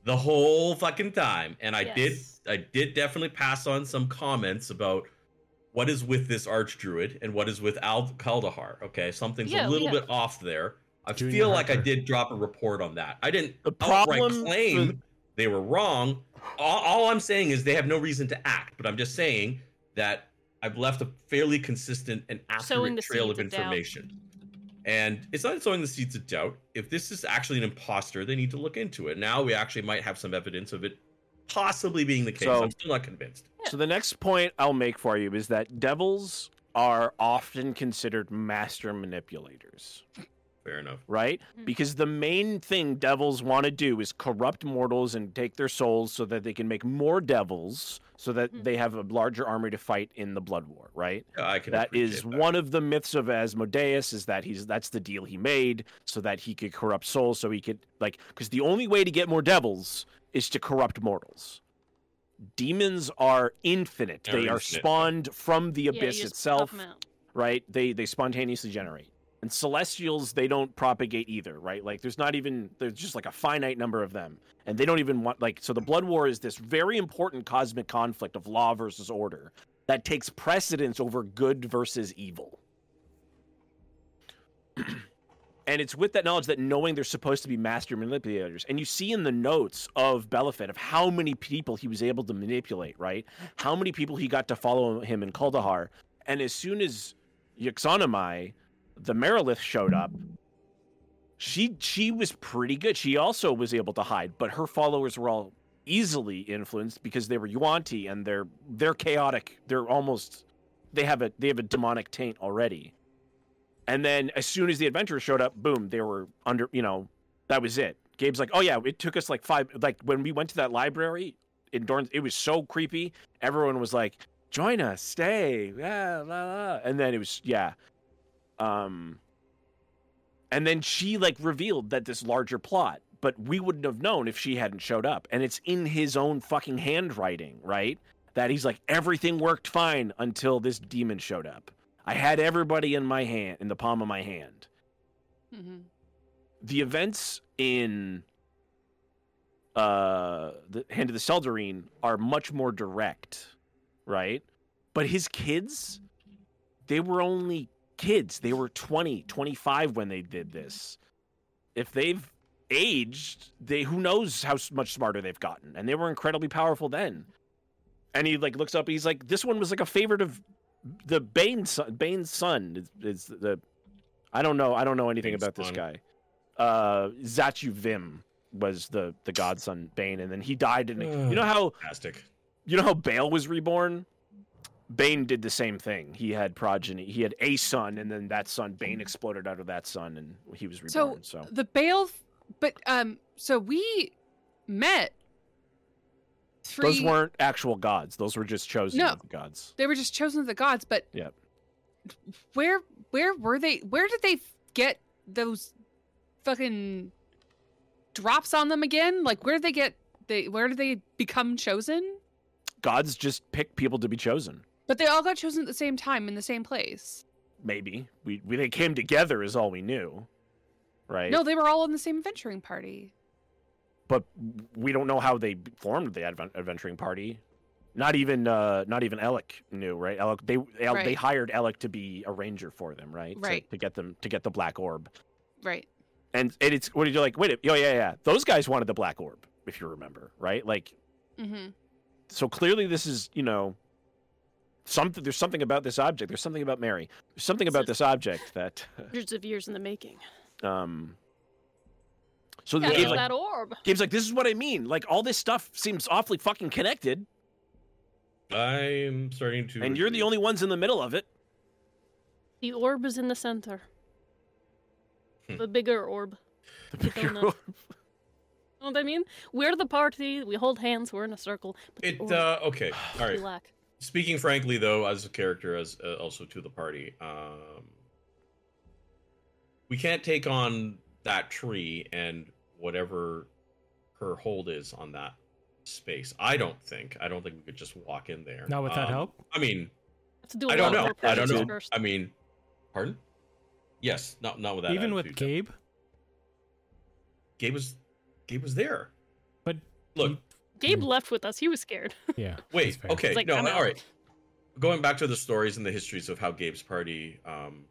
Speaker 8: the whole fucking time, and I
Speaker 3: Yes.
Speaker 8: did I did definitely pass on some comments about what is with this Archdruid and what is with Al Kaldahar. Okay, something's
Speaker 3: Yeah,
Speaker 8: a little
Speaker 3: yeah.
Speaker 8: bit off there. I
Speaker 2: Junior
Speaker 8: feel like I
Speaker 2: Harper.
Speaker 8: did drop a report on that. I didn't
Speaker 7: The
Speaker 8: outright
Speaker 7: problem
Speaker 8: Oh, claim they were wrong. All, all I'm saying is they have no reason to act, but I'm just saying that I've left a fairly consistent and
Speaker 3: Sowing
Speaker 8: accurate
Speaker 3: the
Speaker 8: trail of
Speaker 3: seeds of doubt.
Speaker 8: information. And it's not sowing the seeds of doubt. If this is actually an imposter, they need to look into it. Now we actually might have some evidence of it possibly being the case.
Speaker 7: So-
Speaker 8: I'm still not convinced.
Speaker 7: So the next point I'll make for you is that devils are often considered master manipulators,
Speaker 8: Fair enough.
Speaker 7: right?
Speaker 3: Mhm.
Speaker 7: Because the main thing devils want to do is corrupt mortals and take their souls so that they can make more devils so that
Speaker 3: Mhm.
Speaker 7: they have a larger army to fight in the blood war, right?
Speaker 8: Yeah, I can.
Speaker 7: That is
Speaker 8: appreciate that.
Speaker 7: one of the myths of Asmodeus is that he's that's the deal he made so that he could corrupt souls so he could like cuz the only way to get more devils is to corrupt mortals. Demons are infinite.
Speaker 8: They're
Speaker 7: they are
Speaker 8: infinite.
Speaker 7: spawned from the
Speaker 3: Yeah,
Speaker 7: abyss
Speaker 3: you just pop
Speaker 7: itself,
Speaker 3: 'em out.
Speaker 7: right? They they spontaneously generate. And celestials they don't propagate either, right? Like there's not even there's just like a finite number of them. And they don't even want like so the blood war is this very important cosmic conflict of law versus order that takes precedence over good versus evil. and it's with that knowledge that knowing they're supposed to be master manipulators, and you see in the notes of Belafin of how many people he was able to manipulate, right? How many people he got to follow him in Kaldahar. And as soon as Yuxonomai, the Merilith, showed up, she she was pretty good. She also was able to hide, but her followers were all easily influenced because they were Yuanti and they're they're chaotic. They're almost they have a they have a demonic taint already. And then as soon as the adventurers showed up, boom, they were under you know, that was it. Gabe's like, Oh yeah, it took us like five like when we went to that library in Dorn it was so creepy. Everyone was like, Join us, stay, yeah, la la and then it was yeah. Um and then she like revealed that this larger plot, but we wouldn't have known if she hadn't showed up. And it's in his own fucking handwriting, right? That he's like everything worked fine until this demon showed up. I had everybody in my hand, in the palm of my hand.
Speaker 9: Mhm.
Speaker 7: The events in uh the Hand of the Seldarine are much more direct, right? But his kids, they were only kids. They were 20, 25 when they did this. If they've aged, they who knows how s- much smarter they've gotten. And they were incredibly powerful then. And he like looks up and he's like, this one was like a favorite of the Bane son. Bane's son is, is the I don't know. I don't know anything
Speaker 8: Bane's
Speaker 7: about this
Speaker 8: son.
Speaker 7: guy. Uh, Zachu Vim was the the godson Bane, and then he died. In a, you know how
Speaker 8: Fantastic.
Speaker 7: you know how Bale was reborn? Bane did the same thing. He had progeny. He had a son, and then that son, Bane, exploded out of that son, and he was
Speaker 4: So,
Speaker 7: reborn. So,
Speaker 4: The Bale, but um, so we met three.
Speaker 7: those weren't actual gods. Those were just chosen
Speaker 4: No.
Speaker 7: of the gods.
Speaker 4: They were just chosen of the gods, but
Speaker 7: Yep.
Speaker 4: where where were they? Where did they get those fucking drops on them again? Like where did they get they? Where did they become chosen?
Speaker 7: Gods just pick people to be chosen.
Speaker 4: But they all got chosen at the same time in the same place.
Speaker 7: Maybe we, we they came together is all we knew, right?
Speaker 4: No, they were all in the same adventuring party.
Speaker 7: but we don't know how they formed the advent- adventuring party. Not even uh, not even Alec knew, right? Alec they they, they
Speaker 4: Right.
Speaker 7: hired Alec to be a ranger for them, right? To-
Speaker 4: Right.
Speaker 7: to get them to get the black orb.
Speaker 4: Right.
Speaker 7: and and it's what you're like wait a- oh yeah yeah those guys wanted the black orb if you remember right like
Speaker 4: Mm-hmm.
Speaker 7: so clearly this is you know something there's something about this object there's something about mary there's something about this object that
Speaker 3: Hundreds of years in the making.
Speaker 7: um So the
Speaker 3: Capture
Speaker 7: game's like,
Speaker 3: that orb.
Speaker 7: game's like, this is what I mean. Like all this stuff seems awfully fucking connected,
Speaker 8: I'm starting to.
Speaker 7: and you're the
Speaker 8: agree.
Speaker 7: only ones in the middle of it.
Speaker 3: The orb is in the center.
Speaker 8: Hmm.
Speaker 3: The bigger orb. You don't know. know what I mean? We're the party. We hold hands. We're in a circle. But the
Speaker 8: It
Speaker 3: orb
Speaker 8: uh, okay. All
Speaker 3: we
Speaker 8: right.
Speaker 3: lack.
Speaker 8: Speaking frankly, though, as a character, as uh, also to the party, um, we can't take on that tree and whatever her hold is on that space. I don't think. I don't think we could just walk in there.
Speaker 2: Not without
Speaker 8: Um,
Speaker 2: help?
Speaker 8: I mean,
Speaker 3: Have to do a
Speaker 8: I don't
Speaker 3: lot
Speaker 8: know.
Speaker 3: more
Speaker 8: I don't
Speaker 3: purchases
Speaker 8: know.
Speaker 3: first.
Speaker 8: I mean, pardon? Yes, not not with that.
Speaker 2: Even with
Speaker 8: attitude.
Speaker 2: Gabe,
Speaker 8: Gabe was Gabe was there.
Speaker 2: But
Speaker 8: look,
Speaker 3: Gabe left with us. He was scared.
Speaker 2: yeah.
Speaker 8: Wait,
Speaker 2: fair.
Speaker 8: okay,
Speaker 3: It's like,
Speaker 8: no,
Speaker 3: I'm
Speaker 8: all
Speaker 3: out.
Speaker 8: right. Going back to the stories and the histories of how Gabe's party um,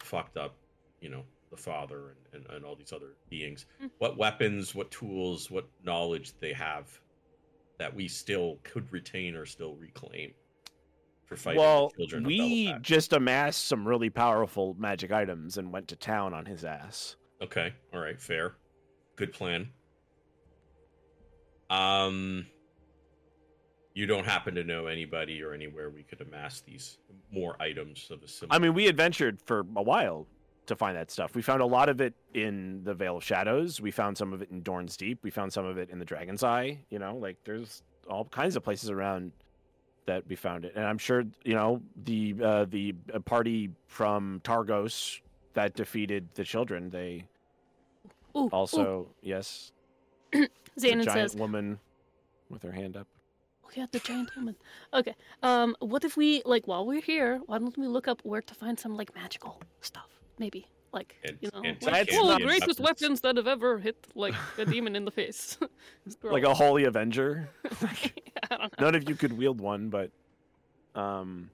Speaker 8: fucked up, you know, the father and, and, and all these other beings.
Speaker 3: Mm.
Speaker 8: What weapons, what tools, what knowledge they have that we still could retain or still reclaim for fighting
Speaker 7: well,
Speaker 8: the children of
Speaker 7: we
Speaker 8: Belfast.
Speaker 7: just amassed some really powerful magic items and went to town on his ass.
Speaker 8: Okay, all right, fair. Good plan. Um you don't happen to know anybody or anywhere we could amass these more items of a similar
Speaker 7: I mean, we adventured for a while to find that stuff. We found a lot of it in the Vale of Shadows. We found some of it in Dorn's Deep. We found some of it in the Dragon's Eye. You know, like there's all kinds of places around that we found it. And I'm sure you know the uh, the uh, party from Targos that defeated the children. They
Speaker 3: Ooh, ooh.
Speaker 7: also yes, the
Speaker 3: Xanon
Speaker 7: giant
Speaker 3: says,
Speaker 7: woman with her hand up.
Speaker 3: "Oh yeah, the giant woman." Okay. Um, what if we like while we're here? Why don't we look up where to find some like magical stuff? Maybe like
Speaker 8: And-
Speaker 3: you know,
Speaker 8: and
Speaker 3: like,
Speaker 7: That's
Speaker 3: oh,
Speaker 7: not-
Speaker 3: the greatest
Speaker 8: weapons.
Speaker 3: weapons that have ever hit like a demon in the face. Scroll.
Speaker 7: like a holy avenger.
Speaker 3: I don't know.
Speaker 7: None of you could wield one, but um,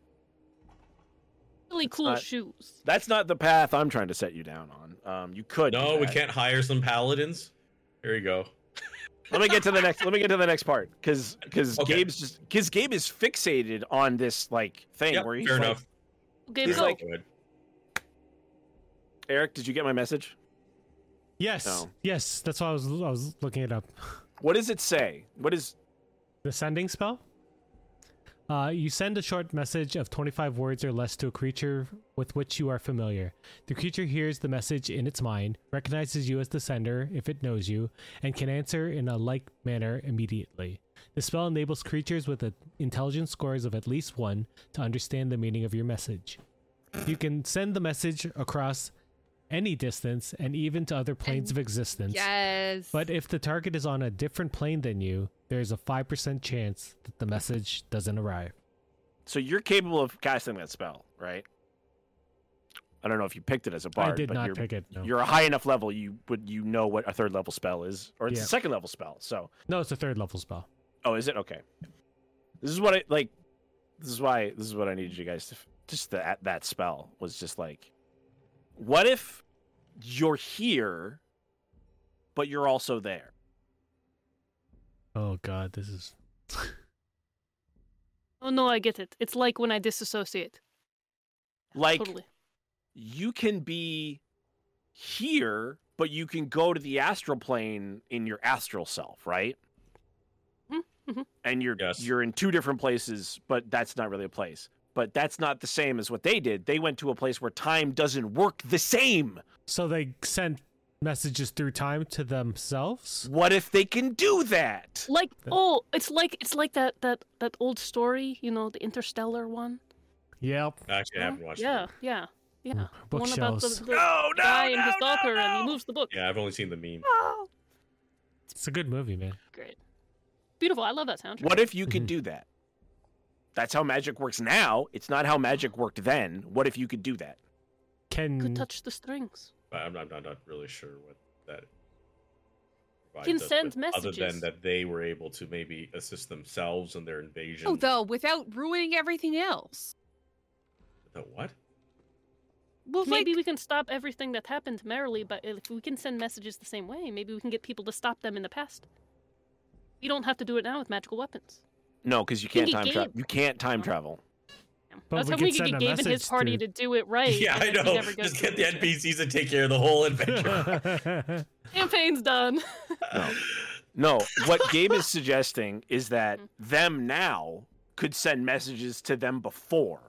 Speaker 3: Really cool
Speaker 7: not-
Speaker 3: shoes.
Speaker 7: that's not the path I'm trying to set you down on. Um, you could. do
Speaker 8: No, we
Speaker 7: that.
Speaker 8: can't hire some paladins. Here you go.
Speaker 7: Let me get to the next. Let me get to the next part, because because
Speaker 8: Okay.
Speaker 7: Gabe's just because Gabe is fixated on this like thing
Speaker 8: Yep,
Speaker 7: where he's
Speaker 8: fair
Speaker 7: like,
Speaker 8: enough.
Speaker 3: Gabe,
Speaker 7: He's
Speaker 3: go.
Speaker 7: like-
Speaker 8: Go ahead.
Speaker 7: Eric, did you get my message?
Speaker 2: Yes,
Speaker 7: No.
Speaker 2: yes. That's why I was I was looking it up.
Speaker 7: What does it say? What is?
Speaker 2: The sending spell? Uh, you send a short message of 25 words or less to a creature with which you are familiar. The creature hears the message in its mind, recognizes you as the sender if it knows you, and can answer in a like manner immediately. The spell enables creatures with a intelligence scores of at least one to understand the meaning of your message. You can send the message across any distance and even to other planes of existence.
Speaker 9: Yes.
Speaker 2: But if the target is on a different plane than you, there is a 5% chance that the message doesn't arrive.
Speaker 7: So you're capable of casting that spell, right? I don't know if you picked it as a bard,
Speaker 2: I did
Speaker 7: but
Speaker 2: not
Speaker 7: you're,
Speaker 2: pick it. No.
Speaker 7: you're a high enough level. You would you know what a third level spell is, or it's
Speaker 2: Yeah.
Speaker 7: a second level spell. So
Speaker 2: No, it's a third level spell.
Speaker 7: Oh, is it okay? This is what I like. This is why. This is what I needed you guys to. f- Just that that spell was just like, what if you're here, but you're also there?
Speaker 2: Oh, God. This is.
Speaker 3: Oh no, I get it. It's like when I disassociate.
Speaker 7: Like
Speaker 3: Totally.
Speaker 7: you can be here, but you can go to the astral plane in your astral self, right?
Speaker 3: Mhm,
Speaker 7: Mm-hmm.
Speaker 3: mhm.
Speaker 7: And you're
Speaker 8: Yes.
Speaker 7: you're in two different places, but that's not really a place. But that's not the same as what they did. They went to a place where time doesn't work the same.
Speaker 2: So they sent messages through time to themselves?
Speaker 7: What if they can do that?
Speaker 3: Like
Speaker 2: That-
Speaker 3: oh, it's like it's like that that that old story, you know, the interstellar one.
Speaker 2: Yep.
Speaker 8: Actually, I haven't watched
Speaker 3: yeah,
Speaker 8: it.
Speaker 3: yeah, yeah.
Speaker 2: Mm,
Speaker 3: The One about the,
Speaker 2: bookshelves.
Speaker 3: the
Speaker 7: No, Oh, no,
Speaker 3: guy and
Speaker 7: no,
Speaker 3: his
Speaker 7: no,
Speaker 3: daughter, and he
Speaker 7: no.
Speaker 3: moves the book.
Speaker 8: Yeah, I've only seen the meme.
Speaker 2: It's a good movie, man.
Speaker 3: Great, beautiful. I love that soundtrack.
Speaker 7: What if you could
Speaker 2: Mhm.
Speaker 7: do that? That's how magic works now. It's not how magic worked then. What if you could do that?
Speaker 3: Could
Speaker 2: Can
Speaker 3: touch the strings.
Speaker 8: But I'm, I'm, I'm not really sure what that. provides
Speaker 3: Can
Speaker 8: us
Speaker 3: send
Speaker 8: with, Other than
Speaker 3: messages.
Speaker 8: that, they were able to maybe assist themselves in their invasion.
Speaker 9: oh, though, without ruining everything else.
Speaker 8: The what?
Speaker 9: Well,
Speaker 3: maybe
Speaker 9: like,
Speaker 3: we can stop everything that happened merrily, but if we can send messages the same way, maybe we can get people to stop them in the past. We don't have to do it now with magical weapons.
Speaker 7: No, because you
Speaker 3: Think
Speaker 7: can't
Speaker 3: it
Speaker 7: time travel.
Speaker 3: gave-
Speaker 7: You can't time
Speaker 3: Oh.
Speaker 7: travel.
Speaker 2: But
Speaker 3: That's
Speaker 2: we
Speaker 3: how we could
Speaker 2: send
Speaker 3: get
Speaker 2: a
Speaker 3: Gabe and his
Speaker 2: message
Speaker 3: party to,
Speaker 2: to-
Speaker 3: do it right.
Speaker 8: yeah,
Speaker 3: and
Speaker 8: I
Speaker 3: then he
Speaker 8: know.
Speaker 3: never goes
Speaker 8: Just
Speaker 3: to
Speaker 8: get the
Speaker 3: it.
Speaker 8: NPCs to take care of the whole adventure.
Speaker 3: Campaign's done.
Speaker 7: No, what Gabe is suggesting is that them now could send messages to them before.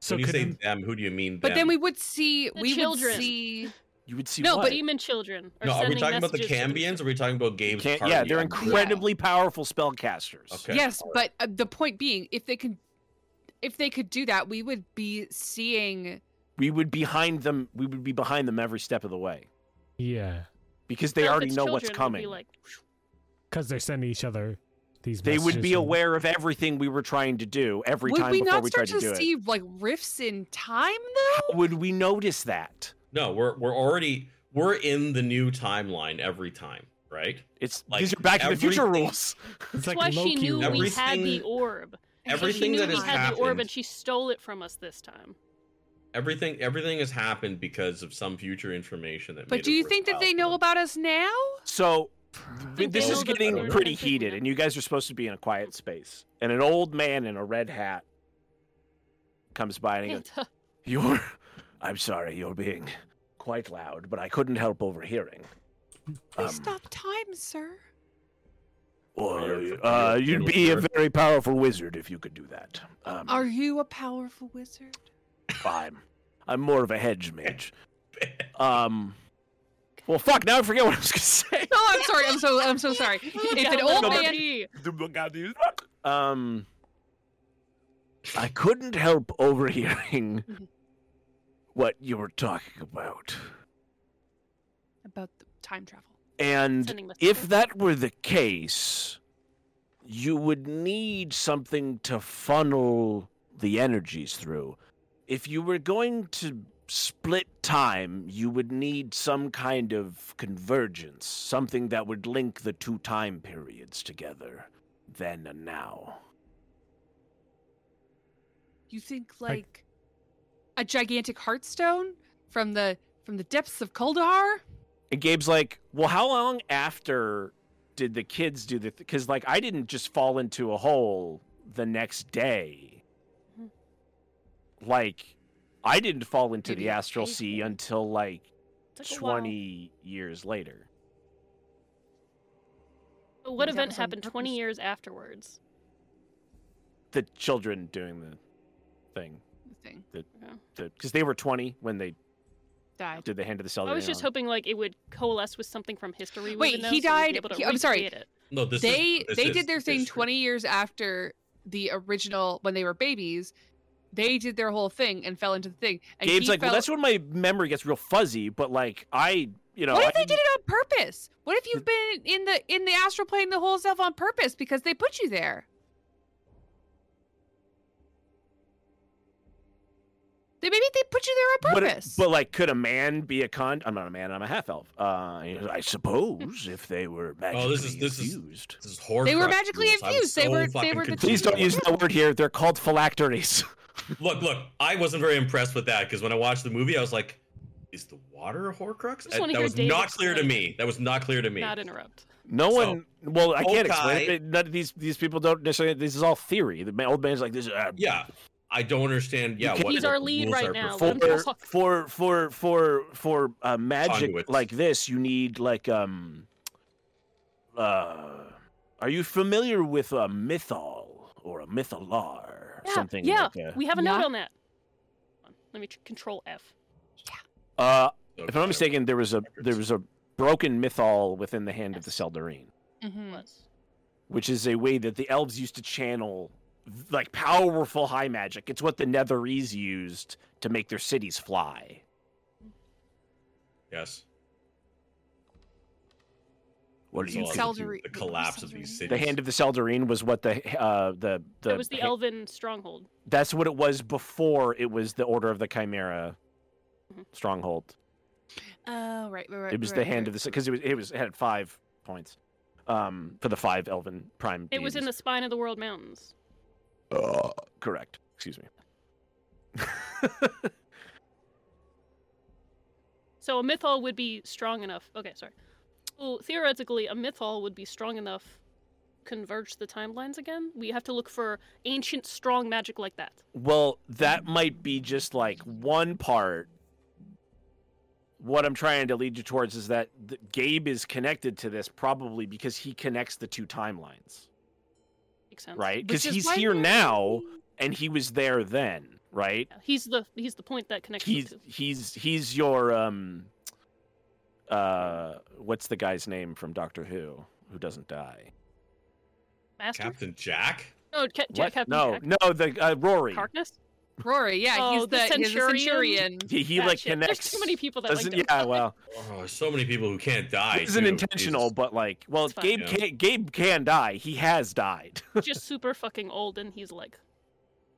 Speaker 2: so
Speaker 8: when you
Speaker 2: could
Speaker 8: say
Speaker 2: it-
Speaker 8: them, who do you mean?
Speaker 4: But then
Speaker 8: them?
Speaker 4: we would see we
Speaker 3: children.
Speaker 4: would see
Speaker 7: You would see
Speaker 3: No,
Speaker 7: what?
Speaker 3: but demon children. Are
Speaker 8: No, are we
Speaker 3: sending
Speaker 8: talking about the
Speaker 3: messages to these-
Speaker 8: Cambians? Or are we talking about Gabe's
Speaker 7: Can't-
Speaker 8: party?
Speaker 7: yeah, they're
Speaker 8: I'm-
Speaker 7: incredibly powerful spellcasters.
Speaker 8: Okay.
Speaker 4: yes, but uh, the point being, if they could, if they could do that, we would be seeing.
Speaker 7: We would behind them. We would be behind them every step of the way
Speaker 2: yeah,
Speaker 7: because they
Speaker 3: No, if
Speaker 7: already
Speaker 3: it's
Speaker 7: know what's
Speaker 3: children, it'd be
Speaker 7: coming.
Speaker 3: like,
Speaker 2: because they're sending each other these.
Speaker 7: they would be
Speaker 2: messages and-
Speaker 7: aware of everything we were trying to do every
Speaker 4: would
Speaker 7: time
Speaker 4: we
Speaker 7: before
Speaker 4: not
Speaker 7: we tried
Speaker 4: start
Speaker 7: to
Speaker 4: to,
Speaker 7: do it.
Speaker 4: see like rifts in time though?
Speaker 7: Would we notice that?
Speaker 8: No, we're we're already we're in the new timeline every time, right?
Speaker 7: It's
Speaker 8: Like,
Speaker 7: these are Back to the Future
Speaker 8: everything-
Speaker 7: rules.
Speaker 2: It's
Speaker 3: That's
Speaker 2: like
Speaker 3: why she
Speaker 2: Loki
Speaker 3: knew we had the
Speaker 8: Everything-
Speaker 3: orb. Because
Speaker 8: Everything
Speaker 3: she knew
Speaker 8: that
Speaker 3: we
Speaker 8: has
Speaker 3: had the orb,
Speaker 8: happened-
Speaker 3: and she stole it from us this time.
Speaker 8: Everything everything has happened because of some future information that.
Speaker 4: But
Speaker 8: made
Speaker 4: do
Speaker 8: it
Speaker 4: you think that
Speaker 8: worthwhile
Speaker 4: they
Speaker 8: for
Speaker 4: know
Speaker 8: them.
Speaker 4: about us now?
Speaker 7: So th-
Speaker 3: think
Speaker 7: this
Speaker 8: they know
Speaker 7: is
Speaker 8: that they're
Speaker 7: getting
Speaker 8: gonna
Speaker 7: pretty
Speaker 3: take me
Speaker 7: heated,
Speaker 3: now.
Speaker 7: and you guys are supposed to be in a quiet space. And an old man in a red hat comes by and he goes,
Speaker 3: Panta.
Speaker 7: "You're, I'm sorry, you're being quite loud, but I couldn't help overhearing."
Speaker 4: They
Speaker 7: Um,
Speaker 4: stop time, sir.
Speaker 7: Or
Speaker 8: You're-
Speaker 7: uh,
Speaker 8: you're-
Speaker 7: you'd
Speaker 8: you're
Speaker 7: be a
Speaker 8: sure?
Speaker 7: very powerful wizard if you could do that. Um,
Speaker 4: Are you a powerful wizard?
Speaker 7: I'm, I'm more of a hedge mage. Um, well, fuck. Now I forget what I was gonna say.
Speaker 4: No, I'm sorry. I'm so I'm so sorry. If an
Speaker 3: Yeah,
Speaker 4: old
Speaker 3: let
Speaker 7: man-
Speaker 3: it be.
Speaker 7: Um, I couldn't help overhearing what you were talking about.
Speaker 4: about the time travel.
Speaker 7: And
Speaker 3: Sending messages.
Speaker 7: if that were the case, you would need something to funnel the energies through. If you were going to split time, you would need some kind of convergence, something that would link the two time periods together, then and now.
Speaker 4: You think
Speaker 2: Like-
Speaker 4: like a gigantic heartstone from the from the depths of Kaldahar?
Speaker 7: And Gabe's like, "Well, how long after did the kids do the? Because like I didn't just fall into a hole the next day.
Speaker 3: Mhm.
Speaker 7: Like I didn't fall into
Speaker 4: Maybe
Speaker 7: the astral
Speaker 3: eight
Speaker 7: sea
Speaker 3: days.
Speaker 7: until like
Speaker 3: Took a while.
Speaker 7: twenty years later.
Speaker 3: But What
Speaker 4: That
Speaker 3: event
Speaker 4: was on
Speaker 3: happened 20
Speaker 4: purpose.
Speaker 3: years afterwards?
Speaker 7: The children doing the thing
Speaker 4: Thing
Speaker 7: because they were twenty when they
Speaker 4: died.
Speaker 7: did the hand of the cell.
Speaker 3: I was just hoping like it would coalesce with something from history. we
Speaker 4: Wait,
Speaker 3: would know, so we'd
Speaker 4: he
Speaker 3: be
Speaker 4: died-
Speaker 3: able to
Speaker 4: he- I'm sorry.
Speaker 3: recreate It.
Speaker 8: No, this is-
Speaker 4: they
Speaker 8: this
Speaker 4: they
Speaker 8: is
Speaker 4: did their thing
Speaker 8: history.
Speaker 4: 20 years after the original when they were babies. They did their whole thing and fell into the thing. And
Speaker 7: Gabe's
Speaker 4: he
Speaker 7: like,
Speaker 4: fell...
Speaker 7: "Well, that's when my memory gets real fuzzy." But like I, you know,
Speaker 4: what
Speaker 7: I
Speaker 4: if they
Speaker 7: didn't-
Speaker 4: did it on purpose? What if you've been in the in the astral plane the whole self on purpose because they put you there? They maybe they put you there on
Speaker 7: But,
Speaker 4: purpose.
Speaker 7: but like, could a man be a con? I'm not a man. I'm a half elf. Uh, I
Speaker 3: Hmm.
Speaker 7: suppose if they were magically
Speaker 8: Oh, this is- this is-
Speaker 7: infused.
Speaker 8: This is horrible.
Speaker 4: They were magically infused. They were- they were the
Speaker 7: Please don't use that word here. They're called phylacteries.
Speaker 8: Look, look. I wasn't very impressed with that because when I watched the movie, I was like, "Is the water a Horcrux?"
Speaker 3: just
Speaker 8: I-
Speaker 3: wanna
Speaker 8: that
Speaker 3: hear
Speaker 8: was
Speaker 3: Dave
Speaker 8: not clear to
Speaker 3: explain.
Speaker 8: me. That was not clear to me.
Speaker 3: Not interrupt.
Speaker 7: No
Speaker 8: So-
Speaker 7: one. Well, I can't explain it.
Speaker 8: Okay.
Speaker 7: but None of these these people don't necessarily. This is all theory. The ma- old man's like this. Uh,
Speaker 8: yeah, I don't understand. Yeah,
Speaker 7: can't-
Speaker 8: what
Speaker 7: He's
Speaker 8: what
Speaker 3: our
Speaker 8: the
Speaker 3: lead
Speaker 8: rules
Speaker 3: right
Speaker 8: are
Speaker 3: now.
Speaker 8: for-
Speaker 7: for
Speaker 3: Let him talk.
Speaker 7: for for for for uh, magic
Speaker 8: Conduits.
Speaker 7: like this, you need like um. Uh, are you familiar with a mythol or a mythalar?
Speaker 3: Yeah,
Speaker 7: Something
Speaker 3: yeah.
Speaker 7: like a-
Speaker 3: We have a note
Speaker 4: Yeah.
Speaker 3: on that. Hold on, Let me tr- control F.
Speaker 7: Uh,
Speaker 8: Okay.
Speaker 7: if I'm not mistaken, there was a there was a broken mythol within the hand of the
Speaker 3: Yes.
Speaker 7: Seldarine,
Speaker 4: Mhm.
Speaker 7: which is a way that the elves used to channel like powerful high magic. It's what the Netherese used to make their cities fly.
Speaker 8: yes,
Speaker 7: What
Speaker 8: It's
Speaker 7: do you
Speaker 8: all
Speaker 7: think?
Speaker 8: about
Speaker 4: Seldarine-
Speaker 8: the collapse of these cities.
Speaker 7: The hand of the Seldarine was what the uh the the,
Speaker 3: That was the
Speaker 7: ha-
Speaker 3: Elven stronghold.
Speaker 7: that's what it was before it was the Order of the Chimera
Speaker 3: Mhm.
Speaker 7: stronghold.
Speaker 4: Oh, right, right, right.
Speaker 7: It was
Speaker 4: right,
Speaker 7: the hand
Speaker 4: right.
Speaker 7: of the because it was it was it had five points um for the five elven prime
Speaker 3: It was in the
Speaker 7: deities.
Speaker 3: spine of the World Mountains.
Speaker 7: correct excuse me
Speaker 3: So a mythol would be strong enough. Okay, sorry. So theoretically, a mythol would be strong enough converge the timelines again? We have to look for ancient strong magic like that.
Speaker 7: Well, that might be just like one part. What I'm trying to lead you towards is that th- Gabe is connected to this probably because he connects the two timelines,
Speaker 3: Makes sense.
Speaker 7: right?
Speaker 4: Which
Speaker 7: Because
Speaker 4: is
Speaker 7: he's
Speaker 4: why
Speaker 7: here
Speaker 4: we're-
Speaker 7: now and he was there then, right?
Speaker 3: Yeah, He's the he's the point that connects the
Speaker 7: He's
Speaker 3: two.
Speaker 7: he's he's your um uh what's the guy's name from Doctor Who who doesn't die?
Speaker 3: Master.
Speaker 8: Captain Jack.
Speaker 3: oh, Ca- Jack,
Speaker 7: What?
Speaker 3: Captain
Speaker 7: no,
Speaker 3: Jack.
Speaker 7: no, the uh, Rory.
Speaker 3: Harkness.
Speaker 4: Rory, yeah,
Speaker 3: Oh,
Speaker 4: he's
Speaker 3: the
Speaker 4: the, he's the
Speaker 3: centurion?
Speaker 4: centurion.
Speaker 7: He, he
Speaker 3: That
Speaker 7: like
Speaker 3: Ah, shit.
Speaker 7: connects.
Speaker 3: There's too many people that like.
Speaker 7: doesn't,
Speaker 3: don't
Speaker 7: yeah,
Speaker 3: die.
Speaker 7: well,
Speaker 8: Oh, there's so many people who can't die.
Speaker 7: it isn't
Speaker 8: too.
Speaker 7: intentional,
Speaker 8: Jesus.
Speaker 7: but like, well,
Speaker 3: It's fine.
Speaker 7: Gabe
Speaker 8: Yeah.
Speaker 7: can, Gabe can die. He has died.
Speaker 3: just super fucking old, and he's like,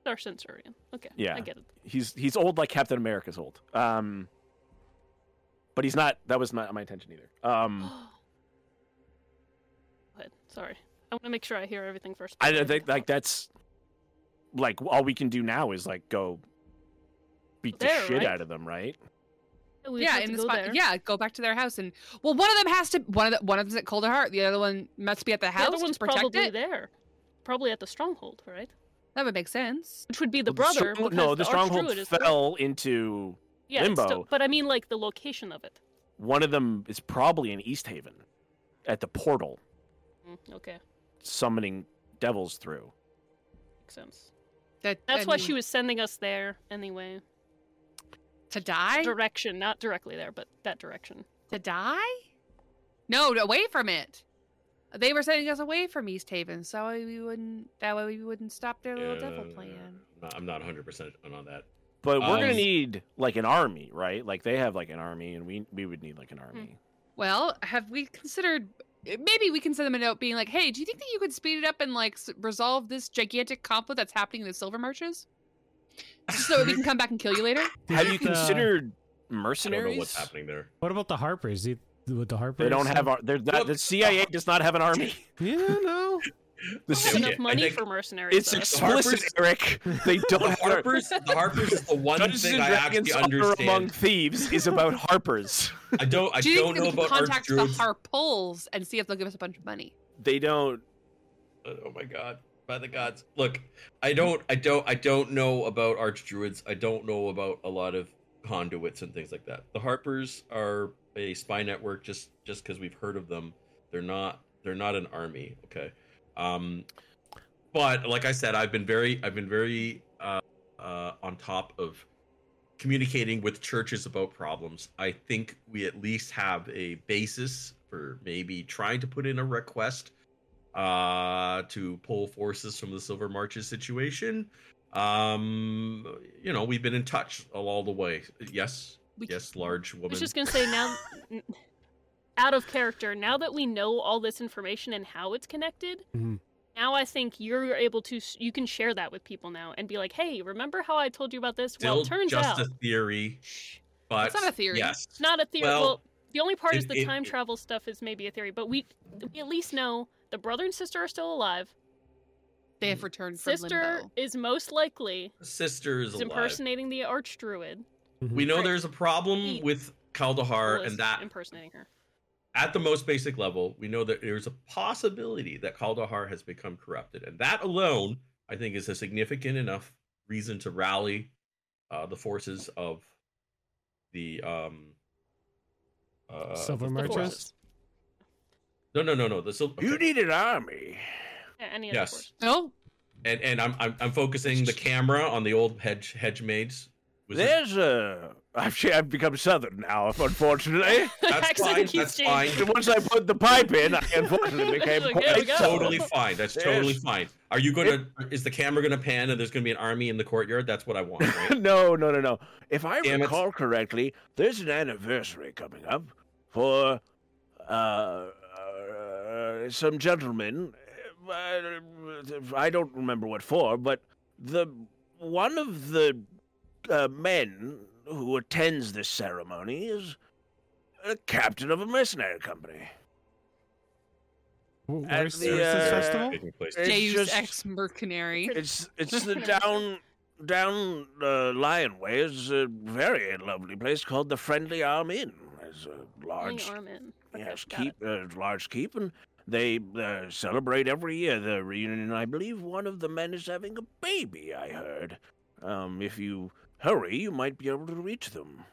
Speaker 3: our centurion. Okay,
Speaker 7: Yeah.
Speaker 3: I get it.
Speaker 7: he's he's old like Captain America's old. Um, but he's not. That was not my intention either. Um,
Speaker 3: Go ahead. Sorry, I want to make sure I hear everything first.
Speaker 7: I
Speaker 3: before
Speaker 7: don't think like
Speaker 3: everything
Speaker 7: that's like all we can do now is like go beat the
Speaker 3: There,
Speaker 7: shit
Speaker 3: right?
Speaker 7: out of them, right?
Speaker 3: else. We just
Speaker 4: Yeah,
Speaker 3: have to
Speaker 4: in the
Speaker 3: go
Speaker 4: spot.
Speaker 3: there.
Speaker 4: Yeah, go back to their house and well, one of them has to. One of the, one of them's at Colder Heart. The other one must be at the
Speaker 3: the
Speaker 4: house
Speaker 3: other one's
Speaker 4: to protect
Speaker 3: probably
Speaker 4: it.
Speaker 3: there, probably at the stronghold, right?
Speaker 4: That would make sense.
Speaker 3: Which would be the
Speaker 7: Well,
Speaker 3: brother.
Speaker 7: strong-
Speaker 3: because
Speaker 7: no,
Speaker 3: the,
Speaker 7: the stronghold
Speaker 3: archdruid is
Speaker 7: fell into
Speaker 3: yeah, it's still-
Speaker 7: limbo.
Speaker 3: but I mean, like the location of it.
Speaker 7: one of them is probably in East Haven at the portal,
Speaker 3: Mm, okay,
Speaker 7: summoning devils through.
Speaker 3: makes sense.
Speaker 4: That
Speaker 3: That's
Speaker 4: I
Speaker 3: why
Speaker 4: mean,
Speaker 3: she was sending us there anyway.
Speaker 4: to die.
Speaker 3: Direction, not directly there, but that direction.
Speaker 4: To die? No, to- away from it. They were sending us away from East Haven, so that way we wouldn't. That way we wouldn't stop their little devil
Speaker 8: Yeah,
Speaker 4: plan.
Speaker 8: I'm not- I'm not 100 percent on that.
Speaker 7: But we're gonna
Speaker 8: Um,
Speaker 7: need like an army, right? Like they have like an army, and we we would need like an
Speaker 3: Hmm.
Speaker 7: army.
Speaker 4: Well, have we considered? Maybe we can send them a note being like, "Hey, do you think that you could speed it up and like s- resolve this gigantic conflict that's happening in the Silver Marshes, just so that we can come back and kill you later?"
Speaker 7: Have you
Speaker 2: Didn't, uh,
Speaker 7: considered
Speaker 8: I
Speaker 7: mercenaries?
Speaker 8: don't know what's happening there.
Speaker 2: What about the Harpers? Do you- Would the Harpers?
Speaker 7: They don't have. Ar- they're not,
Speaker 8: Look,
Speaker 7: the CIA does not have an army.
Speaker 2: Yeah, no.
Speaker 3: They
Speaker 8: Okay,
Speaker 7: The
Speaker 3: have
Speaker 7: C-
Speaker 8: okay.
Speaker 3: enough money
Speaker 8: uh, I think
Speaker 3: for mercenaries.
Speaker 7: it's
Speaker 3: though.
Speaker 7: explicit, Eric. They don't
Speaker 8: The
Speaker 7: have an ar-
Speaker 8: Harpers, the Harpers is the one
Speaker 7: Dungeons
Speaker 8: thing
Speaker 7: and
Speaker 8: I
Speaker 7: Dragons
Speaker 8: actually
Speaker 7: Honor among
Speaker 8: understand.
Speaker 7: thieves is about harpers.
Speaker 8: I don't, I
Speaker 4: do you
Speaker 8: don't
Speaker 4: think that
Speaker 8: know
Speaker 4: we can
Speaker 8: about
Speaker 4: contact the
Speaker 8: Archdruids.
Speaker 4: Harpulls and see if they'll give us a bunch of money?
Speaker 7: They don't.
Speaker 8: oh my god, by the gods! Look, I don't, I don't, I don't know about Archdruids. I don't know about a lot of conduits and things like that. The Harpers are a spy network, just just because we've heard of them. They're not, they're not an army. Okay, um, but like I said, I've been very, I've been very uh, uh, on top of communicating with churches about problems, I think we at least have a basis for maybe trying to put in a request uh, to pull forces from the Silver Marches situation. Um, you know, we've been in touch all, all the way. Yes,
Speaker 4: We c-
Speaker 8: yes, large
Speaker 3: I
Speaker 8: woman.
Speaker 3: was just gonna say now, n- out of character. Now that we know all this information and how it's connected,
Speaker 2: Mhm.
Speaker 3: now I think you're able to. s- You can share that with people now and be like, "Hey, remember how I told you about this?
Speaker 8: Still
Speaker 3: well, it turns
Speaker 8: just
Speaker 3: out
Speaker 8: a theory,
Speaker 3: Shh,
Speaker 8: but
Speaker 4: It's not a theory.
Speaker 8: Yes,
Speaker 3: it's not a theory. Well,
Speaker 8: Well,
Speaker 3: the only part is
Speaker 8: it-
Speaker 3: the
Speaker 8: it-
Speaker 3: time
Speaker 8: it-
Speaker 3: travel stuff is maybe a theory, but we we at least know the brother and sister are still alive.
Speaker 4: They
Speaker 7: Mm.
Speaker 4: have returned from
Speaker 3: Sister
Speaker 4: limbo.
Speaker 3: is most likely
Speaker 8: sister is
Speaker 3: is
Speaker 8: alive.
Speaker 3: impersonating the archdruid.
Speaker 8: We know there's a problem
Speaker 3: He-
Speaker 8: with
Speaker 3: Well,
Speaker 8: Kaldahar
Speaker 3: is
Speaker 8: and that
Speaker 3: impersonating her.
Speaker 8: at the most basic level, we know that there's a possibility that Kaldahar has become corrupted, and that alone, I think, is a significant enough reason to rally uh, the forces of the um. Uh,
Speaker 2: Silver
Speaker 3: The
Speaker 8: the
Speaker 2: Merchants?
Speaker 3: forces.
Speaker 2: forces.
Speaker 8: No, no, no, no. The Sil-
Speaker 7: You
Speaker 8: okay.
Speaker 7: need an army.
Speaker 3: Yeah, any other
Speaker 8: Yes.
Speaker 3: force.
Speaker 9: Oh,
Speaker 4: No,
Speaker 8: and and I'm, I'm I'm focusing the camera on the old hedge hedge maids. Was it-
Speaker 7: There's a. I've, I've become southern now, unfortunately.
Speaker 8: That's
Speaker 3: Accent
Speaker 8: fine.
Speaker 3: keeps
Speaker 8: That's
Speaker 3: changing.
Speaker 8: fine.
Speaker 7: And once I put the pipe in, I unfortunately became
Speaker 3: Like,
Speaker 7: quite
Speaker 3: there we go.
Speaker 8: That's totally fine. That's
Speaker 7: Yes.
Speaker 8: totally fine. Are you gonna? Is the camera gonna pan and there's gonna be an army in the courtyard? That's what I want. Right?
Speaker 7: no, no, no, no. If I
Speaker 8: Damn it.
Speaker 7: recall correctly, there's an anniversary coming up for uh, uh, some gentlemen. Uh, I don't remember what for, but the one of the uh, men who attends this ceremony is a captain of a mercenary company.
Speaker 2: Wh-
Speaker 7: at
Speaker 2: Where's
Speaker 7: the,
Speaker 2: where's this
Speaker 7: uh,
Speaker 2: festival?
Speaker 8: Taking place.
Speaker 7: It's
Speaker 4: Deus
Speaker 7: just-
Speaker 4: ex mercenary.
Speaker 7: It's it's the down down uh, Lion Way is a very lovely place called the Friendly Arm Inn. There's a
Speaker 3: Only
Speaker 7: large
Speaker 3: Armin. Okay,
Speaker 7: yes
Speaker 3: got it.
Speaker 7: keep, uh, large keep, and They uh, celebrate every year the reunion, and I believe one of the men is having a baby. I heard. Um, if you hurry, you might be able to reach them.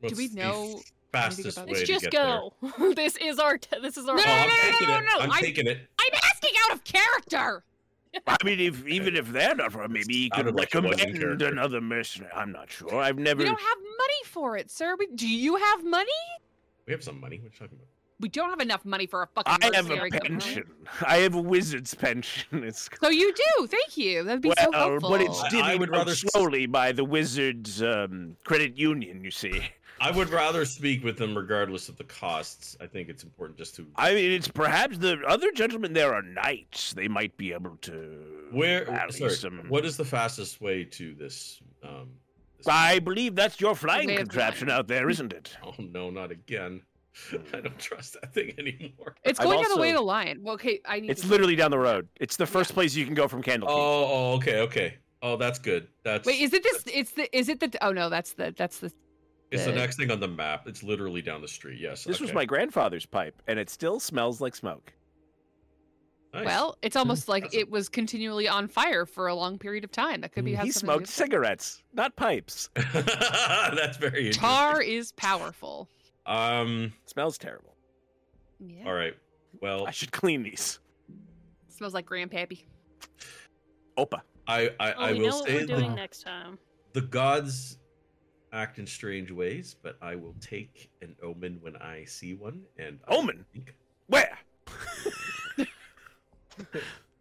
Speaker 8: What's
Speaker 4: we
Speaker 8: the
Speaker 4: know
Speaker 8: fastest
Speaker 4: about
Speaker 8: way
Speaker 4: this?
Speaker 3: Let's
Speaker 8: to
Speaker 3: just
Speaker 8: get there?
Speaker 3: go. this is our. T- this is our.
Speaker 9: No,
Speaker 8: Oh,
Speaker 9: no, no,
Speaker 8: I'm
Speaker 9: no,
Speaker 8: taking
Speaker 9: no,
Speaker 8: it.
Speaker 9: no,
Speaker 8: I'm
Speaker 9: I-
Speaker 8: taking it.
Speaker 9: I'm asking out of character.
Speaker 7: I mean, if even if they're not, from, maybe he could
Speaker 8: Sounded like he was in
Speaker 7: recommend
Speaker 8: character.
Speaker 7: another mercenary. I'm not sure. I've never.
Speaker 9: We don't have money for it, sir. We, do you have money?
Speaker 8: We have some money. What are you talking about?
Speaker 9: We don't have enough money for a fucking.
Speaker 7: I have a
Speaker 9: mercenary company.
Speaker 7: pension. I have a wizard's pension. It's
Speaker 9: So you do. Thank you. That'd be so
Speaker 7: well,
Speaker 9: helpful.
Speaker 7: but it's
Speaker 8: I- I
Speaker 7: divvied
Speaker 8: would
Speaker 7: up
Speaker 8: rather s-
Speaker 7: slowly by the wizard's um, credit union. You see,
Speaker 8: I would rather speak with them regardless of the costs. I think it's important just to
Speaker 7: I mean, it's perhaps the other gentlemen there are knights. They might be able to
Speaker 8: where.
Speaker 7: rally
Speaker 8: Sorry,
Speaker 7: some-
Speaker 8: what is the fastest way to this? Um, this
Speaker 7: I believe that's your flying
Speaker 4: Way of
Speaker 7: contraption out there, isn't it?
Speaker 8: Oh no, not again! I don't trust that thing anymore.
Speaker 4: It's
Speaker 7: I've
Speaker 4: going down the way of
Speaker 7: also-
Speaker 4: the lion. Well, okay, I need.
Speaker 7: It's
Speaker 4: to-
Speaker 7: literally down the road. It's the first place you can go from Candlekeep.
Speaker 8: Oh, oh, okay, okay. Oh, that's good. That's
Speaker 9: Wait, is it this? It's the. Is it the? Oh no, that's the. That's the.
Speaker 8: it's the
Speaker 9: the-
Speaker 8: next thing on the map. It's literally down the street. Yes,
Speaker 7: This was
Speaker 8: okay.
Speaker 7: my grandfather's pipe, and it still smells like smoke.
Speaker 8: Nice.
Speaker 9: Well, it's almost like
Speaker 8: That's a-
Speaker 9: it was continually on fire for a long period of time. That could be.
Speaker 2: Mm.
Speaker 9: have
Speaker 7: He
Speaker 9: something to do
Speaker 7: smoked
Speaker 9: with it.
Speaker 7: cigarettes, not pipes.
Speaker 8: that's very interesting.
Speaker 9: Tar is powerful.
Speaker 8: Um.
Speaker 7: smells terrible.
Speaker 9: Yeah.
Speaker 8: All right. Well,
Speaker 7: I should clean these.
Speaker 9: Smells like grandpappy.
Speaker 7: Opa.
Speaker 8: I I,
Speaker 3: Oh,
Speaker 8: I
Speaker 3: we
Speaker 8: will
Speaker 3: know what
Speaker 8: say
Speaker 3: we're
Speaker 8: that
Speaker 3: doing next time.
Speaker 8: the gods act in strange ways, but I will take an omen when I see one. And I
Speaker 7: Omen?
Speaker 8: think-
Speaker 7: Where?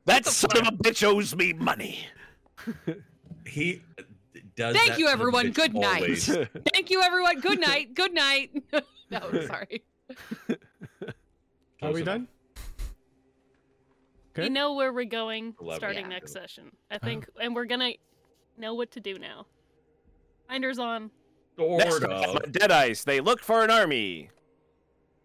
Speaker 7: that son of a bitch owes me money.
Speaker 8: he does.
Speaker 9: Thank
Speaker 8: that
Speaker 9: you,
Speaker 8: to the
Speaker 9: everyone.
Speaker 8: bitch
Speaker 9: Good night.
Speaker 8: always.
Speaker 9: Thank you, everyone. Good night. Good night. no, sorry.
Speaker 2: Are we
Speaker 8: Joseph,
Speaker 2: done?
Speaker 3: You
Speaker 2: Good.
Speaker 3: know where we're going
Speaker 8: Eleven.
Speaker 3: starting
Speaker 9: Yeah.
Speaker 3: next session. I think, and we're gonna know what to do now. Finders on.
Speaker 7: Next
Speaker 8: Sort
Speaker 7: up,
Speaker 8: of.
Speaker 7: Dead Ice. They look for an army.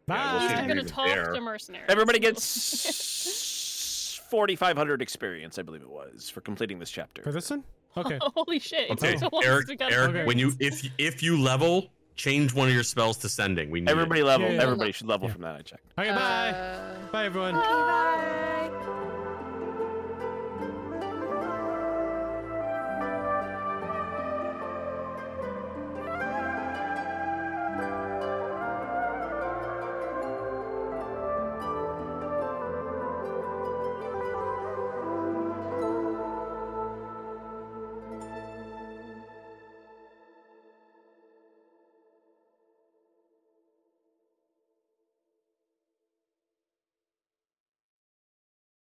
Speaker 8: Yeah,
Speaker 3: At
Speaker 8: we'll see
Speaker 3: least we're
Speaker 8: if he
Speaker 3: Uh, gonna
Speaker 8: was
Speaker 3: talk
Speaker 8: there.
Speaker 3: to mercenaries.
Speaker 7: Everybody
Speaker 3: Ooh.
Speaker 7: gets 4,500 experience, I believe it was, for completing this chapter.
Speaker 2: For this one? Okay.
Speaker 3: Holy shit! it's
Speaker 8: Okay,
Speaker 3: so long
Speaker 8: Eric.
Speaker 3: since we got
Speaker 8: Eric,
Speaker 2: Okay.
Speaker 8: when you if if you level, change one of your spells to sending. We need it.
Speaker 7: Everybody level.
Speaker 2: Yeah, yeah.
Speaker 7: Everybody should level
Speaker 2: Yeah.
Speaker 7: from that. I checked.
Speaker 2: Okay, bye.
Speaker 4: Uh,
Speaker 2: Bye, everyone.
Speaker 9: Bye.